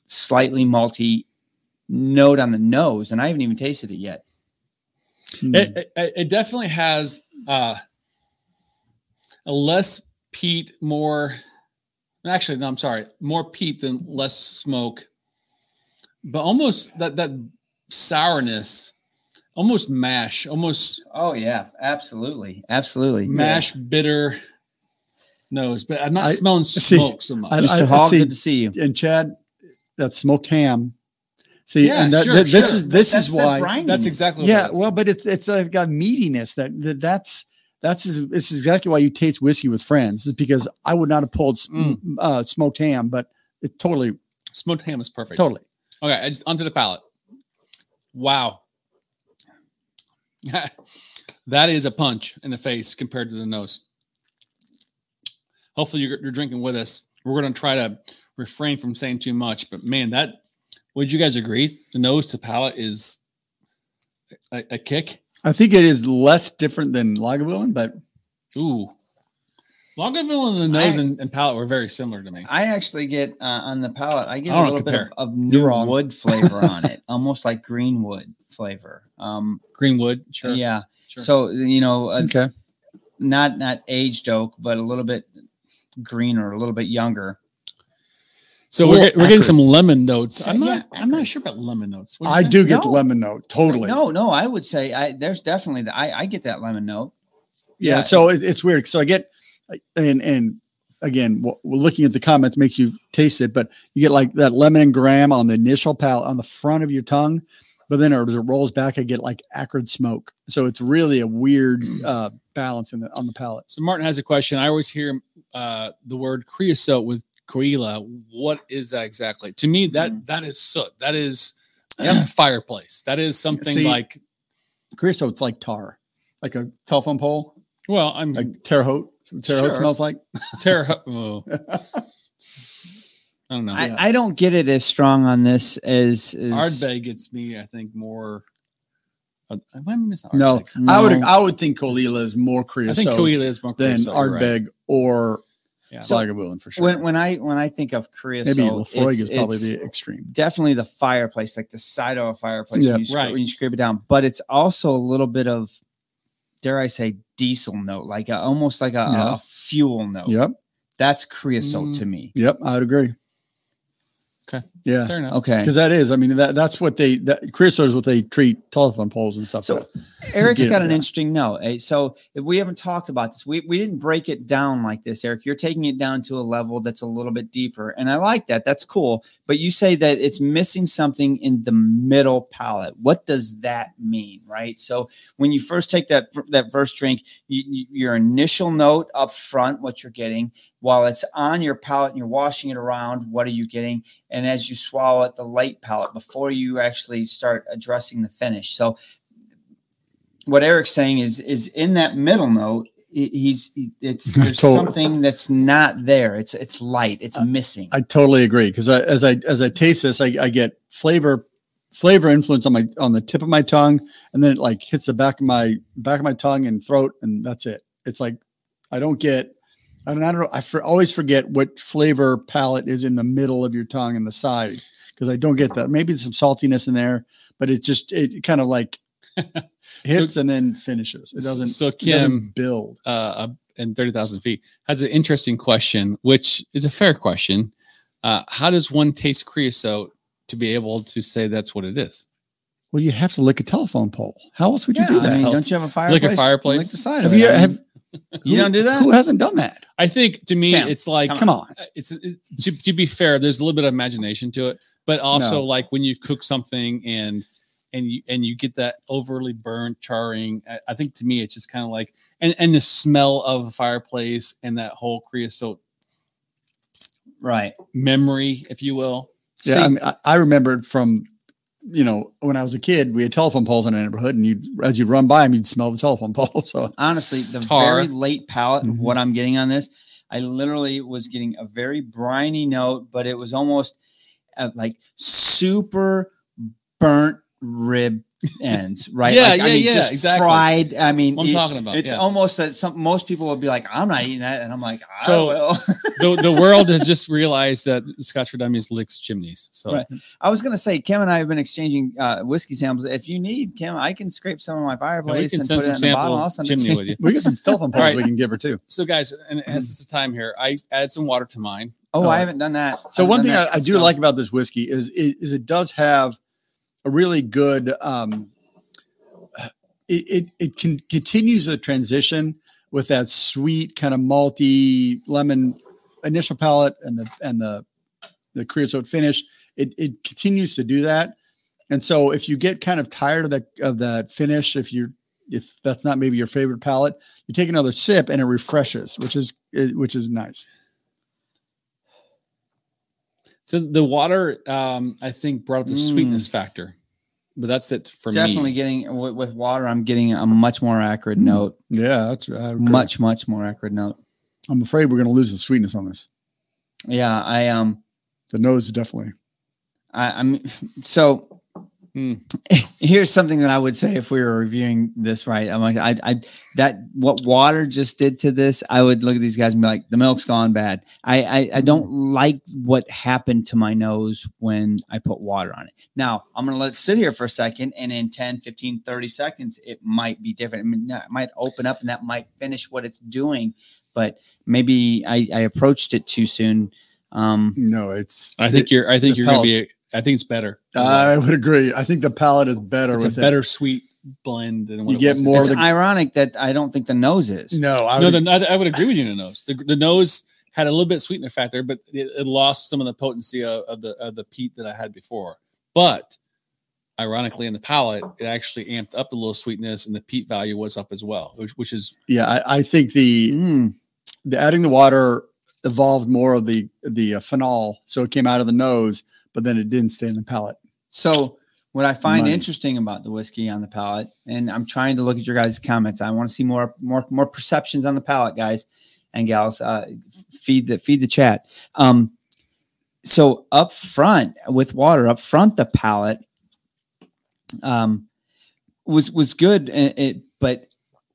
[SPEAKER 2] slightly malty note on the nose and I haven't even tasted it yet
[SPEAKER 1] Hmm.
[SPEAKER 3] It, it, it definitely has uh, a less peat, more. Actually, no, I'm sorry, more peat than less smoke, but almost that that sourness, almost mash, almost
[SPEAKER 2] oh yeah absolutely absolutely
[SPEAKER 3] mash bitter nose. But I'm not
[SPEAKER 1] I-
[SPEAKER 3] smelling
[SPEAKER 1] see,
[SPEAKER 3] smoke so much.
[SPEAKER 1] I-
[SPEAKER 2] Mr.
[SPEAKER 1] I
[SPEAKER 2] Hall
[SPEAKER 1] see-
[SPEAKER 2] good to see you
[SPEAKER 1] and Chad, that smoked ham. See,
[SPEAKER 3] Yeah,
[SPEAKER 1] and that,
[SPEAKER 3] sure,
[SPEAKER 1] that- this
[SPEAKER 3] sure.
[SPEAKER 1] is this
[SPEAKER 2] That's
[SPEAKER 1] is
[SPEAKER 2] the
[SPEAKER 1] why.
[SPEAKER 2] brininess.
[SPEAKER 3] That's exactly
[SPEAKER 1] Yeah,
[SPEAKER 3] What it is.
[SPEAKER 1] well, but it's it's uh, got meatiness that, that that's that's is, this is exactly why you taste whiskey with friends is because I would not have pulled s-
[SPEAKER 3] Mm.
[SPEAKER 1] uh, smoked ham, but it totally
[SPEAKER 3] smoked ham is perfect.
[SPEAKER 1] totally.
[SPEAKER 3] Okay, I just onto the palate. Wow. that is a punch in the face compared to the nose. Hopefully you're, you're drinking with us. We're going to try to refrain from saying too much, but man, that would you guys agree? The nose to palate is a, a kick.
[SPEAKER 1] I think it is less different than Lagavulin, but
[SPEAKER 3] Ooh. Longaville and the nose and, and palate were very similar to me.
[SPEAKER 2] I actually get uh, on the palate. I get
[SPEAKER 3] I don't
[SPEAKER 2] a little bit of,
[SPEAKER 3] compare.
[SPEAKER 2] of
[SPEAKER 3] You're
[SPEAKER 2] new
[SPEAKER 3] wrong.
[SPEAKER 2] wood flavor on it, almost like green wood flavor. Um,
[SPEAKER 3] Greenwood, sure.
[SPEAKER 2] yeah.
[SPEAKER 3] sure.
[SPEAKER 2] So you know, uh,
[SPEAKER 1] Okay.
[SPEAKER 2] not not aged oak, but a little bit greener, a little bit younger.
[SPEAKER 3] So
[SPEAKER 1] Well,
[SPEAKER 3] we're, get, we're getting
[SPEAKER 1] accurate.
[SPEAKER 3] some lemon notes.
[SPEAKER 2] So,
[SPEAKER 3] I'm
[SPEAKER 2] yeah,
[SPEAKER 3] not. I'm not
[SPEAKER 2] accurate.
[SPEAKER 3] sure about lemon notes. What
[SPEAKER 1] I
[SPEAKER 3] you say?
[SPEAKER 1] do get the
[SPEAKER 2] No.
[SPEAKER 1] lemon note totally.
[SPEAKER 2] No, no, I would say I there's definitely the, I I get that lemon note.
[SPEAKER 1] yeah,
[SPEAKER 2] Yeah.
[SPEAKER 1] so it, it's weird so i get and and again w- looking at the comments makes you taste it but you get like that lemon and graham on the initial palate on the front of your tongue but then as it rolls back i get like acrid smoke so it's really a weird
[SPEAKER 2] Mm.
[SPEAKER 1] uh balance in the on the palate
[SPEAKER 3] So Martin has a question. I always hear uh, the word creosote with Coila. What is that exactly? To me, that
[SPEAKER 1] Mm.
[SPEAKER 2] Mhm.
[SPEAKER 3] that is soot. That is
[SPEAKER 2] Yeah.
[SPEAKER 3] fireplace. That is something
[SPEAKER 1] See-
[SPEAKER 3] like.
[SPEAKER 1] creosote's like tar like a telephone pole
[SPEAKER 3] Well, I'm
[SPEAKER 1] like terre haute That's what terre haute
[SPEAKER 2] Sure.
[SPEAKER 1] smells like
[SPEAKER 3] terror. oh. I don't know.
[SPEAKER 1] Yeah.
[SPEAKER 2] I, I don't get it as strong on this as, as
[SPEAKER 3] Ardbeg gets me. I think more. uh, am I missing
[SPEAKER 1] no,
[SPEAKER 3] Ardbeg?
[SPEAKER 1] i would
[SPEAKER 2] No.
[SPEAKER 1] i would think colila is more
[SPEAKER 3] I think
[SPEAKER 1] creosote
[SPEAKER 3] Coila is more
[SPEAKER 1] than
[SPEAKER 3] creosote, you're right.
[SPEAKER 1] ardbeg or
[SPEAKER 3] Yeah.
[SPEAKER 1] so, for sure
[SPEAKER 2] when when I when I think of creosote,
[SPEAKER 1] maybe lefroy
[SPEAKER 2] it's-
[SPEAKER 1] is probably
[SPEAKER 2] it's-
[SPEAKER 1] the extreme
[SPEAKER 2] definitely the fireplace, like the side of a fireplace
[SPEAKER 1] Yeah.
[SPEAKER 2] when, you scrape,
[SPEAKER 3] Right.
[SPEAKER 2] when you scrape it down. But it's also a little bit of, dare I say, diesel note, like a, almost like a, a
[SPEAKER 1] Yeah.
[SPEAKER 2] fuel note.
[SPEAKER 1] Yep.
[SPEAKER 2] That's creosote
[SPEAKER 3] Mm.
[SPEAKER 2] to me.
[SPEAKER 1] Yep. I would agree.
[SPEAKER 3] Okay.
[SPEAKER 1] Yeah.
[SPEAKER 3] Fair enough.
[SPEAKER 2] Okay.
[SPEAKER 1] Because that is, I mean, that that's what they that creosote is what they treat telephone poles and stuff.
[SPEAKER 2] So-
[SPEAKER 1] with.
[SPEAKER 2] Eric's
[SPEAKER 1] Yeah,
[SPEAKER 2] got an
[SPEAKER 1] yeah.
[SPEAKER 2] interesting note. eh? So if we haven't talked about this, we, we didn't break it down like this, Eric. You're taking it down to a level that's a little bit deeper. And I like that. That's cool. But you say that it's missing something in the middle palate. What does that mean? Right. So when you first take that that first drink, you, you- your initial note up front, what you're getting, while it's on your palate and you're washing it around, what are you getting? And as you swallow it, the light palate before you actually start addressing the finish. So what Eric's saying is is in that middle note. he- He's he- it's there's
[SPEAKER 1] Totally.
[SPEAKER 2] something that's not there. It's it's light. It's missing.
[SPEAKER 1] I totally agree. Because I, as I as I taste this, I, I get flavor flavor influence on my on the tip of my tongue, and then it like hits the back of my back of my tongue and throat, and that's it. It's like I don't get. I don't, I don't know. I for, always forget what flavor palette is in the middle of your tongue and the sides because I don't get that. Maybe some saltiness in there, but it just it kind of like hits and then finishes. It doesn't.
[SPEAKER 3] So
[SPEAKER 1] it doesn't
[SPEAKER 3] Kim,
[SPEAKER 1] build.
[SPEAKER 3] uh, uh, and 30,000 feet has an interesting question, which is a fair question. Uh, how does one taste creosote to be able to say that's what it is?
[SPEAKER 1] Well, you have to lick a telephone pole. How else would you
[SPEAKER 2] yeah,
[SPEAKER 1] do
[SPEAKER 2] I
[SPEAKER 1] that?
[SPEAKER 2] mean,
[SPEAKER 3] Help.
[SPEAKER 2] don't you have a fireplace?
[SPEAKER 3] Like a fireplace?
[SPEAKER 2] Like the side
[SPEAKER 1] have
[SPEAKER 2] of it.
[SPEAKER 1] you
[SPEAKER 2] I mean,
[SPEAKER 1] have
[SPEAKER 2] you don't do that?
[SPEAKER 1] Who hasn't done that?
[SPEAKER 3] I think to me,
[SPEAKER 2] Cam,
[SPEAKER 3] it's like, uh,
[SPEAKER 1] Come on.
[SPEAKER 3] it's it, to, to be fair, there's a little bit of imagination to it, but also like when you cook something and and you and you get that overly burnt charring. I, I think to me, it's just kind of like and and the smell of a fireplace and that whole creosote
[SPEAKER 2] right.
[SPEAKER 3] memory, if you will.
[SPEAKER 1] Yeah, I, mean, I, I remember it from you know when I was a kid. We had telephone poles in our neighborhood, and you as you run by them, you'd smell the telephone pole. So
[SPEAKER 2] Honestly, the
[SPEAKER 3] Tar.
[SPEAKER 2] very late palate of
[SPEAKER 1] Mhm.
[SPEAKER 2] what I'm getting on this, I literally was getting a very briny note, but it was almost uh, like super burnt rib ends, right?
[SPEAKER 3] Yeah,
[SPEAKER 2] like,
[SPEAKER 3] yeah, yeah, exactly.
[SPEAKER 2] Fried. I mean,
[SPEAKER 3] What I'm
[SPEAKER 2] it-
[SPEAKER 3] talking about.
[SPEAKER 2] it's
[SPEAKER 3] yeah.
[SPEAKER 2] almost that some most people would be like, "I'm not eating that," and I'm like, "I
[SPEAKER 3] So-
[SPEAKER 2] will."
[SPEAKER 3] the, the world has just realized that Scotch for Dummies licks chimneys. So
[SPEAKER 2] Right. I was gonna say, Kim and I have been exchanging uh, whiskey samples. If you need, Kim, I can scrape some of my
[SPEAKER 3] Yeah, we
[SPEAKER 2] fireplace
[SPEAKER 3] can
[SPEAKER 2] and put
[SPEAKER 3] send
[SPEAKER 2] it
[SPEAKER 3] some
[SPEAKER 2] in the bottle.
[SPEAKER 3] sample
[SPEAKER 2] I'll send it to Mm-hmm.
[SPEAKER 3] chimney
[SPEAKER 2] you.
[SPEAKER 3] with you.
[SPEAKER 1] we got some telephone poles
[SPEAKER 3] All right.
[SPEAKER 1] we can give her too.
[SPEAKER 3] So guys, and as it's the time here, I add some water to mine.
[SPEAKER 2] Oh,
[SPEAKER 1] Oh.
[SPEAKER 2] I haven't done that.
[SPEAKER 1] So
[SPEAKER 2] haven't
[SPEAKER 1] one
[SPEAKER 2] done
[SPEAKER 1] thing I,
[SPEAKER 2] that.
[SPEAKER 1] I
[SPEAKER 2] Let's
[SPEAKER 1] do
[SPEAKER 2] go.
[SPEAKER 1] like about this whiskey is, is is it does have a really good um it it, it can continues the transition with that sweet kind of malty lemon initial palate and the and the the creosote finish it it continues to do that and so if you get kind of tired of that of that finish if you're if that's not maybe your favorite palate you take another sip and it refreshes which is which is nice
[SPEAKER 3] So the water, um, I think, brought up the
[SPEAKER 2] Mm.
[SPEAKER 3] sweetness factor, but that's it for
[SPEAKER 2] definitely
[SPEAKER 3] me.
[SPEAKER 2] getting w- with water. I'm getting a much more acrid
[SPEAKER 3] Mm-hmm.
[SPEAKER 1] Mm.
[SPEAKER 2] note.
[SPEAKER 1] yeah that's I agree.
[SPEAKER 2] Much, much more acrid note.
[SPEAKER 1] I'm afraid we're going to lose the sweetness on this.
[SPEAKER 2] Yeah, I um,
[SPEAKER 1] The nose definitely.
[SPEAKER 2] I, I'm so
[SPEAKER 3] Hmm.
[SPEAKER 2] Here's something that I would say if we were reviewing this right. I'm like, I, I, that what water just did to this. I would look at these guys and be like, the milk's gone bad. I, I, I don't like what happened to my nose when I put water on it. Now I'm gonna let it sit here for a second, and in 10, 15, 30 seconds, it might be different. I mean, it might open up, and that might finish what it's doing. But maybe I, I approached it too soon. Um,
[SPEAKER 1] No, it's.
[SPEAKER 3] I think you're. I think
[SPEAKER 1] The
[SPEAKER 3] you're gonna
[SPEAKER 1] palate-
[SPEAKER 3] be. I think it's better.
[SPEAKER 1] I would agree. I think the palate is better
[SPEAKER 3] it's a
[SPEAKER 1] with it.
[SPEAKER 3] better sweet blend than what
[SPEAKER 1] You
[SPEAKER 3] it
[SPEAKER 1] get
[SPEAKER 3] was.
[SPEAKER 1] more-
[SPEAKER 2] it's
[SPEAKER 1] the-
[SPEAKER 2] ironic that I don't think the nose is.
[SPEAKER 1] No, I
[SPEAKER 3] no,
[SPEAKER 1] would,
[SPEAKER 3] then I, I would agree with you on the nose. The, the nose had a little bit sweetener factor, but it, it lost some of the potency of, of the of the peat that I had before. But ironically, in the palate, it actually amped up the little sweetness, and the peat value was up as well, which, which is
[SPEAKER 1] yeah, I, I think the
[SPEAKER 2] Mm.
[SPEAKER 1] the adding the water evolved more of the the uh, phenol, so it came out of the nose, but then it didn't stay in the palate.
[SPEAKER 2] So what I find
[SPEAKER 1] Money.
[SPEAKER 2] interesting about the whiskey on the palate, and I'm trying to look at your guys' comments. I want to see more, more, more perceptions on the palate, guys and gals. Uh, feed the feed the chat. Um, so up front with water, up front the palate um, was was good, and it, but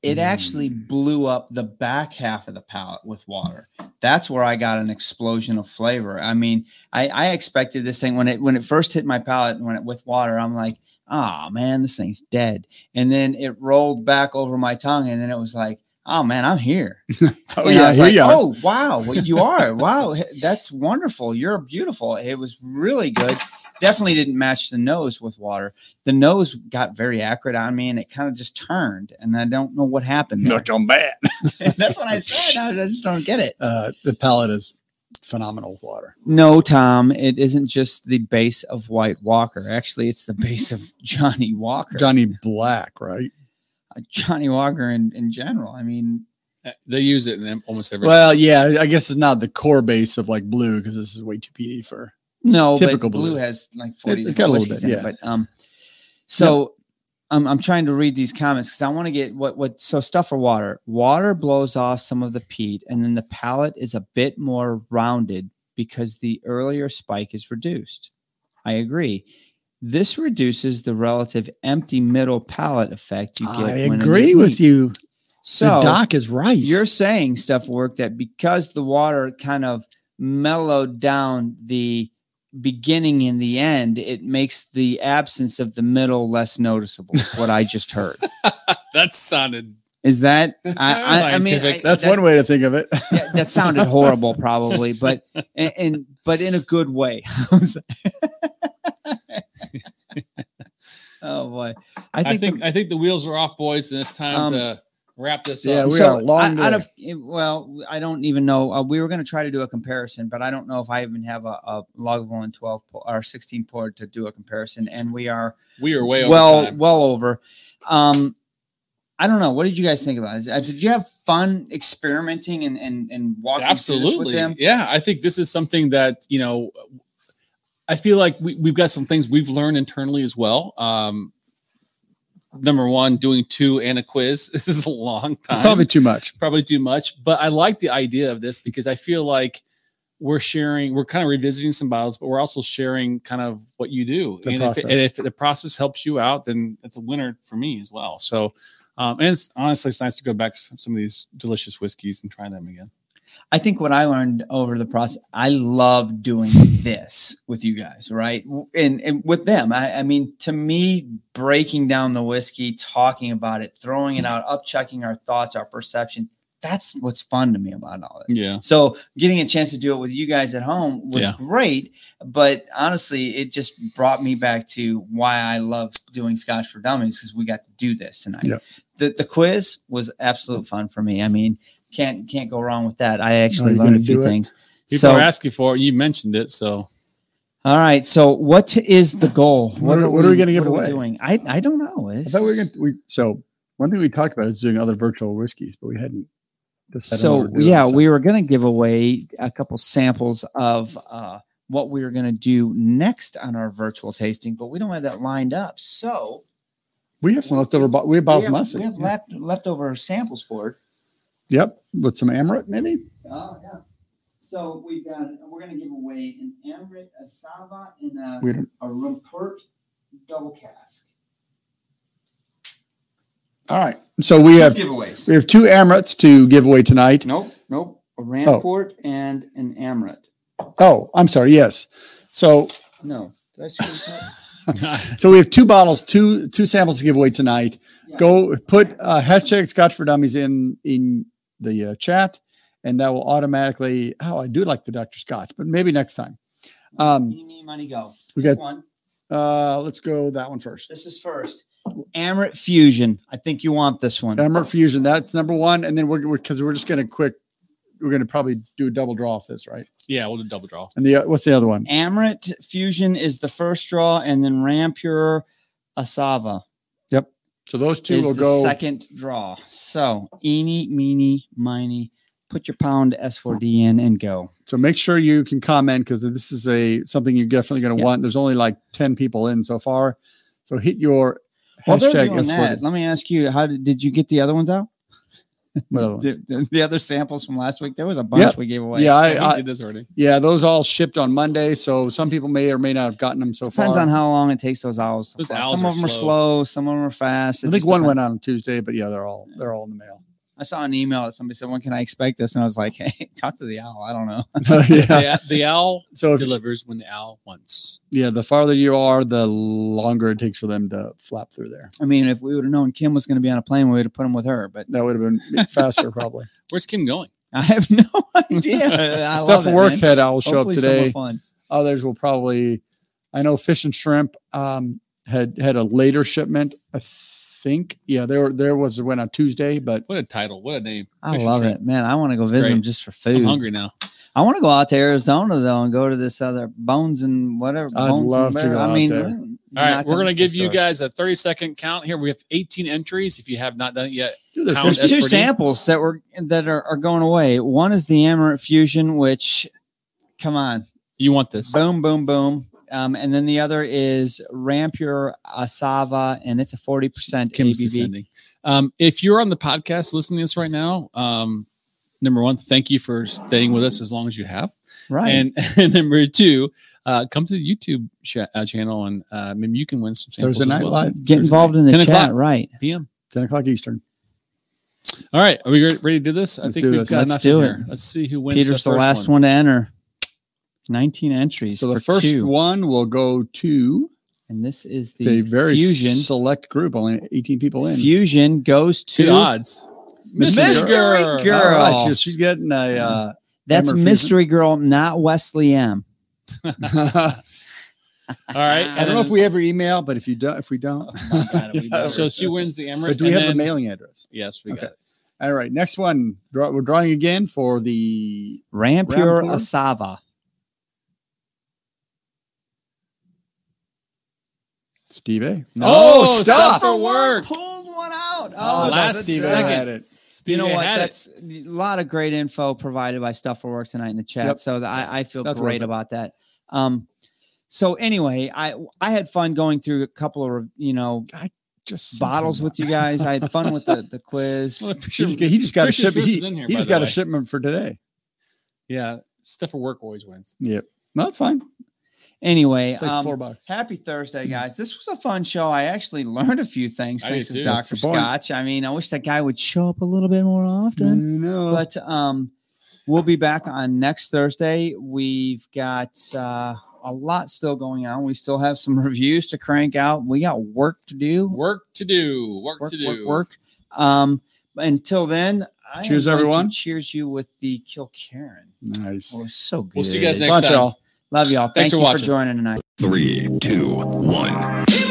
[SPEAKER 2] it
[SPEAKER 1] Mm.
[SPEAKER 2] actually blew up the back half of the palate with water. That's where I got an explosion of flavor. I mean, I, I expected this thing when it when it first hit my palate when it with water, I'm like, oh man, this thing's dead. And then it rolled back over my tongue, and then it was like, oh man, I'm here.
[SPEAKER 1] Oh
[SPEAKER 2] And I
[SPEAKER 1] yeah,
[SPEAKER 2] was
[SPEAKER 1] here
[SPEAKER 2] like,
[SPEAKER 1] you are.
[SPEAKER 2] Oh wow, well, you are. wow, that's wonderful. You're beautiful. It was really good. Definitely didn't match the nose with water. The nose got very acrid on me, and it kind of just turned. And I don't know what happened. There.
[SPEAKER 1] Not on bad.
[SPEAKER 2] that's what I said. I I just don't get it.
[SPEAKER 1] Uh, the palate is phenomenal with water.
[SPEAKER 2] No, Tom, it isn't just the base of White Walker. Actually, it's the base of Johnny Walker.
[SPEAKER 1] Johnny Black, right?
[SPEAKER 2] Uh, Johnny Walker in, in general. I mean,
[SPEAKER 3] they use it in almost every.
[SPEAKER 1] Well, yeah, I guess it's not the core base of like blue because this is way too peaty for.
[SPEAKER 2] no,
[SPEAKER 1] Typical
[SPEAKER 2] but blue,
[SPEAKER 1] Blue.
[SPEAKER 2] has like 40
[SPEAKER 1] It's got a little
[SPEAKER 2] whiskeys
[SPEAKER 1] bit,
[SPEAKER 2] in it, But um, so I'm, I'm trying to read these comments because I want to get what, what, so stuff for water. Water blows off some of the peat, and then the palate is a bit more rounded because the earlier spike is reduced. I agree. This reduces the relative empty middle palate effect you get.
[SPEAKER 1] I
[SPEAKER 2] when it
[SPEAKER 1] agree
[SPEAKER 2] is
[SPEAKER 1] with
[SPEAKER 2] neat.
[SPEAKER 1] you.
[SPEAKER 2] So
[SPEAKER 1] the doc is right.
[SPEAKER 2] you're saying stuff work that because the water kind of mellowed down the beginning and the end it makes the absence of the middle less noticeable is what i just heard
[SPEAKER 3] that sounded.
[SPEAKER 2] is that i, I, I mean I-
[SPEAKER 3] Scientific.
[SPEAKER 1] That's
[SPEAKER 2] that,
[SPEAKER 1] one way to think of it.
[SPEAKER 2] that, that sounded horrible probably but and, and but in a good way oh boy i
[SPEAKER 3] I
[SPEAKER 2] think, the-
[SPEAKER 3] think. I think the wheels are off, boys, and it's time
[SPEAKER 2] Um,
[SPEAKER 3] to wrap this
[SPEAKER 1] Yeah,
[SPEAKER 3] up.
[SPEAKER 1] we are long
[SPEAKER 2] I- out of eh, well, I don't even know. Uh, we were going to try to do a comparison, but I don't know if I even have a, a Lagavulin 12 po- or 16 pour to do a comparison, and we are
[SPEAKER 3] We are way over
[SPEAKER 2] well
[SPEAKER 3] time.
[SPEAKER 2] well over. Um, I don't know. What did you guys think about it? Uh, Did you have fun experimenting and and and walking absolutely through this with
[SPEAKER 3] absolutely
[SPEAKER 2] them?
[SPEAKER 3] yeah i think this is something that you know i feel like we, we've got some things we've learned internally as well um number one doing two and a quiz this is a long time
[SPEAKER 1] Probably too much.
[SPEAKER 3] probably too much but i like the idea of this because i feel like we're sharing we're kind of revisiting some bottles but we're also sharing kind of what you do
[SPEAKER 1] The
[SPEAKER 3] and, if
[SPEAKER 1] process.
[SPEAKER 3] it, and if the process helps you out then it's a winner for me as well so um, and it's honestly it's nice to go back to some of these delicious whiskeys and try them again
[SPEAKER 2] I think what I learned over the process, I love doing this with you guys, right? And, and with them, I, I mean, to me, breaking down the whiskey, talking about it, throwing it out, up checking our thoughts, our perception, that's what's fun to me about all this.
[SPEAKER 3] yeah
[SPEAKER 2] So getting a chance to do it with you guys at home was
[SPEAKER 3] Yeah.
[SPEAKER 2] great, but honestly, it just brought me back to why I love doing Scotch for Dummies because we got to do this tonight.
[SPEAKER 1] Yeah.
[SPEAKER 2] The the quiz was absolute fun for me. I mean, can't can't go wrong with that. I actually
[SPEAKER 1] you
[SPEAKER 2] learned a
[SPEAKER 1] gonna
[SPEAKER 2] few
[SPEAKER 1] do it?
[SPEAKER 2] things.
[SPEAKER 3] People
[SPEAKER 2] so
[SPEAKER 3] are asking for it. You mentioned it, so
[SPEAKER 2] all right, so what is the goal?
[SPEAKER 1] What are- what are we gonna give
[SPEAKER 2] what are we
[SPEAKER 1] away?
[SPEAKER 2] Doing? I I don't know.
[SPEAKER 1] I thought we were going to, we, so one thing we talked about is doing other virtual whiskeys, but we hadn't decided. what
[SPEAKER 2] so
[SPEAKER 1] we're doing,
[SPEAKER 2] yeah,
[SPEAKER 1] so-
[SPEAKER 2] we were going to give away a couple samples of uh, what we were going to do next on our virtual tasting, but we don't have that lined up. So
[SPEAKER 1] we have some leftover, bo- we have
[SPEAKER 2] we
[SPEAKER 1] bottles
[SPEAKER 2] have,
[SPEAKER 1] from last
[SPEAKER 2] we
[SPEAKER 1] week.
[SPEAKER 2] have left, leftover samples for it.
[SPEAKER 1] Yep. With some amaret, maybe.
[SPEAKER 2] Oh yeah. So we've got we're going to give away an Amrit Asava and a,
[SPEAKER 1] We don't,
[SPEAKER 2] a Rumpert double cask.
[SPEAKER 1] All right. So we have
[SPEAKER 2] giveaways.
[SPEAKER 1] we have two Amrits to give away tonight.
[SPEAKER 2] Nope, nope. A Ramport and an Amrit.
[SPEAKER 1] Oh, I'm sorry. Yes. So
[SPEAKER 2] No. Did I screw this up?
[SPEAKER 1] so we have two bottles, two two samples to give away tonight.
[SPEAKER 2] Yeah.
[SPEAKER 1] Go put uh, hashtag Scotch for Dummies in in the uh, chat, and that will automatically. Oh, I do like the Dr. Scotch, but maybe next time. Um,
[SPEAKER 2] Eeny, meeny, miny, go.
[SPEAKER 1] we got.
[SPEAKER 2] One.
[SPEAKER 1] Uh, let's go that one first.
[SPEAKER 2] This is first. Amrit Fusion. I think you want this one.
[SPEAKER 1] Emerald Fusion. That's number one, and then we're because we're, just gonna quick. We're gonna probably do a double draw off this, right?
[SPEAKER 3] yeah, we'll do double draw.
[SPEAKER 1] And the uh, what's the other one?
[SPEAKER 2] Amrit Fusion is the first draw, and then Rampure Asava
[SPEAKER 1] So those two
[SPEAKER 2] is
[SPEAKER 1] will
[SPEAKER 2] the
[SPEAKER 1] go.
[SPEAKER 2] second draw. So, eeny, meeny, miny, put your pound S4D in and go.
[SPEAKER 1] So make sure you can comment because this is a something you're definitely going to
[SPEAKER 2] Yeah.
[SPEAKER 1] want. There's only like ten people in so far, so hit your
[SPEAKER 2] While they're
[SPEAKER 1] hashtag.
[SPEAKER 2] doing
[SPEAKER 1] That's
[SPEAKER 2] that,
[SPEAKER 1] what,
[SPEAKER 2] let me ask you: How did, did you get the other ones out?
[SPEAKER 1] what other ones?
[SPEAKER 2] The, the, the other samples from last week. There was a bunch
[SPEAKER 1] Yep.
[SPEAKER 2] we gave away.
[SPEAKER 1] Yeah,
[SPEAKER 3] I,
[SPEAKER 1] I,
[SPEAKER 3] yeah, we
[SPEAKER 1] I,
[SPEAKER 3] did this already.
[SPEAKER 1] yeah, those all shipped on Monday, so some people may or may not have gotten them so
[SPEAKER 2] depends
[SPEAKER 1] far.
[SPEAKER 2] on how long it takes those owls. to
[SPEAKER 3] Those
[SPEAKER 2] fly.
[SPEAKER 3] owls
[SPEAKER 2] some
[SPEAKER 3] are
[SPEAKER 2] of them are
[SPEAKER 3] slow.
[SPEAKER 2] slow, some of them are fast. It
[SPEAKER 1] I think
[SPEAKER 2] just
[SPEAKER 1] one
[SPEAKER 2] depends.
[SPEAKER 1] went out on Tuesday, but yeah, they're all they're all in the mail.
[SPEAKER 2] I saw an email that somebody said, "When can I expect this?" And I was like, "Hey, talk to the owl. I don't know."
[SPEAKER 1] yeah.
[SPEAKER 3] The, the owl
[SPEAKER 1] So if,
[SPEAKER 3] delivers when the owl wants.
[SPEAKER 1] yeah, the farther you are, the longer it takes for them to flap through there.
[SPEAKER 2] I mean, if we would have known Kim was going to be on a plane, we would have put him with her. But
[SPEAKER 1] That would have been faster probably.
[SPEAKER 3] Where's Kim going?
[SPEAKER 2] I have no idea. I
[SPEAKER 1] Stuff
[SPEAKER 2] love it,
[SPEAKER 1] work
[SPEAKER 2] man.
[SPEAKER 1] had owl show up
[SPEAKER 2] Hopefully some
[SPEAKER 1] today.
[SPEAKER 2] were Fun.
[SPEAKER 1] Others will probably. I know fish and shrimp um, had had a later shipment. I think yeah, there there was one on Tuesday, but
[SPEAKER 3] What a title! What a name!
[SPEAKER 2] I
[SPEAKER 3] Fish and
[SPEAKER 2] love
[SPEAKER 3] shrimp.
[SPEAKER 2] it, man. I want to go visit
[SPEAKER 3] great.
[SPEAKER 2] him just for
[SPEAKER 3] I'm
[SPEAKER 2] food.
[SPEAKER 3] hungry now.
[SPEAKER 2] I want to go out to Arizona though and go to this other Bones and whatever.
[SPEAKER 1] I'd
[SPEAKER 2] Bones and
[SPEAKER 1] love to
[SPEAKER 2] Bear.
[SPEAKER 1] go
[SPEAKER 2] I
[SPEAKER 1] out
[SPEAKER 2] mean,
[SPEAKER 1] there.
[SPEAKER 2] we're-
[SPEAKER 1] All
[SPEAKER 2] you're
[SPEAKER 3] All right,
[SPEAKER 2] not
[SPEAKER 3] we're gonna give you
[SPEAKER 2] story.
[SPEAKER 3] guys a 30 second count here. We have 18 entries. If you have not done it yet,
[SPEAKER 1] Dude, there's
[SPEAKER 3] How
[SPEAKER 1] fish-
[SPEAKER 2] There's two
[SPEAKER 3] S4D.
[SPEAKER 2] samples that were that are, are going away. One is the Amaret Fusion, which, come on,
[SPEAKER 3] you want this.
[SPEAKER 2] Boom, boom, boom. Um, and then the other is Rampure Asava, and it's a 40%
[SPEAKER 3] Kim's
[SPEAKER 2] ABV.
[SPEAKER 3] descending. Um, if you're on the podcast listening to this right now, um, number one, thank you for staying with us as long as you have.
[SPEAKER 2] Right.
[SPEAKER 3] And, and number two, uh, come to the YouTube cha- uh, channel and uh, maybe you can win some samples.
[SPEAKER 1] Thursday
[SPEAKER 3] as
[SPEAKER 1] night
[SPEAKER 3] well.
[SPEAKER 1] live,
[SPEAKER 2] Get involved in the
[SPEAKER 3] 10
[SPEAKER 2] chat,
[SPEAKER 3] o'clock.
[SPEAKER 2] right?
[SPEAKER 3] PM.
[SPEAKER 1] ten o'clock Eastern.
[SPEAKER 3] All right, are we re- ready to do this? I
[SPEAKER 1] Let's
[SPEAKER 3] think
[SPEAKER 1] do
[SPEAKER 3] we've
[SPEAKER 1] this.
[SPEAKER 3] got
[SPEAKER 2] Let's
[SPEAKER 3] enough
[SPEAKER 2] do
[SPEAKER 3] in
[SPEAKER 2] it.
[SPEAKER 3] here. Let's see who wins.
[SPEAKER 2] Peter's the,
[SPEAKER 3] first
[SPEAKER 2] last one. to enter. 19 entries.
[SPEAKER 1] So the
[SPEAKER 2] for
[SPEAKER 1] first
[SPEAKER 2] two.
[SPEAKER 1] one will go to
[SPEAKER 2] and this is
[SPEAKER 1] it's a
[SPEAKER 2] the
[SPEAKER 1] very
[SPEAKER 2] Fusion.
[SPEAKER 1] select group, only eighteen people in.
[SPEAKER 2] Fusion goes
[SPEAKER 3] Two
[SPEAKER 2] to
[SPEAKER 3] odds.
[SPEAKER 1] Mystery
[SPEAKER 2] Girl.
[SPEAKER 1] All
[SPEAKER 2] Girl.
[SPEAKER 1] right, so she's getting a.
[SPEAKER 2] that's
[SPEAKER 1] Amrit Fusion.
[SPEAKER 2] Mystery Girl, not Wesley M.
[SPEAKER 1] Uh,
[SPEAKER 3] All right.
[SPEAKER 1] I don't know if we have her email, but if you don't, if we don't,
[SPEAKER 3] we. So she wins the Amaranth.
[SPEAKER 1] but do we have the mailing address?
[SPEAKER 3] Yes, we
[SPEAKER 1] Okay.
[SPEAKER 3] got it.
[SPEAKER 1] All right, next one. Draw, we're drawing again for the
[SPEAKER 2] Rampure
[SPEAKER 1] Rampure?
[SPEAKER 2] Asava.
[SPEAKER 1] Steve A.
[SPEAKER 3] No,
[SPEAKER 1] Oh,
[SPEAKER 3] stop Oh, for
[SPEAKER 2] Someone
[SPEAKER 3] work.
[SPEAKER 2] Pulled one out.
[SPEAKER 3] Oh,
[SPEAKER 2] Oh,
[SPEAKER 3] last
[SPEAKER 2] that's
[SPEAKER 1] Steve A
[SPEAKER 3] second.
[SPEAKER 1] had it.
[SPEAKER 2] you know
[SPEAKER 3] Stevie
[SPEAKER 2] what?
[SPEAKER 3] had it.
[SPEAKER 2] That's a lot of great info provided by Stuff for Work tonight in the chat.
[SPEAKER 1] Yep.
[SPEAKER 2] So that I, I feel
[SPEAKER 1] That's worth
[SPEAKER 2] great
[SPEAKER 1] it.
[SPEAKER 2] about that. Um, so anyway, I I had fun going through a couple of you know
[SPEAKER 1] Just
[SPEAKER 2] bottles with you guys. I had fun with the the quiz.
[SPEAKER 3] Well,
[SPEAKER 1] He just, he just got a
[SPEAKER 3] Christian
[SPEAKER 1] shipment.
[SPEAKER 3] Fruit
[SPEAKER 1] He,
[SPEAKER 3] is in here,
[SPEAKER 1] he
[SPEAKER 3] by
[SPEAKER 1] just
[SPEAKER 3] the
[SPEAKER 1] got a
[SPEAKER 3] way.
[SPEAKER 1] shipment for today.
[SPEAKER 3] Yeah, stuff for work always wins.
[SPEAKER 1] No, that's fine.
[SPEAKER 2] Anyway,
[SPEAKER 1] It's like four
[SPEAKER 2] um,
[SPEAKER 1] bucks.
[SPEAKER 2] happy Thursday, guys. This was a fun show. I actually learned a few things
[SPEAKER 3] I
[SPEAKER 2] thanks
[SPEAKER 3] did
[SPEAKER 2] to
[SPEAKER 3] too.
[SPEAKER 1] That's
[SPEAKER 2] Doctor
[SPEAKER 1] the point.
[SPEAKER 2] Scotch. I mean, I wish that guy would show up a little bit more often.
[SPEAKER 1] No,
[SPEAKER 2] but um we'll be back on next thursday we've got uh a lot still going on we still have some reviews to crank out we got work to do
[SPEAKER 3] Work to do. Work,
[SPEAKER 2] work
[SPEAKER 3] to do.
[SPEAKER 2] work, work. um until then I am
[SPEAKER 1] Cheers,
[SPEAKER 2] going to
[SPEAKER 1] everyone.
[SPEAKER 2] cheers you with the kill karen
[SPEAKER 1] nice.
[SPEAKER 2] oh, it's so good
[SPEAKER 3] We'll see you guys next
[SPEAKER 1] Lunch,
[SPEAKER 3] time.
[SPEAKER 1] y'all.
[SPEAKER 2] love y'all thank
[SPEAKER 3] Thanks for
[SPEAKER 2] you for
[SPEAKER 3] watching.
[SPEAKER 2] joining tonight
[SPEAKER 4] Three, two, one.